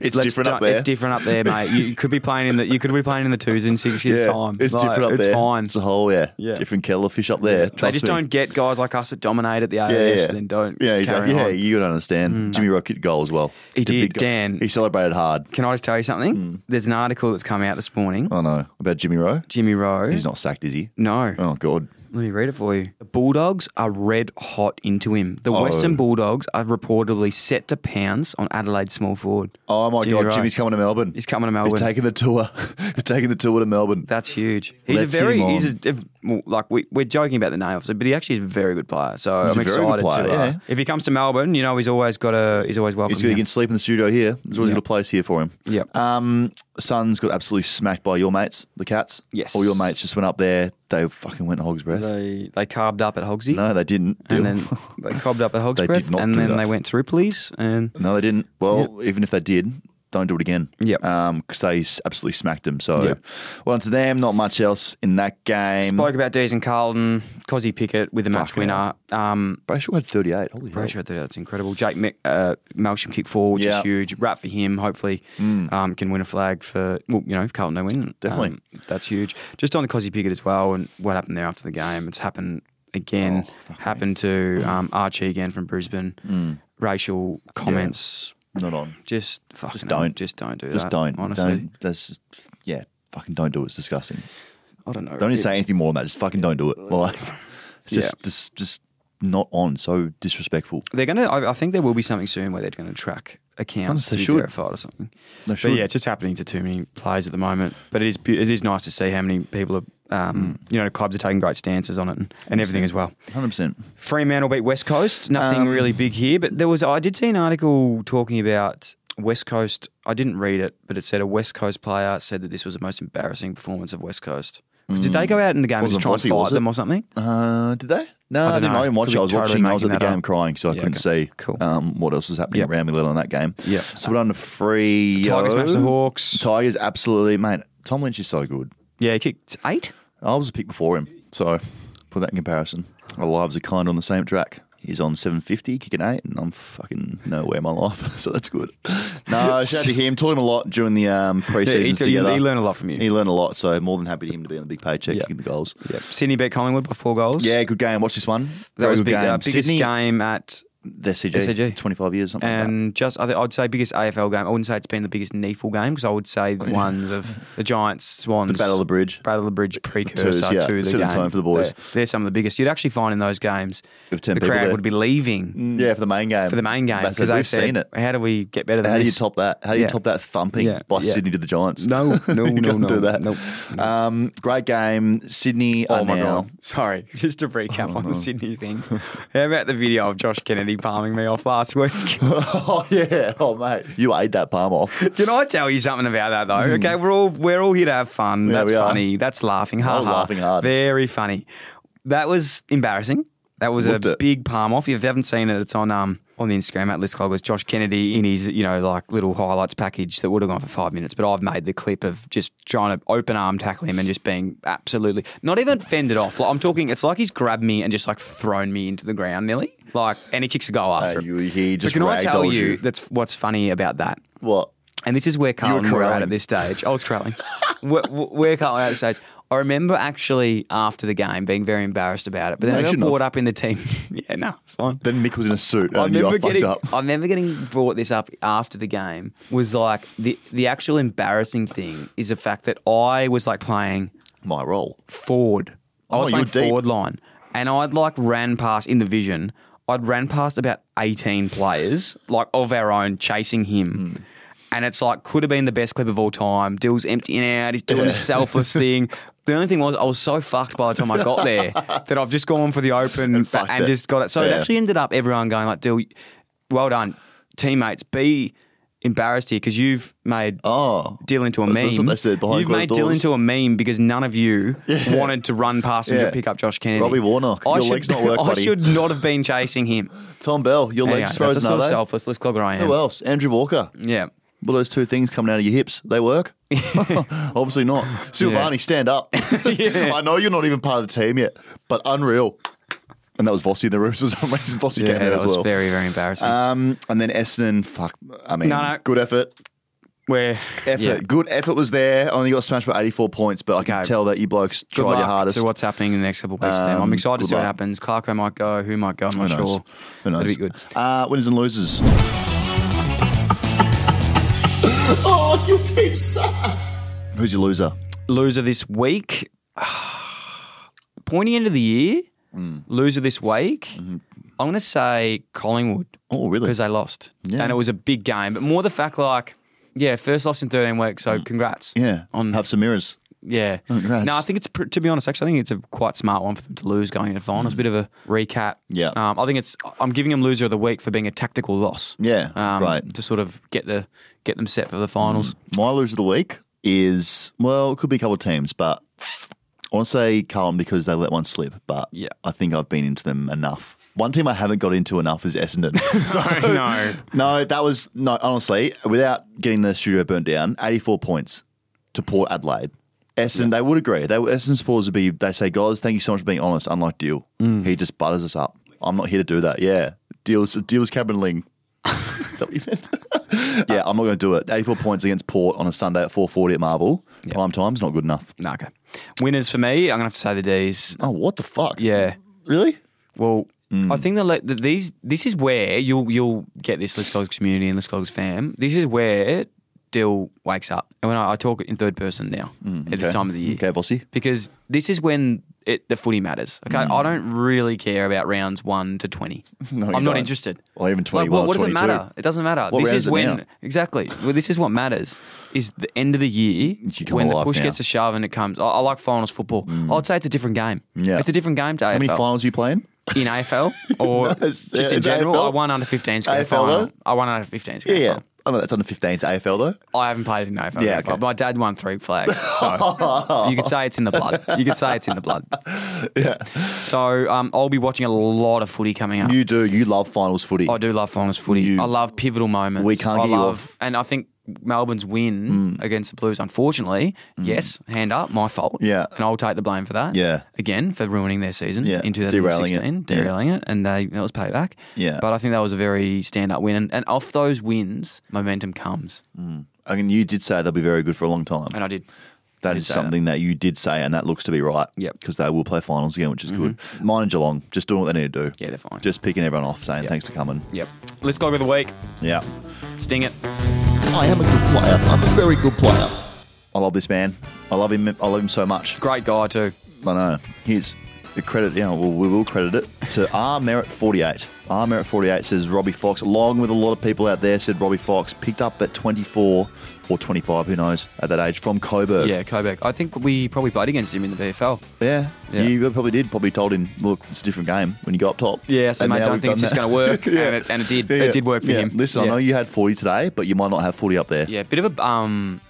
Speaker 2: It's
Speaker 1: let's
Speaker 2: different up
Speaker 1: do-
Speaker 2: there."
Speaker 1: It's different up there, mate. You could be playing in the you could be playing in the twos in six years'
Speaker 2: yeah,
Speaker 1: time.
Speaker 2: it's
Speaker 1: Like,
Speaker 2: different up
Speaker 1: it's
Speaker 2: there.
Speaker 1: fine.
Speaker 2: It's a whole yeah,
Speaker 1: Yeah.
Speaker 2: different kettle of fish up there.
Speaker 1: they
Speaker 2: trust
Speaker 1: just
Speaker 2: me.
Speaker 1: don't get guys like us that dominate at the AS,
Speaker 2: Yeah, yeah.
Speaker 1: then don't.
Speaker 2: Yeah,
Speaker 1: carry
Speaker 2: exactly. Yeah,
Speaker 1: on. Mm.
Speaker 2: you gotta understand. Jimmy Rowe kicked the goal as well.
Speaker 1: He
Speaker 2: It's a
Speaker 1: did,
Speaker 2: big goal.
Speaker 1: Dan.
Speaker 2: He celebrated hard.
Speaker 1: Can I just tell you something?
Speaker 2: Hmm.
Speaker 1: There's an article that's come out this morning.
Speaker 2: Oh no, about Jimmy Rowe.
Speaker 1: Jimmy Rowe.
Speaker 2: He's not sacked, is he?
Speaker 1: No.
Speaker 2: Oh god.
Speaker 1: Let me read it for you. The Bulldogs are red hot into him. The
Speaker 2: Oh.
Speaker 1: Western Bulldogs are reportedly set to pounce on Adelaide small forward.
Speaker 2: Oh my
Speaker 1: Jimmy
Speaker 2: god,
Speaker 1: Rowe.
Speaker 2: Jimmy's coming to Melbourne.
Speaker 1: He's coming to Melbourne.
Speaker 2: He's taking the tour. he's taking the tour to Melbourne.
Speaker 1: That's huge. He's
Speaker 2: Let's
Speaker 1: a very,
Speaker 2: get him
Speaker 1: he's a, if, well, like we, we're joking about the name, obviously, but he actually is a very good player. So
Speaker 2: He's
Speaker 1: I'm
Speaker 2: a very good
Speaker 1: excited
Speaker 2: player,
Speaker 1: to. Uh,
Speaker 2: yeah.
Speaker 1: If he comes to Melbourne, you know he's always got a he's always welcome.
Speaker 2: He's good. He
Speaker 1: here.
Speaker 2: can sleep in the studio here. There's always a little place here for him.
Speaker 1: Yep.
Speaker 2: Um, Suns got absolutely smacked by your mates, the Cats.
Speaker 1: Yes.
Speaker 2: All your mates just went up there. They fucking went hog's breath.
Speaker 1: They they carved up at Hogsy,
Speaker 2: no, they didn't.
Speaker 1: and
Speaker 2: Bill.
Speaker 1: then they cobbed up at
Speaker 2: did
Speaker 1: Hogsbreath,
Speaker 2: not
Speaker 1: and
Speaker 2: do
Speaker 1: then
Speaker 2: that. Mm.
Speaker 1: they went to Ripley's, and
Speaker 2: no, they didn't. Well, even if they did, don't do it again.
Speaker 1: Yep.
Speaker 2: Um, because they s- absolutely smacked him. So,
Speaker 1: Yep.
Speaker 2: well, to them, not much else in that game.
Speaker 1: spoke about Dees and Carlton, Cosy Pickett with a match
Speaker 2: Fucking
Speaker 1: winner. Um,
Speaker 2: Brayshaw had 38. Holy hell.
Speaker 1: Brayshaw, that's incredible. Jake Mc, uh, Malsham kick four, which
Speaker 2: Yeah. Mm.
Speaker 1: is huge. Wrap for him. Hopefully, um, can win a flag for well, you know, if Carlton they win,
Speaker 2: Definitely.
Speaker 1: um, that's huge. Just on the Cosy Pickett as well, and what happened there after the game. It's happened
Speaker 2: Oh,
Speaker 1: again. happened to um, Archie again from Brisbane.
Speaker 2: Mm.
Speaker 1: Racial comments.
Speaker 2: Not on.
Speaker 1: Just fucking
Speaker 2: don't.
Speaker 1: just don't do
Speaker 2: Just
Speaker 1: that.
Speaker 2: don't.
Speaker 1: honestly.
Speaker 2: Don't. That's just- yeah. fucking don't do it. It's disgusting.
Speaker 1: I don't know.
Speaker 2: Don't need
Speaker 1: It-
Speaker 2: to say anything more than that. Just fucking don't do it. Like, it's
Speaker 1: Yeah.
Speaker 2: just, just, just not on. So disrespectful.
Speaker 1: They're gonna. I, I think there will be something soon where they're gonna track accounts
Speaker 2: Oh,
Speaker 1: to
Speaker 2: they
Speaker 1: be
Speaker 2: should.
Speaker 1: verified or something.
Speaker 2: They
Speaker 1: but
Speaker 2: should.
Speaker 1: yeah, it's just happening to too many players at the moment. But it is bu- it is nice to see how many people are, um,
Speaker 2: Mm.
Speaker 1: you know, clubs are taking great stances on it and, and everything as well.
Speaker 2: Hundred percent.
Speaker 1: Fremantle beat West Coast. Nothing
Speaker 2: Um,
Speaker 1: really big here, but there was. I did see an article talking about West Coast. I didn't read it, but it said a West Coast player said that this was the most embarrassing performance of West Coast. 'Cause Did they go out in the game and
Speaker 2: Mm.
Speaker 1: just
Speaker 2: Wasn't
Speaker 1: try and
Speaker 2: Vossi,
Speaker 1: fight
Speaker 2: was it?
Speaker 1: them or something?
Speaker 2: Uh, did they? No, I,
Speaker 1: I don't
Speaker 2: didn't.
Speaker 1: know.
Speaker 2: I didn't watch.
Speaker 1: Could be
Speaker 2: it. I was
Speaker 1: totally
Speaker 2: watching. I was at the
Speaker 1: making that
Speaker 2: game
Speaker 1: up.
Speaker 2: crying, so I
Speaker 1: Yeah,
Speaker 2: couldn't
Speaker 1: okay.
Speaker 2: see
Speaker 1: Cool.
Speaker 2: um, what else was happening
Speaker 1: Yep.
Speaker 2: around me, let alone that game.
Speaker 1: Yep.
Speaker 2: So we're on to free.
Speaker 1: Tigers smashed the Hawks.
Speaker 2: Tigers, absolutely, mate. Tom Lynch is so good.
Speaker 1: yeah, he kicked eight.
Speaker 2: I was a pick before him, so put that in comparison. Our lives are kind of on the same track. He's on 750, kicking eight, and I'm fucking nowhere in my life, so that's good. No, shout out to him. Taught him a lot during the um,
Speaker 1: Yeah, he,
Speaker 2: preseason
Speaker 1: he-
Speaker 2: together.
Speaker 1: he learned a lot from you.
Speaker 2: He learned a lot, so more than happy to him to be on the big paycheck,
Speaker 1: Yeah.
Speaker 2: kicking the goals.
Speaker 1: Yep. Sydney beat Collingwood by four goals.
Speaker 2: Yeah, good game. Watch this one.
Speaker 1: that
Speaker 2: Very
Speaker 1: was
Speaker 2: good
Speaker 1: big,
Speaker 2: game.
Speaker 1: uh, biggest
Speaker 2: Sydney,
Speaker 1: game at
Speaker 2: the SCG,
Speaker 1: SCG.
Speaker 2: 25 years, something like that.
Speaker 1: and just I th- I'd say biggest AFL game. I wouldn't say it's been the biggest NEFL game because I would say the ones of the Giants, Swans,
Speaker 2: The Battle of the Bridge.
Speaker 1: Battle of the Bridge precursor
Speaker 2: Twos, yeah.
Speaker 1: to the
Speaker 2: Set the
Speaker 1: game.
Speaker 2: tone for the boys.
Speaker 1: They're, they're some of the biggest. You'd actually find in those games
Speaker 2: With 10
Speaker 1: the
Speaker 2: people
Speaker 1: crowd
Speaker 2: there.
Speaker 1: would be leaving
Speaker 2: Yeah, for the main game.
Speaker 1: for the main game
Speaker 2: That's
Speaker 1: because
Speaker 2: we've
Speaker 1: they've said,
Speaker 2: seen it.
Speaker 1: How do we get better than
Speaker 2: How do you
Speaker 1: this?
Speaker 2: top that? How do you
Speaker 1: Yeah.
Speaker 2: top that thumping
Speaker 1: Yeah,
Speaker 2: by
Speaker 1: yeah.
Speaker 2: Sydney to the Giants?
Speaker 1: No, no,
Speaker 2: You
Speaker 1: no,
Speaker 2: can't
Speaker 1: no,
Speaker 2: do that.
Speaker 1: nope,
Speaker 2: Um, great game. Sydney
Speaker 1: Oh
Speaker 2: are
Speaker 1: my
Speaker 2: now. Oh,
Speaker 1: god! Sorry, just to recap on the Sydney thing. How about the video of Josh Kennedy palming me off last week?
Speaker 2: oh yeah. Oh mate, you ate that palm off.
Speaker 1: Can I tell you something about that though? Okay, we're all we're all here to have fun.
Speaker 2: Yeah,
Speaker 1: That's
Speaker 2: we are.
Speaker 1: funny. That's laughing. Ha,
Speaker 2: I was
Speaker 1: ha.
Speaker 2: laughing hard.
Speaker 1: Very funny. That was embarrassing. That was
Speaker 2: Loved
Speaker 1: a
Speaker 2: it.
Speaker 1: big palm off. If you haven't seen it, it's on um on the Instagram at List Cloggers. Josh Kennedy in his you know like little highlights package that would have gone for five minutes, but I've made the clip of just trying to open arm tackle him and just being absolutely not even fended off. Like, I'm talking, it's like he's grabbed me and just like thrown me into the ground nearly. Like and he kicks a goal after.
Speaker 2: Uh,
Speaker 1: it.
Speaker 2: you, he
Speaker 1: but
Speaker 2: just
Speaker 1: can I tell
Speaker 2: ragdolled
Speaker 1: you
Speaker 2: you.
Speaker 1: that's what's funny about that?
Speaker 2: What?
Speaker 1: And this is where Carlton were
Speaker 2: Crowley.
Speaker 1: at at this stage. I was Crowley. where, where Carlton were at this stage. I remember actually after the game being very embarrassed about it, but
Speaker 2: No,
Speaker 1: then
Speaker 2: you
Speaker 1: I got
Speaker 2: shouldn't
Speaker 1: brought
Speaker 2: have.
Speaker 1: up in the team. yeah, no, it's fine.
Speaker 2: Then Mick was in a suit. And I, knew I fucked
Speaker 1: getting,
Speaker 2: up.
Speaker 1: I remember getting brought this up after the game was like the the actual embarrassing thing is the fact that I was like playing
Speaker 2: My role.
Speaker 1: forward. I
Speaker 2: Oh,
Speaker 1: was
Speaker 2: you were
Speaker 1: playing
Speaker 2: deep.
Speaker 1: forward line, and I'd like ran past in the vision. I'd ran past about eighteen players, like of our own, chasing him.
Speaker 2: Hmm.
Speaker 1: And it's like could have been the best clip of all time. Dill's emptying out. He's doing a selfless thing. The only thing was I was so fucked by the time I got there that I've just gone for the open and,
Speaker 2: fucked it.
Speaker 1: just got it. So it
Speaker 2: Yeah.
Speaker 1: actually ended up everyone going like, "Dill, well done, teammates. Be embarrassed here because you've made
Speaker 2: Oh.
Speaker 1: Dill into a meme.
Speaker 2: That's- that's what they said behind
Speaker 1: You've
Speaker 2: closed
Speaker 1: made Dill
Speaker 2: doors.
Speaker 1: into a meme because none of you wanted to run past him
Speaker 2: Yeah.
Speaker 1: to pick up Josh Kennedy.
Speaker 2: Robbie Warnock, your legs not work,
Speaker 1: I
Speaker 2: buddy.
Speaker 1: should not have been chasing him.
Speaker 2: Tom Bell,
Speaker 1: There you
Speaker 2: your
Speaker 1: go.
Speaker 2: legs
Speaker 1: That's a
Speaker 2: frozen,
Speaker 1: sort
Speaker 2: are
Speaker 1: of
Speaker 2: they? Oh,
Speaker 1: selfless Let's clogger I am.
Speaker 2: Who else? Andrew Walker.
Speaker 1: yeah.
Speaker 2: Well, those two things coming out of your hips, they work? Obviously not. Silvani, stand up. I know you're not even part of the team yet, but unreal. And that was Vossi in the room for some reason. Vossi
Speaker 1: Yeah,
Speaker 2: came out
Speaker 1: that
Speaker 2: as
Speaker 1: was
Speaker 2: well.
Speaker 1: very, very embarrassing.
Speaker 2: um, and then Essendon, fuck, I mean,
Speaker 1: No, no.
Speaker 2: good effort.
Speaker 1: Where
Speaker 2: Effort.
Speaker 1: yeah.
Speaker 2: Good effort was there. Only got smashed by 84 points, but I can
Speaker 1: Okay.
Speaker 2: tell that you blokes
Speaker 1: Good
Speaker 2: tried
Speaker 1: luck
Speaker 2: your hardest.
Speaker 1: to what's happening in the next couple of weeks. for them.
Speaker 2: Um,
Speaker 1: I'm excited
Speaker 2: good
Speaker 1: to see
Speaker 2: luck.
Speaker 1: what happens. Clarko might go. Who might go? I'm
Speaker 2: Who
Speaker 1: not
Speaker 2: knows?
Speaker 1: sure.
Speaker 2: Who knows?
Speaker 1: That'd be good.
Speaker 2: Uh, winners and losers.
Speaker 5: Oh, you piece suck.
Speaker 2: Who's your loser?
Speaker 1: Loser this week. Pointy end of the year.
Speaker 2: Mm.
Speaker 1: Loser this week.
Speaker 2: Mm-hmm.
Speaker 1: I'm going to say Collingwood.
Speaker 2: Oh, really?
Speaker 1: because they lost.
Speaker 2: Yeah.
Speaker 1: And it was a big game, but more the fact like, yeah, first loss in 13 weeks, so congrats.
Speaker 2: yeah.
Speaker 1: On,
Speaker 2: Have some mirrors.
Speaker 1: yeah.
Speaker 2: Congrats.
Speaker 1: No, I think it's, pr- to be honest, actually, I think it's a quite smart one for them to lose going into finals. A bit of a recap.
Speaker 2: Mm. Yeah.
Speaker 1: Um, I think it's, I'm giving them loser of the week for being a tactical loss.
Speaker 2: Yeah,
Speaker 1: Um,
Speaker 2: right.
Speaker 1: To sort of get the get them set for the finals.
Speaker 2: My loser of the week is well, it could be a couple of teams, but I want to say Carlton because they let one slip. But
Speaker 1: Yeah.
Speaker 2: I think I've been into them enough. One team I haven't got into enough is Essendon. So,
Speaker 1: no.
Speaker 2: no, that was no. Honestly, without getting the studio burnt down, eighty-four points to Port Adelaide. Essendon, they would agree. They Essendon supporters would be. They say, "Guys, thank you so much for being honest." Unlike Deal,
Speaker 1: Mm.
Speaker 2: he just butters us up. I'm not here to do that. Yeah, Deal's Deal's Cameron Ling. Is that what you meant? yeah, I'm not going to do it. 84 points against Port on a Sunday at 4:40 at Marvel. Prime time's not good enough.
Speaker 1: No, okay. Winners for me, I'm going to have to say the D's.
Speaker 2: Oh, what the fuck?
Speaker 1: Yeah.
Speaker 2: really?
Speaker 1: Well,
Speaker 2: Hmm.
Speaker 1: I think the, le- the these this is where you'll you'll get this List Cogs community and List Cogs fam. This is where still wakes up. And when I, I talk in third person now at this
Speaker 2: Hmm, okay.
Speaker 1: time of the year.
Speaker 2: Okay, bossy.
Speaker 1: Because this is when it, the footy matters. Okay, I don't really care about rounds one to twenty.
Speaker 2: Hmm. No,
Speaker 1: I'm
Speaker 2: you
Speaker 1: not
Speaker 2: don't.
Speaker 1: interested.
Speaker 2: Or even 21
Speaker 1: what,
Speaker 2: or
Speaker 1: what does it
Speaker 2: 22.
Speaker 1: matter? It doesn't matter.
Speaker 2: What
Speaker 1: this
Speaker 2: round
Speaker 1: is
Speaker 2: is it
Speaker 1: when
Speaker 2: now?
Speaker 1: exactly. Well, this is what matters. Is the end of the year
Speaker 2: You come
Speaker 1: when the
Speaker 2: alive
Speaker 1: push
Speaker 2: now. Hmm.
Speaker 1: gets a shove and it comes. I, I like finals football. I'd say it's a different game.
Speaker 2: Yeah.
Speaker 1: it's a different game to
Speaker 2: How many
Speaker 1: AFL
Speaker 2: finals you playing?
Speaker 1: in AFL or
Speaker 2: No, it's-
Speaker 1: just in
Speaker 2: it's
Speaker 1: general.
Speaker 2: AFL.
Speaker 1: I won under 15s. grand
Speaker 2: AFL
Speaker 1: final.
Speaker 2: though?
Speaker 1: I won under 15s.
Speaker 2: Yeah,
Speaker 1: grand
Speaker 2: yeah.
Speaker 1: final.
Speaker 2: I know that's under 15s AFL though.
Speaker 1: I haven't played in AFL.
Speaker 2: Yeah,
Speaker 1: Yeah,
Speaker 2: okay.
Speaker 1: my dad won three flags, so you could say it's in the blood. You could say it's in the blood. Yeah. So um, I'll be watching a lot of footy coming up.
Speaker 2: You do. You love finals footy.
Speaker 1: I do love finals footy.
Speaker 2: You-
Speaker 1: I love pivotal moments.
Speaker 2: We can't
Speaker 1: I
Speaker 2: get you
Speaker 1: love,
Speaker 2: off. Mm.
Speaker 1: And I think Melbourne's win against the Blues, unfortunately, yes, hand up, my fault.
Speaker 2: Yeah.
Speaker 1: and I'll take the blame for that.
Speaker 2: Yeah.
Speaker 1: again for ruining their season
Speaker 2: Yeah,
Speaker 1: in
Speaker 2: derailing it.
Speaker 1: 2016, derailing it,
Speaker 2: Yeah.
Speaker 1: and they that was payback.
Speaker 2: Yeah.
Speaker 1: but I think that was a very stand-up win, and, and off those wins, momentum comes,
Speaker 2: Mm. I mean, you did say they'll be very good for a long time.
Speaker 1: and I did. I
Speaker 2: That
Speaker 1: did
Speaker 2: is
Speaker 1: say that.
Speaker 2: something that. you did say, and that looks to be right.
Speaker 1: Yep. Mm-hmm.
Speaker 2: Because they will play finals again, which is good. Mine and Geelong, just doing what they need to do.
Speaker 1: Yeah, they're fine.
Speaker 2: Just picking everyone off, saying thanks for coming.
Speaker 1: Yep. Let's go with the week.
Speaker 2: Yeah.
Speaker 1: Sting it.
Speaker 2: I am a good player. I'm a very good player. I love this man. I love him. I love him so much.
Speaker 1: Great guy too.
Speaker 2: I know. uh, Here's the credit. Yeah, well, we will credit it to R Merritt 48. R Merritt 48 says Robbie Fox, along with a lot of people out there, said Robbie Fox picked up at 24 or 25, who knows, at that age from Coburg.
Speaker 1: Yeah, Kobeck. I think we probably played against him in the VFL.
Speaker 2: Yeah,
Speaker 1: Yeah.
Speaker 2: you uh, probably did. Probably told him, look, it's a different game when you go up top.
Speaker 1: Yeah, so
Speaker 2: And
Speaker 1: mate,
Speaker 2: now
Speaker 1: I don't
Speaker 2: we've
Speaker 1: think it's
Speaker 2: done
Speaker 1: just
Speaker 2: that.
Speaker 1: going to work, and, it, and it did.
Speaker 2: Yeah, yeah.
Speaker 1: It did work for
Speaker 2: Yeah,
Speaker 1: him.
Speaker 2: Listen,
Speaker 1: yeah.
Speaker 2: I know you had 40 today, but you might not have 40 up there.
Speaker 1: Yeah, bit of a um,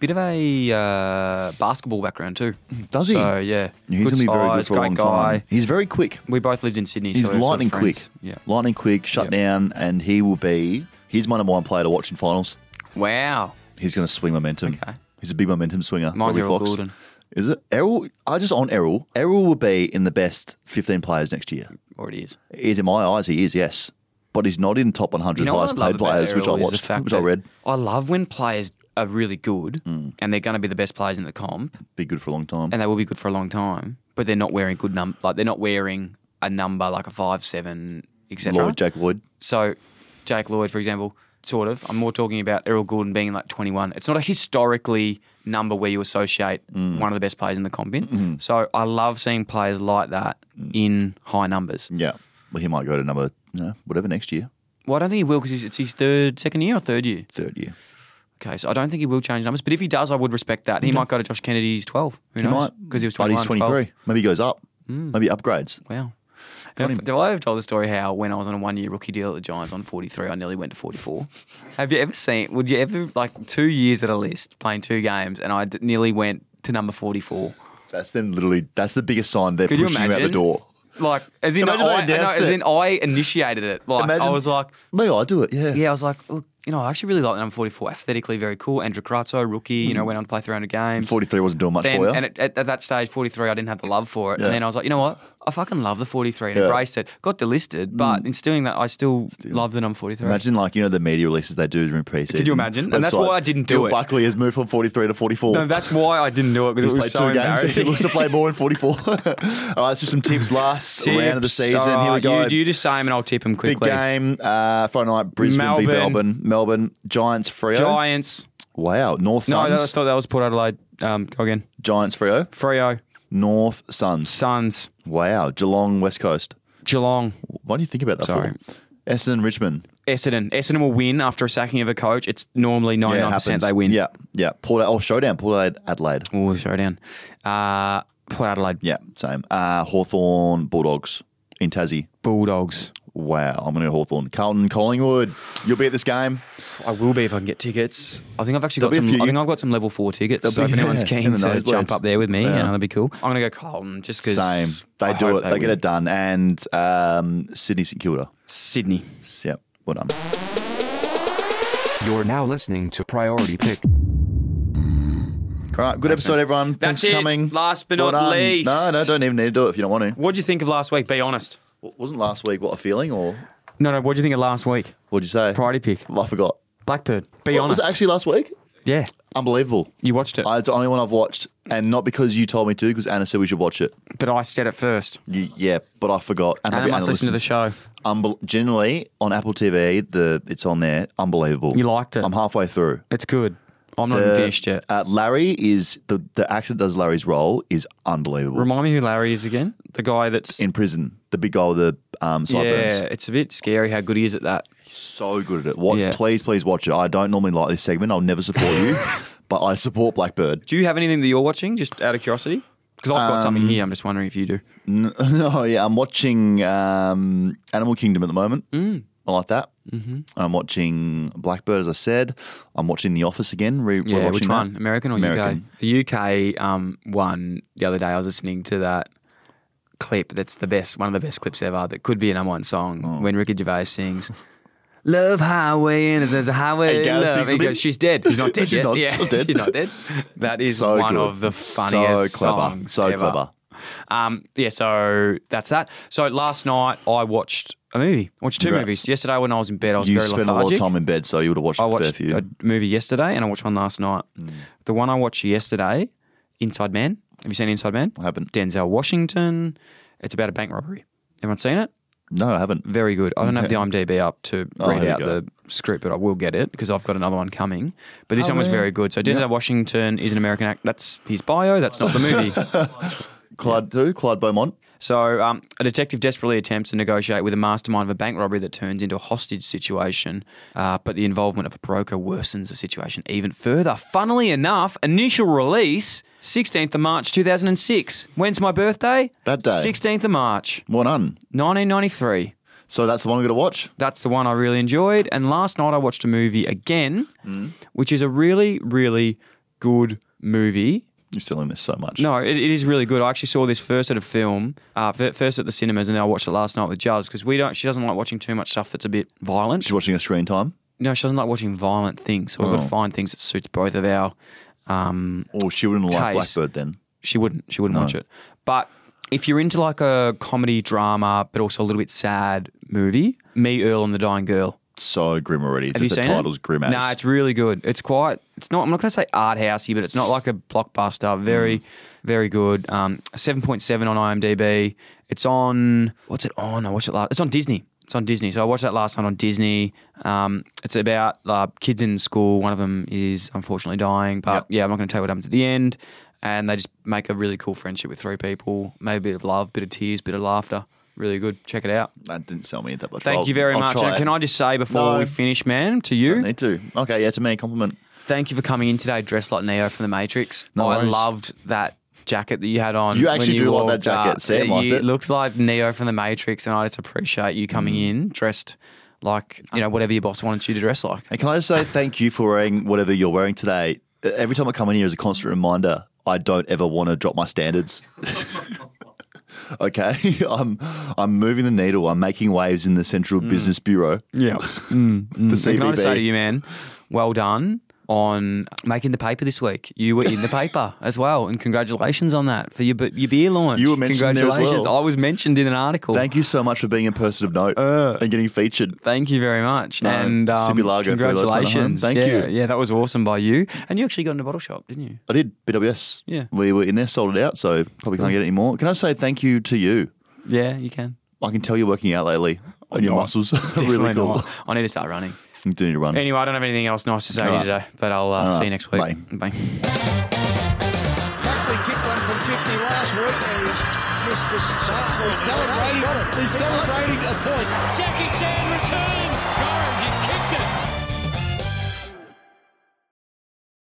Speaker 1: bit of a uh, basketball background too.
Speaker 2: Does he?
Speaker 1: So yeah,
Speaker 2: He's going to be very good
Speaker 1: size,
Speaker 2: for a
Speaker 1: great
Speaker 2: long
Speaker 1: guy.
Speaker 2: time. He's very quick.
Speaker 1: We both lived in Sydney.
Speaker 2: He's
Speaker 1: so we're sort of
Speaker 2: lightning
Speaker 1: friends.
Speaker 2: quick.
Speaker 1: Yeah.
Speaker 2: Lightning quick, shut
Speaker 1: Yeah.
Speaker 2: down, and he will be. He's my number one player to watch in finals.
Speaker 1: Wow.
Speaker 2: He's going to swing momentum.
Speaker 1: Okay.
Speaker 2: He's a big momentum swinger.
Speaker 1: Mine's
Speaker 2: Robbie
Speaker 1: Errol
Speaker 2: Fox.
Speaker 1: Goulden.
Speaker 2: Is it Errol? I just on Errol. Errol will be in the best 15 players next year.
Speaker 1: Already is.
Speaker 2: Is in my eyes, he is yes, but he's not in top 100
Speaker 1: You know
Speaker 2: highest
Speaker 1: what I love
Speaker 2: paid
Speaker 1: about
Speaker 2: players, which I
Speaker 1: Errol is the
Speaker 2: watched,
Speaker 1: fact
Speaker 2: which I
Speaker 1: that
Speaker 2: read. Hmm.
Speaker 1: I love when players are really good and they're going to be the best players in the comp,
Speaker 2: Be good for a long time.
Speaker 1: and they will be good for a long time, but they're not wearing good num like they're not wearing a number like a five seven etc.
Speaker 2: Lloyd, Jake Lloyd.
Speaker 1: So Jake Lloyd, for example, sort of. I'm more talking about Errol Gordon being like 21. It's not a historically number where you associate
Speaker 2: Mm.
Speaker 1: one of the best players in the comp in.
Speaker 2: Mm-hmm.
Speaker 1: So I love seeing players like that
Speaker 2: Mm.
Speaker 1: in high numbers.
Speaker 2: Yeah, well, he might go to number no, whatever next year,
Speaker 1: Well, I don't think he will because it's his third, second year or third year.
Speaker 2: third year.
Speaker 1: Okay, so I don't think he will change numbers. But if he does, I would respect that. He might go to Josh Kennedy's 12. Who
Speaker 2: He
Speaker 1: knows?
Speaker 2: might
Speaker 1: Because he was Hmm.
Speaker 2: but
Speaker 1: 21.
Speaker 2: he's 23.
Speaker 1: 12.
Speaker 2: Maybe he goes up. Maybe upgrades.
Speaker 1: Wow. Do I ever tell the story how when I was on a one year rookie deal at the Giants on 43, I nearly went to 44? Have you ever seen, would you ever, like two years at a list playing two games and I d- nearly went to number 44?
Speaker 2: That's them. Literally, that's the biggest sign they're
Speaker 1: Could you
Speaker 2: pushing him out the
Speaker 1: imagine?
Speaker 2: door.
Speaker 1: Like, as in, I,
Speaker 2: Imagine they
Speaker 1: I, no,
Speaker 2: announced
Speaker 1: as
Speaker 2: it.
Speaker 1: in I initiated it. Like, I
Speaker 2: Imagine-
Speaker 1: was like,
Speaker 2: Maybe I do it. Yeah.
Speaker 1: yeah, I was like, look, you know, I actually really like the number 44. Aesthetically, very cool. Andrew Crazzo, rookie, you know, went on to play 300 games.
Speaker 2: 43 wasn't doing much
Speaker 1: then,
Speaker 2: for you.
Speaker 1: and at, at, at that stage, 43, I didn't have the love for it.
Speaker 2: Yeah.
Speaker 1: And then I was like, you know what? I fucking love the 43 and
Speaker 2: Yeah. Mm.
Speaker 1: embraced it. Got delisted, but in instilling that, I still, love the number 43.
Speaker 2: Imagine like you know the media releases they do during preseason.
Speaker 1: Could you imagine? And that's
Speaker 2: websites.
Speaker 1: why I didn't do
Speaker 2: Bill
Speaker 1: it.
Speaker 2: Buckley has moved from 43 to 44.
Speaker 1: No, that's why I didn't do it because
Speaker 2: He's
Speaker 1: it
Speaker 2: played
Speaker 1: was so
Speaker 2: two games. He
Speaker 1: embarrassing.
Speaker 2: looks to play more in 44. All right, so some tips last round of the
Speaker 1: Tips.
Speaker 2: season.
Speaker 1: All
Speaker 2: Here we
Speaker 1: right,
Speaker 2: go.
Speaker 1: You, you just same, and I'll tip him
Speaker 2: Big
Speaker 1: quickly.
Speaker 2: game uh, Friday night. Brisbane v
Speaker 1: Melbourne.
Speaker 2: Melbourne. Melbourne Giants Frio.
Speaker 1: Giants.
Speaker 2: Wow. North
Speaker 1: No, I
Speaker 2: Suns.
Speaker 1: thought that was Port Adelaide. Um, go again.
Speaker 2: Giants Frio.
Speaker 1: Frio,
Speaker 2: North Suns.
Speaker 1: Suns,
Speaker 2: Wow. Geelong West Coast.
Speaker 1: Geelong,
Speaker 2: Why do you think about that?
Speaker 1: Sorry.
Speaker 2: For? Essendon Richmond.
Speaker 1: Essendon. Essendon will win after a sacking of a coach. It's normally
Speaker 2: Yeah, it
Speaker 1: 99%
Speaker 2: happens.
Speaker 1: they win.
Speaker 2: Yeah, yeah. Port. Oh, showdown. Port Adelaide. Adelaide.
Speaker 1: Oh, showdown. Uh, Port Adelaide.
Speaker 2: Yeah, same. Uh, Hawthorne Bulldogs in Tassie.
Speaker 1: Bulldogs.
Speaker 2: Wow, I'm going to Hawthorne. Carlton Collingwood. You'll be at this game.
Speaker 1: I will be if I can get tickets. I think I've actually
Speaker 2: There'll
Speaker 1: got
Speaker 2: be a
Speaker 1: some.
Speaker 2: few-
Speaker 1: I think I've got some level four tickets. So
Speaker 2: There'll
Speaker 1: if
Speaker 2: be-
Speaker 1: anyone's
Speaker 2: yeah, in
Speaker 1: keen
Speaker 2: the
Speaker 1: to
Speaker 2: nosebleeds.
Speaker 1: jump up there with me, yeah.
Speaker 2: Yeah.
Speaker 1: that'd be cool. I'm gonna go Carlton just because.
Speaker 2: Same. They do it. They, get it done. And um, Sydney St Kilda.
Speaker 1: Sydney.
Speaker 2: Yep. Well done.
Speaker 6: You're now listening to Priority Pick.
Speaker 2: All right, good episode, everyone.
Speaker 1: That's
Speaker 2: Thanks for
Speaker 1: it.
Speaker 2: coming.
Speaker 1: Last but
Speaker 2: Well
Speaker 1: not
Speaker 2: done.
Speaker 1: least.
Speaker 2: No, no, don't even need to do it if you don't want to.
Speaker 1: What'd you think of last week? Be honest.
Speaker 2: W- Wasn't last week what a feeling or
Speaker 1: No, no. What'd you think of last week?
Speaker 2: what'd you say?
Speaker 1: Priority pick.
Speaker 2: Well, I forgot.
Speaker 1: Blackbird. Be
Speaker 2: What, was
Speaker 1: honest.
Speaker 2: it actually last week?
Speaker 1: yeah,
Speaker 2: Unbelievable.
Speaker 1: you watched it,
Speaker 2: I, Uh, it's the only one I've watched, and not because you told me to, because Anna said we should watch it.
Speaker 1: but I said it first.
Speaker 2: You, yeah, but I forgot. And
Speaker 1: Anna
Speaker 2: maybe
Speaker 1: must listen to the
Speaker 2: listens.
Speaker 1: show.
Speaker 2: Unbel- generally on Apple TV, the it's on there. Unbelievable.
Speaker 1: You liked it.
Speaker 2: I'm halfway through.
Speaker 1: It's good. I'm not even finished yet.
Speaker 2: Uh, Larry is the the actor that does Larry's role is unbelievable
Speaker 1: Remind me who Larry is again. The guy that's
Speaker 2: in prison. The big guy with the um,
Speaker 1: yeah,
Speaker 2: sideburns.
Speaker 1: it's a bit scary how good he is at that.
Speaker 2: So good at it. Watch,
Speaker 1: Yeah.
Speaker 2: please, please watch it. I don't normally like this segment. I'll never support you, but I support Blackbird.
Speaker 1: Do you have anything that you're watching, just out of curiosity? Because I've got something here. I'm just wondering if you do.
Speaker 2: no, yeah, I'm watching um, Animal Kingdom at the moment. Mm. I like that. Mm-hmm. I'm watching Blackbird, as I said. I'm watching The Office again. Re- we're
Speaker 1: Yeah,
Speaker 2: watching
Speaker 1: which
Speaker 2: that.
Speaker 1: one? American or
Speaker 2: American.
Speaker 1: UK? The UK um, one the other day. I was listening to that clip. That's the best, one of the best clips ever. That could be a number one song
Speaker 2: Oh.
Speaker 1: when Ricky Gervais sings. Love highway and there's a highway.
Speaker 2: Hey,
Speaker 1: in
Speaker 2: Gareth
Speaker 1: love.
Speaker 2: sings
Speaker 1: And he
Speaker 2: with
Speaker 1: goes,
Speaker 2: him.
Speaker 1: she's dead. She's not dead
Speaker 2: She's
Speaker 1: yet.
Speaker 2: not-
Speaker 1: yeah,
Speaker 2: not dead.
Speaker 1: she's not dead. That is
Speaker 2: So
Speaker 1: one
Speaker 2: good.
Speaker 1: of the funniest
Speaker 2: so clever.
Speaker 1: songs
Speaker 2: so
Speaker 1: ever.
Speaker 2: clever.
Speaker 1: Um, yeah, so that's that. So last night I watched a movie. I watched two
Speaker 2: Congrats.
Speaker 1: movies. Yesterday when I was in bed, I was
Speaker 2: You
Speaker 1: very
Speaker 2: spend a lot
Speaker 1: lethargic.
Speaker 2: of time in bed, so you would have watched
Speaker 1: I
Speaker 2: a fair Hmm.
Speaker 1: watched
Speaker 2: few.
Speaker 1: a movie yesterday and I watched one last night. The one I watched yesterday, Inside Man. Have you seen Inside Man?
Speaker 2: I haven't.
Speaker 1: Denzel Washington. It's about a bank robbery. Everyone seen it?
Speaker 2: no, I haven't.
Speaker 1: Very good. I don't have the IMDb up to
Speaker 2: Oh,
Speaker 1: read
Speaker 2: here we
Speaker 1: out
Speaker 2: go.
Speaker 1: the script, but I will get it because I've got another one coming. But this one was
Speaker 2: man.
Speaker 1: very good. So Denzel Washington is an American actor. That's his bio. That's not the movie.
Speaker 2: Clyde too. Clyde Beaumont.
Speaker 1: So, um, a detective desperately attempts to negotiate with a mastermind of a bank robbery that turns into a hostage situation, uh, but the involvement of a broker worsens the situation even further. Funnily enough, initial release 16th of March 2006. When's my birthday?
Speaker 2: That day.
Speaker 1: 16th of March
Speaker 2: Well done.
Speaker 1: 1993.
Speaker 2: So that's the one we're going to watch.
Speaker 1: That's the one I really enjoyed. And last night I watched a movie again,
Speaker 2: Mm.
Speaker 1: which is a really, really good movie.
Speaker 2: You're selling this so much.
Speaker 1: No, it, it is really good. I actually saw this first at a film, uh, fir- first at the cinemas, and then I watched it last night with Jazz because we don't. She doesn't like watching too much stuff that's a bit violent.
Speaker 2: She's watching a screen time.
Speaker 1: No, she doesn't like watching violent things. So we've got to find things that suits both of our. Um,
Speaker 2: Or Oh, she wouldn't like
Speaker 1: Taste.
Speaker 2: Blackbird then.
Speaker 1: she wouldn't. She wouldn't watch it. But if you're into like a comedy drama, but also a little bit sad movie, Me Earl and the Dying Girl.
Speaker 2: So grim already.
Speaker 1: Have
Speaker 2: Just
Speaker 1: you
Speaker 2: the
Speaker 1: seen it?
Speaker 2: title's grim as.
Speaker 1: No, it's really good. It's quite. It's not. I'm not going to say art housey, but it's not like a blockbuster. Very,
Speaker 2: Mm.
Speaker 1: very good. Um, seven point seven on IMDb. It's on. What's it on? I watched it last. It's on Disney. It's on Disney. So I watched that last night on Disney. Um, it's about uh, kids in school. One of them is unfortunately dying, but
Speaker 2: Yep.
Speaker 1: yeah, I'm not going to tell you what happens at the end. And they just make a really cool friendship with three people. Maybe a bit of love, bit of tears, bit of laughter. Really good. Check it out.
Speaker 2: that didn't sell me that much.
Speaker 1: Thank
Speaker 2: I'll-
Speaker 1: you very
Speaker 2: I'll
Speaker 1: much.
Speaker 2: try
Speaker 1: And
Speaker 2: it.
Speaker 1: can I just say before
Speaker 2: No.
Speaker 1: we finish, man, to you,
Speaker 2: Need to. Okay, yeah, to me, compliment.
Speaker 1: Thank you for coming in today, dressed like Neo from the Matrix.
Speaker 2: No
Speaker 1: I
Speaker 2: worries.
Speaker 1: loved that jacket that you had on.
Speaker 2: You
Speaker 1: when
Speaker 2: actually do like that
Speaker 1: walked
Speaker 2: jacket.
Speaker 1: up.
Speaker 2: Sam liked
Speaker 1: you
Speaker 2: it.
Speaker 1: looks like Neo from the Matrix, and I just appreciate you coming
Speaker 2: Mm.
Speaker 1: in dressed like you know whatever your boss wanted you to dress like.
Speaker 2: And can I just say thank you for wearing whatever you're wearing today? Every time I come in here, is a constant reminder. I don't ever want to drop my standards. okay, I'm I'm moving the needle. I'm making waves in the Central Business Bureau,
Speaker 1: Yeah.
Speaker 2: the
Speaker 1: Mm. Can I
Speaker 2: CBB.
Speaker 1: just say to you, man, well done on making the paper this week. You were in the paper as well, and congratulations on that for your be- your beer launch.
Speaker 2: You were mentioned there as
Speaker 1: congratulations.
Speaker 2: well.
Speaker 1: I was mentioned in an article.
Speaker 2: Thank you so much for being a person of note
Speaker 1: Uh.
Speaker 2: and getting featured.
Speaker 1: Thank you very much.
Speaker 2: No,
Speaker 1: and um,
Speaker 2: Sippy Lager, free loads of fun at home.
Speaker 1: congratulations.
Speaker 2: Thank
Speaker 1: Yeah,
Speaker 2: you.
Speaker 1: Yeah, that was awesome by you. And you actually got in a bottle shop, didn't you?
Speaker 2: I did BWS.
Speaker 1: Yeah. Mm.
Speaker 2: we were in there, sold it out, so probably can't get it anymore. Can I say thank you to you?
Speaker 1: Yeah, you can.
Speaker 2: I can tell you're working out lately, and your
Speaker 1: not.
Speaker 2: muscles are really
Speaker 1: Definitely
Speaker 2: cool.
Speaker 1: not. I need to start running.
Speaker 2: You do need to run.
Speaker 1: Anyway, I don't have anything else nice to say to you
Speaker 2: Alright.
Speaker 1: today, but I'll uh, see you
Speaker 2: Alright,
Speaker 1: next week.
Speaker 2: bye.
Speaker 1: Bye.
Speaker 3: Buckley kicked one from 50 last week and he's missed the shot. He's celebrating, he's celebrating a point.
Speaker 4: Jackie Chan returns. Gorringe has kicked it.